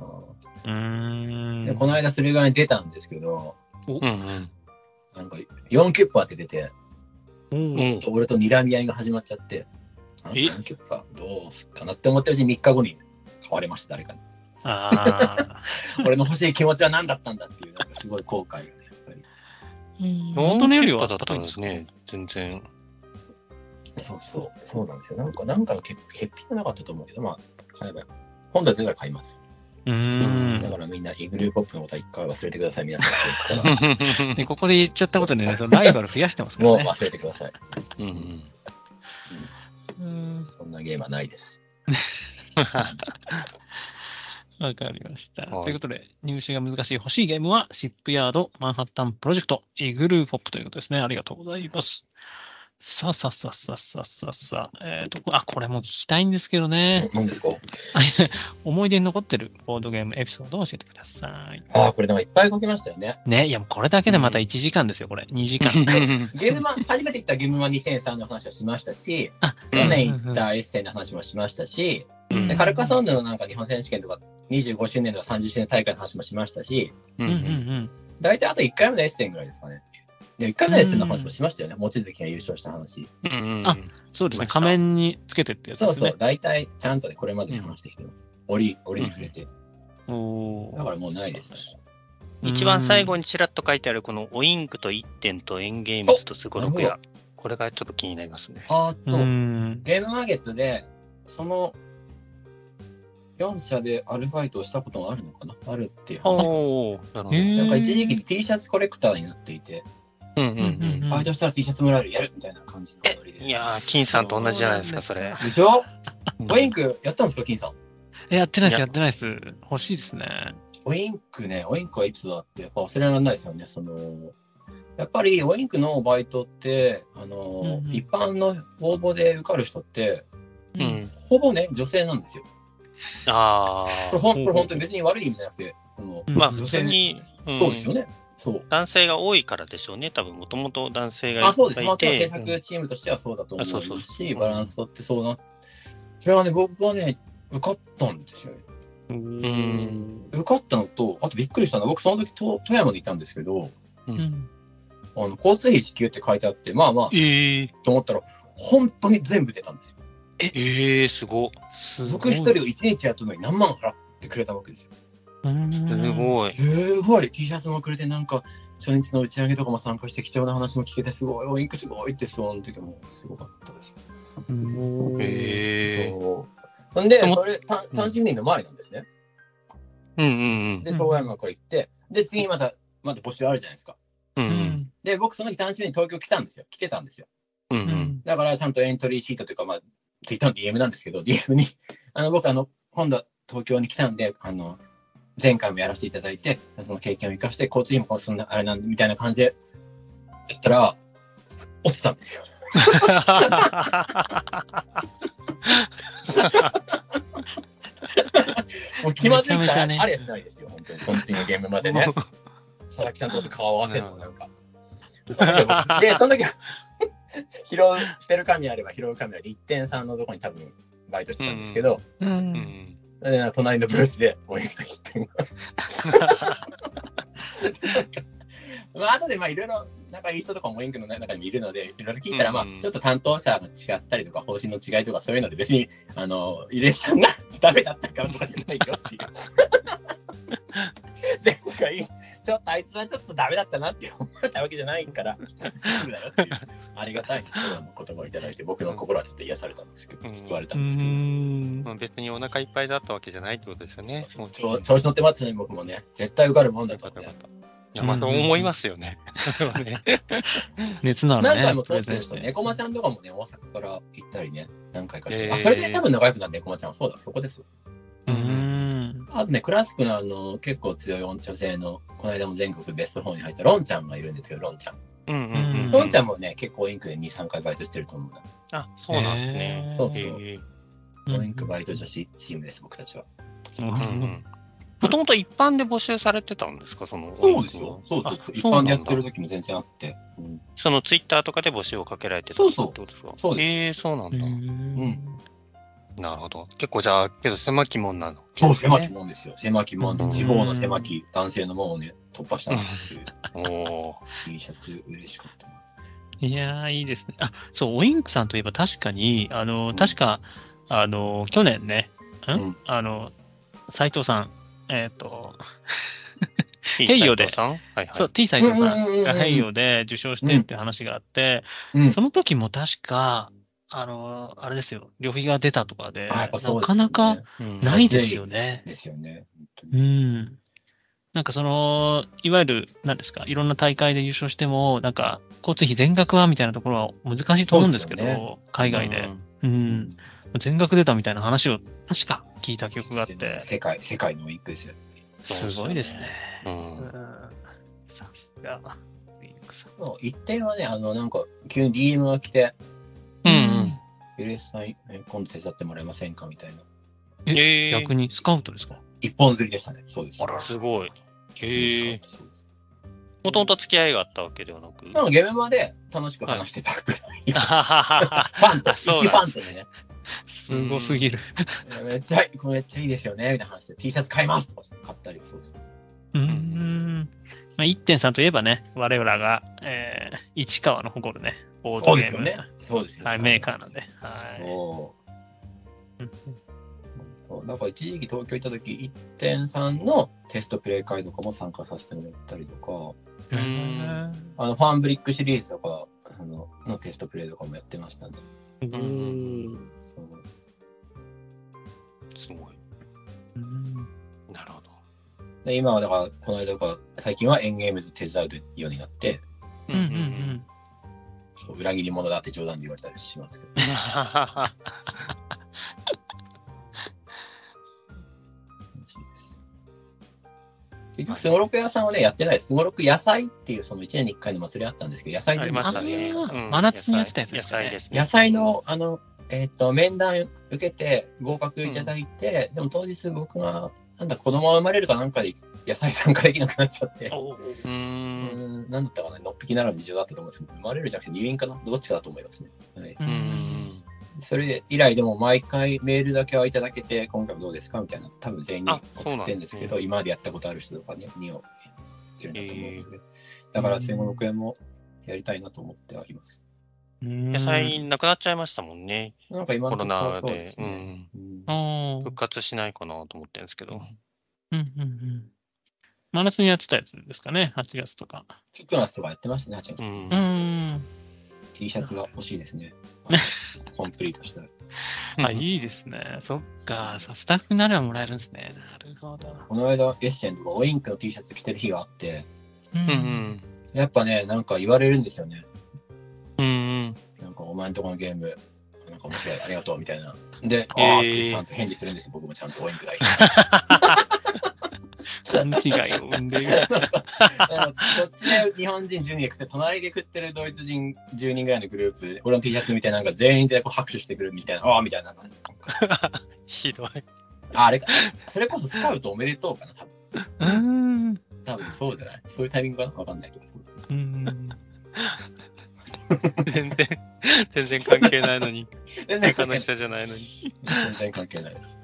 うん
で、この間それぐらい出たんですけど、
うんうん。
なんか4キュッパーって出て、
うん
うん
ちょっと俺と睨み合いが始まっちゃって、あ
え
4キュッパーどうすっかなって思ってるうちに3日後に買われました、誰かに。
あ
俺の欲しい気持ちは何だったんだっていう、なんかすごい後悔がね、やっぱり。
*laughs* ー。
ノ
元
ン
の
キ
よ
ュ
り
ッパ
は
だったんですね。全然。
そうそう、そうなんですよ。なんか、なんかの欠欠品はなかったと思うけど、まあ、買えば、今度は出たら買います。
う
だ
ん。
からみんな、イグルーポップのことは一回忘れてください、皆さん。
で、ここで言っちゃったことでね、そのライバル増やしてますから
もう
ね。
忘れてください。
うんうん。
うん
そんなゲームはないです。
わかりました。
はい
ということで、入手が難しい欲しいゲームは、シップヤード、マンハッタンプロジェクト、イグルーポップということですね。ありがとうございます。さあさあさあさあさあさあさあ、えっ、と、あ、これも聞きたいんですけどね。
何ですか
思い出に残ってるボードゲームエピソードを教えてください。
ああ、これなんかいっぱい書きましたよね。
ね、いや、もうこれだけでまた1時間ですよ、これ。2時間。
ゲームマン、初めて行ったゲームマン2003の話はしましたし、
あ、
うん
去年行ったエッセイの話もしましたし、
う
で
ん
カルカソンヌのなんか日本選手権とか25周年とか30周年大会の話もしましたし、
う
うんん
う。
うんうんん。
大体あと1回目のエッセイぐらいですかね。で、1回目のエッセイの話もしましたよね。望月が優勝した話。
うんうん。
あそうですね、仮面につけてってやつ
そ
で
う
す
そ
ね
う、。大体ちゃんとねこれまでに話してきてます。折、折に触れて。
お
だか
ー
らもうないですね。
一番最後にちらっと書いてあるこのオインクと1点とエンゲームズとスゴロク
な
ヤ。これがちょっと気になりますね。
あーっと、
うん。
ゲームマーケットで、その、4社でアルバイトをしたことがあるのかなあるっていう話。
おお、なるほど。
へー
なんか一時期 T シャツコレクターになっていて、
うんうん
バイトしたら T シャツもらえる、やるみたいな感じのノリ
う
で。
ん。いやー、金さんと同じじゃないですか、それ。
でしょ *laughs*
うん
オインクやったんですか、金さん。
えやってないで
い
す、や
や
ってないです。欲しいですね。
オインクね、オインクはエピソードあって、やっぱ忘れられないですよね。その、やっぱりオインクのバイトって、あの、
うんうん
一般の応募で受かる人って、
う
うん。
ほぼね、女性なんですよ。
あ
これ
あ。
ほんこれ本当に別に悪い意味じゃなくて、その、
まあ、
うん
普通に、ん
そうですよね。そう。
男性が多いからでしょうね。多分、もともと男性がい
あ、そう
っ
です。
ぱ
ま
い
あ、今
い
日制
て。
作チームとしてはそうだと思いま
あそう
す
そ
し、
う
バランス取ってそうな。それはね、僕はね、受かったんですよね。
うん。
受かったのと、あとびっくりしたのは、僕その時と富山にいたんですけど、
うん
うん
あの、交通費支給って書いてあって、まあまあ、
ええ。
と思ったら、本当に全部出たんですよ。
ええ、すご。
すご
僕
い
一人を一日やったのに何万払ってくれたわけですよ。
うん
すごい。
すごい T シャツもくれて、なんか、初日の打ち上げとかも参加して貴重な話も聞けて、すごい、おインクすごいって、その時もすごかったです。
うん
ええ。
そう。んで、
でも
それ、単単身赴任の前なんですね。
うんうん
で、
うん
東山から行って、で、次また、また募集あるじゃないですか。
うん。うん
で、僕、その時単身赴任東京来たんですよ。来てたんですよ。
うん。う
うんん
だから、ちゃんとエントリーシートというか、まあ、ツイッターの DM なんですけど、DM に、 *laughs* あの、僕、あの、今度、東京に来たんで、あの、前回もやらせていただいて、その経験を生かして、交通費もそんな、あれなんで、みたいな感じで、言ったら、落ちた
*laughs*
んですよ。もう気まずい
め
か
ちゃめちゃね
ら、ありゃしないですよ、本当に。今のゲームまでね。佐々木さんとこと顔合わせるのなんか。で、その時は、 *laughs* 拾う、捨てる神あれば拾う神あれ、一点さんのとこに多分バイトしてたんですけど、
う
うんん。
で隣のブースで、おやきと一点が。 *laughs* まあ後でまあいろいろ仲いい人とかもインクの中にもいるのでいろいろ聞いたらまあ
うん
ちょっと担当者が違ったりとか方針の違いとかそういうので別にあの入江さんが *laughs* ダメだったからとかじゃないよっていう。 *laughs* でなんかいいちょっとあいつはちょっとダメだったなって思ったわけじゃないから *laughs* 大丈夫だよっていうありがたい言葉をいただいて僕の心はちょっと癒されたんですけ
う
ど
ん
救われた
うん
ですけど。
ん。
まあ別にお腹いっぱいだったわけじゃないってことですよね。もちろ
調
ん
調子乗ってますね、僕もね。絶対受かるもんだ
よ
と
かっ
思
た
う
よ
ね
かった。いや、まあそう思いますよね。 *laughs* それはね
熱のあるね。
何回も
プ
通
レ
って
ゼ
る
ン
んで
し
すよ。
て。
猫間ちゃんとかもね、大阪から行ったりね、何回かして。
えー
あ、それで多分仲良くなる猫間ちゃんは。そうだ、そこです。
う。
うん
あとね、クラシックのあの、結構強い女性の、この間も全国ベスト4に入ったロンちゃんがいるんですけど、ロンちゃん。
うんうんうん。
ロンちゃんもね、結構インクで2、3回バイトしてると思うんだ。
あ、そうなんですね。
へー
そうそう
へー
もうインクバイト女子チームです、僕たちは。
うんうんもともと一般で募集されてたんですか、その。
そうそう
あ
そう。一般でやって
そうな
る
んだ
時も全然あって。うん
そのツイッターとかで募集をかけられてた
そうそう
ってことですか
そうです
ええそうなん
う
だ。
ん。
なるほど。結構じゃあ、けど狭き門
*laughs*
なの。
そう、狭き門ですよ。狭き門
う
で、
ん
地方の狭き男性の門をね、突破したっていう
おお
T シャツ、嬉しかったな。
いやー、いいですね。あ、そう、オインクさんといえば確かに、あの、確か、あの、去年ね、
うんん
あの、斉藤さん、えっと、
ー。いい
ヘイヨーで
斉藤さんはいはい。
そう、T 斎藤さ
うんうんうんうん
んがヘイヨで受賞してって話があって、
うん
その時も確か、あの、あれですよ、旅費が出たとかで、
あやっぱそう
な
です
か
よね
なか
うん。
ないですよね。
ですよね。本当
う
に
ん。なんかその、いわゆる、何ですか、いろんな大会で優勝しても、なんか、交通費全額はみたいなところは難しいと思うんですけど、
そうですよ
海外
う
で。
ん
うん。全額出たみたいな話を確か聞いた記憶があって、
世界、世界のウィンクですよ。
すごいですね。
うん
うんさすが、リンクさん。
もう一点はね、あの、なんか、急に DM が来て、
うん。
ゆれさん、え今度手伝ってもらえませんかみたいな。
え
逆にスカウトですか
一本釣りでしたね。そうです。
すごい。
急にそうです
もともと付き合いがあったわけではなく。
なんかゲームまで楽しく話してたくらい。
あははは
フ
*laughs*
ァンと、
あそう
一フ
な
ァ
ん
ンとね、
すごすぎる。
めっちゃいい、これめっちゃいいですよね、みたいな話で、T シャツ買いますとか買ったり、そうです。
うーん。まあ、1.3といえばね、我々が、えー、市川の誇るね、ボード
そう
ゲ
です
ー
よ
ム、
ね。そうですよ
はい、メーカーなんで。。は
そう。
い。うん
そうだから一時期東京行った時1.3のテストプレイ会とかも参加させてもらったりとか、
う
う
んん
あの、ファンブリックシリーズとか、あの、のテストプレイとかもやってましたね。
うんうん
そう
*laughs* すごい。なるほど。
で今はだから、この間とか、最近はエンゲームズ手伝うようになって、
うん *laughs* うん
そう裏切り者だって冗談で言われたりしますけど。楽しいです結局、スゴロク屋さんはね、やってない。スゴロク野菜っていう、その1年に1回の祭りあったんですけど、野菜
あ
の
りましたね。
あ
う
ー
ん
真夏にやってたやつ
野
ですかね
菜ですね。
野菜の、あの、えっ、と、面談受けて、合格いただいて、でも当日僕が、なんだ、子供が生まれるかなんかで、野菜参加できなくなっちゃって、
う。
うんん、なんだったかな、のっぴきならぬ事情だったと思うんですけど、生まれるじゃなくて入院かな、どっちかだと思いますね。はい。
うん
それ以来でも毎回メールだけはいただけて、今回もどうですかみたいな、多分全員に
あそう
送
なん
ってるんですけど、
ですね
今までやったことある人とかね、にを言ってるんだと思うんですけど、だから戦後6円もやりたいなと思ってはいます。
うん
野菜なくなっちゃいましたもんね。
なんか今
コ
の
ロ
ところ
ナ
そう
で
で。すね。うん
おー
復活しないかなと思ってるんですけど。
うんうんうん真夏にやってたやつですかね、8月とか。
キックナスとかやってましたね、八月
う。ん
う。ん。
T シャツが欲しい
*laughs*
ですね。コンプリートしたら。
あ、いいですね。そっか。さスタッフになればもらえるんですね。なるほど。
この間、エッセンとかオインクの T シャツ着てる日があって、
う。
うんん
やっぱね、なんか言われるんですよね。
うん。うん
なんか、お前んとこのゲーム、なんか面白い、ありがとう、みたいな。で、
え
あー
ー
ってちゃんと返事するんですよ、僕もちゃんとオインク代表。
勘違いを生んでいる。
あのこっちで日本人10人で食って、隣で食ってるドイツ人10人ぐらいのグループで、俺の T シャツみたいな、なんか全員でこう拍手してくるみたいな、ああ、みたいな感じで。なんか
ひどい。
ああれか、それこそスカウトおめでとうかな、多分。
うん。
多分そうじゃないそういうタイミングかなわかんないけど、そうです。
うん。
全然、全然関係ないのに。
全然
他
関係
の
ない。
人じゃないのに。
全然関係ないです。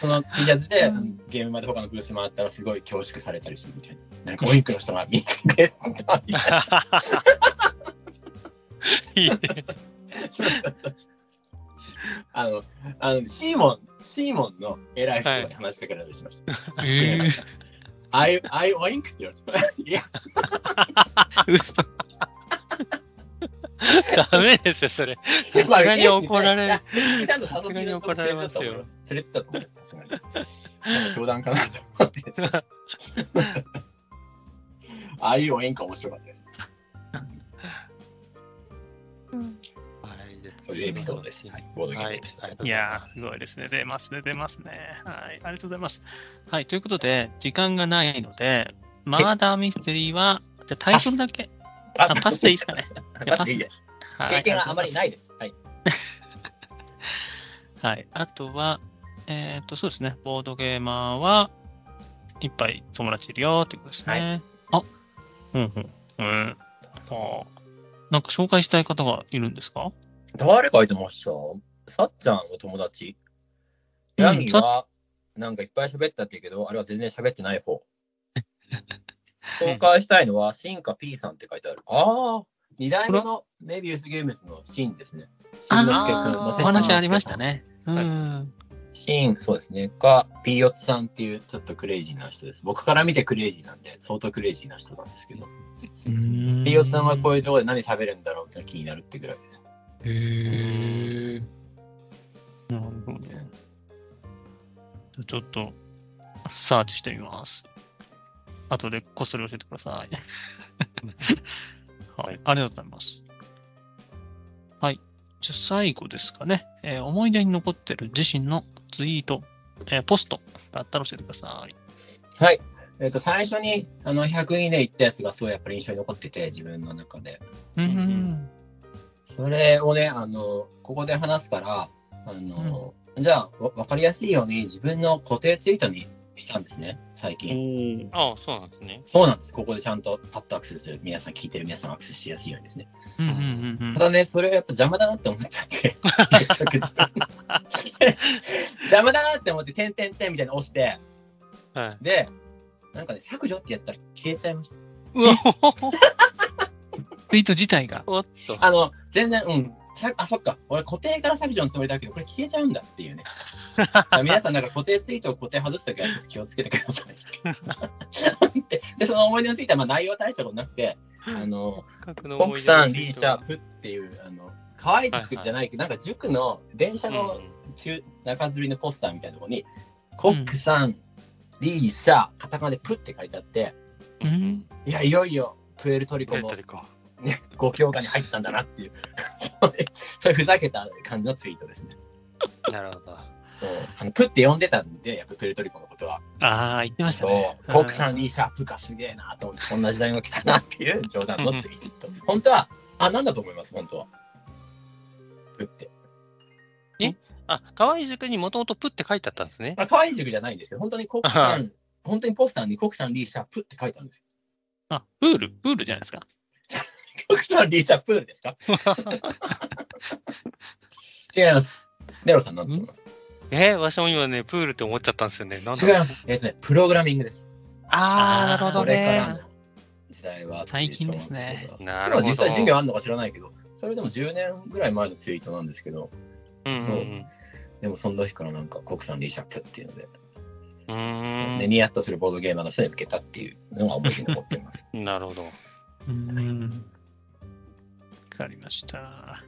その T シャツで
うん
ゲームまで他のブース回ったらすごい恐縮されたりするみたいな。なんかオインクの人が見かけたみたいな。
いいね。
*laughs* あの、あのシーモン、シーモンの偉い人に話しかけられたりしました。
えー、
アイ、アイオインクって言われて。いや、
嘘
ダメですよ、それ。さすがに怒られる。
ちゃんと佐野さんと連れてたと思います。連れてたと思います、さすがに。なんか商談かなと思って。 *laughs* ああいう応援歌面白かったです。
はい
そういうエピソードです。はい、ボードゲー
は
ム
い
です。、
いやー、すごいですね。出ますね、出ますね。はい、ありがとうございます。はい、ということで、時間がないので、マーダーミステリーは、じゃあタイトルだけ、あパスでいいですかね。
パスでいいです。
はい
経験があまりないです。はい。
はい。あとは、えっ、と、そうですね。ボードゲーマーは、いっぱい友達いるよってことですね。あ、うんうん。うん。あなんか紹介したい方がいるんですか
誰がいてましたさっちゃんお友達。
うん
ヤギは、なんかいっぱい喋ったって言うけど、あれは全然喋ってない方。紹介したいのは、シンカ P さんって書いてある。ああ、二代目のメビウスゲームズのシンですね。しんのすけくん
ー
のせ
お話ありました。ね。うん。
シン、そうですね。か、ピーヨツさんっていうちょっとクレイジーな人です。僕から見てクレイジーなんで、相当クレイジーな人なんですけど、ピーヨツさんはこういうところで何喋るんだろうって気になるってぐらいです。
へーなるほど。じゃあちょっと、サーチしてみます。後でこっそり教えてください。 *laughs* はい、ありがとうございます。はい。じゃあ最後ですかね、えー思い出に残ってる自身のツイート、えーポストだったら教えてください。
はい。えっ、と、最初に、あの、100位で行ったやつがすごいやっぱり印象に残ってて、自分の中で。
うん
うん
それをね、あの、ここで話すから、あの、じゃあ、わわかりやすいように自分の固定ツイートにしたんですね、最近。
ああ、そうなんですね。
そうなんです。ここでちゃんとパッとアクセスする。皆さん、聞いてる皆さんアクセスしやすいようにですね。
うんうんうんうん
ただね、それがやっぱ邪魔だなって思っち
*laughs*
ゃって。結局自分 *laughs* 邪魔だなって思って、点点点みたいなの押して、
はい。
で、なんかね、削除ってやったら消えちゃいました。
うわ
ツイート自体が。
おっと。
あの、全然、うん。さあ、そっか。俺固定から削除のつもりだけど、これ消えちゃうんだって *laughs* いうね。だから皆さん、なんか固定ツイートを固定外すときはちょっと気をつけてください。で *laughs* で、その思い出のツイートはまあ内容は大したことなくて、あの、コンクさん、リーシャープっていう、あの、可愛い塾じゃないけど、なんか塾の電車の中、中吊りのポスターみたいなところに、コックさん、リーシャー、カタカナでプって書いてあって、
うん
いや、いよいよ、プエルトリコ
ペッ
も
トでか。
ね、ご教科に入ったんだなっていう、 *laughs* ふざけた感じのツイートですね。
なるほど。
そうあのプって呼んでたんで、やっぱプエルトリコのことは。
ああ、言ってましたね。
そう、国産リーシャープかすげえなと思って、こんな時代が来たなって *laughs* いう冗談のツイート。本当は、あ、なんだと思います、本当は。プって。
あ、可愛い塾にもともとプって書いてあったんですね。
まあ、可愛い塾じゃないんですけど、本当に国産、本当にポスターに国産リーシャープって書いてあるんですよ。
あ、プール、プールじゃないですか。
国産リーシャープール *laughs* ですか違います。ネロさん、なんて思います
えー、わしも今ね、プールって思っちゃったんですよね。なんだ
違います。えっとね、プログラミングです。
ああ、なるほ
そ
ど
う
これか
ね
ら。の時代はっていう
最近ですね
そう
な
だ
るほ
今
ど。
実際授業あるのか知らないけどそれでも10年ぐらい前のツイートなんですけど
うんうん
でもその時からなんか国産リーシャップっていうので、
う
で
ん。
ニヤッとするボードゲーマーの人に向けたっていうのが思い出に残っています
うん。なるほど。
うん。わかりました。は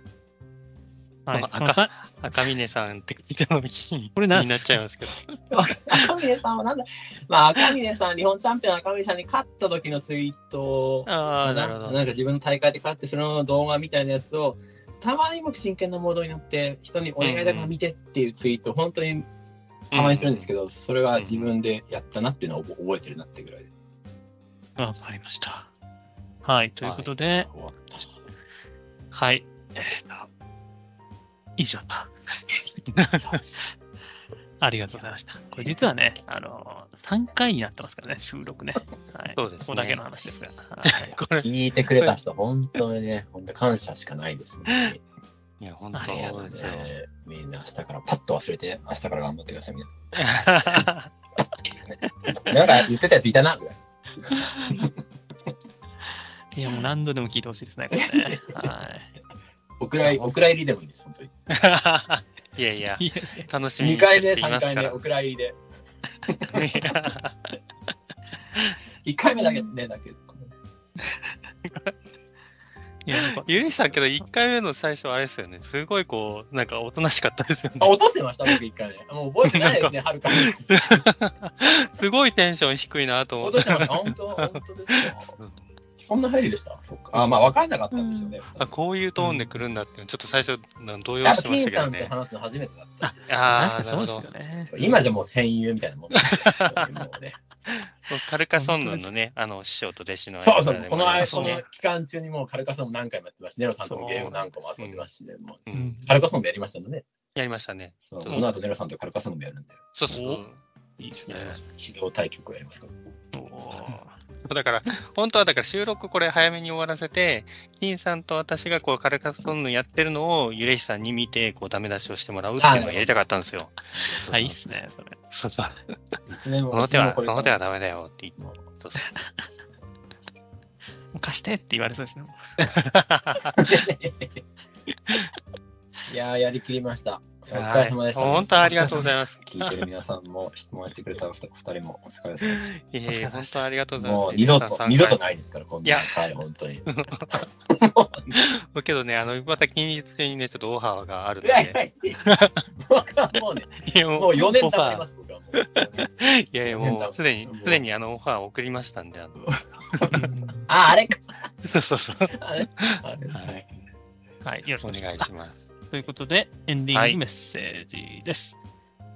い。
まあ
このさ
赤峰さんって見ても気に
これなん
気になっちゃいますけど。
*laughs* 赤嶺さんはなんだまあ赤嶺さん日本チャンピオン赤嶺さんに勝った時のツイート
ああ、
か
な
な
るほ
なん
ど。
か自分の大会で勝ってその動画みたいなやつをたまに僕真剣なモードになって人にお願いだから見てっていうツイート、本当にたまにするんですけど、それは自分でやったなっていうのを覚覚えてるなってぐらいです。
わかりました。はい。ということで、
終わった
はい。えーと以上と。 *laughs* ありがとうございました。これ実はね、あの3回になってますからね、収録ね。はい。
そうです
こ
ね
こだけの話ですが。はい
これ
聞いてくれた人、本当にね、本当感謝しかないですね。
いや、本
あ
当
りがとう
そう
ご
ですよ。
ねみんな明日からパッと忘れて、明日から頑張ってください、みんな。なんか言ってたやついたな、ぐらい。
いや、もう何度でも聞いてほしいですね、これね。はい。
お蔵入り、お蔵入りでもいいです、本当に。
いやいや
いや、
楽しみ
2
にして
回
る
目、
人いま
3
す
回
か
目、
ら
お。蔵入りで。
い
1回目だけね、だけ。
いや、なんか
やゆりさんけど、1回目の最初はあれですよね。すごいこう、なんかおとなしかったですよ
あ、
ね。
落としてました、僕1回目。もう覚えてないですね、はるかに。
すごいテンション低いなと思っ
落
て
と。してました、本当、本当ですよ。そんな入りでしたそっか。あ、まあ、分かんなかったんでしょうね。
あこういうトーンで来るんだっていうのちょっと最初なんか動揺
やっぱ
しま
金
したけ
さ
ど
んと
ね。
話すの初めてだったんですよ
あ
確かにそうですよね。
今じゃもう戦友みたいなもん *laughs* ですよもうね
もうカルカソンヌのね、あの師匠と弟子の
そうそう、この間、
間
こ
そう
の
ね
期間中にもうカルカソンも何回もやってますし、ネロさんともゲーム何個も遊んでますしね、もう
う
うん
ん、
カルカソンもやりましたもんね。
やりましたね。
そう
そ
こ
う
の後ネロさんとカルカソンもやるんで、
そうそう。
いいですね
や。ります機動対局をやりますから。
おー
そうだから、本当はだから収録これ早めに終わらせて、金さんと私がこうカルカソンヌやってるのをゆれしさんに見て、こうダメ出しをしてもらうっていうのをやりたかったんですよ。
あ、いいっすね、それ。
そうそう。
一年も
この手は、
こ
こ
れ
の手はダメだよって言って。そうそう
もう貸してって言われそうですね。
いやー、やりきりました。お疲
は
れ
い
様でした。
本当ありがとうござい
ま
ます。
す。聞いてる皆さんも、質問してくれたお二人もお疲れ様でし
いえいえ、本当ありが
た。
とうございます。
もう二度
ゆりさ
と、
ん
二度とないですから、こんな
や
回、本当に。
けどね、あの、また近日中にね、ちょっとオファーがあるの
い
で
やい。やいや僕はもうね、
いやも
もう4年経
オファ
っ
ー
てます、僕はもう。
いやいや、
全然
も
多
う
分
すでに
もう、
すでにあのオファーを送りましたんで、あの
あ、あれか。
そうそうそう。
あれあれ
はい、
はい、よろしく
お
お願いしま
願い
す。
します。
ということで、エンディ
は
ン
い
グメッセージです。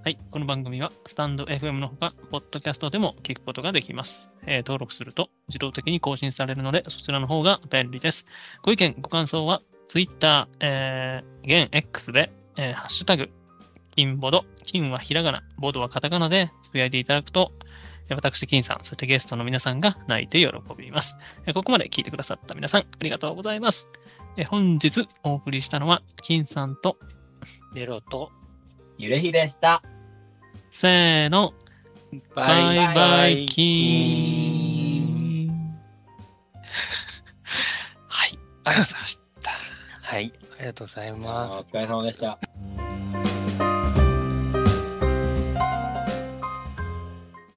はい、この番組は、スタンド FM のほか、ポッドキャストでも聞くことができます、えー登録すると自動的に更新されるので、そちらの方が便利です。ご意見、ご感想は、Twitter、えー、現 X で、えーハッシュタグ、金ボド、金はひらがな、ボドはカタカナでつぶやいていただくと、えー私、金さん、そしてゲストの皆さんが泣いて喜びます。えーここまで聞いてくださった皆さん、ありがとうございます。えー本日お送りしたのは、金さんと、
ネロと、
ゆれひでした。
せーの、バイバイキーン。はい、ありがとうございました。
はい、ありがとうござい
あ
ます
ーお。疲れ様でした。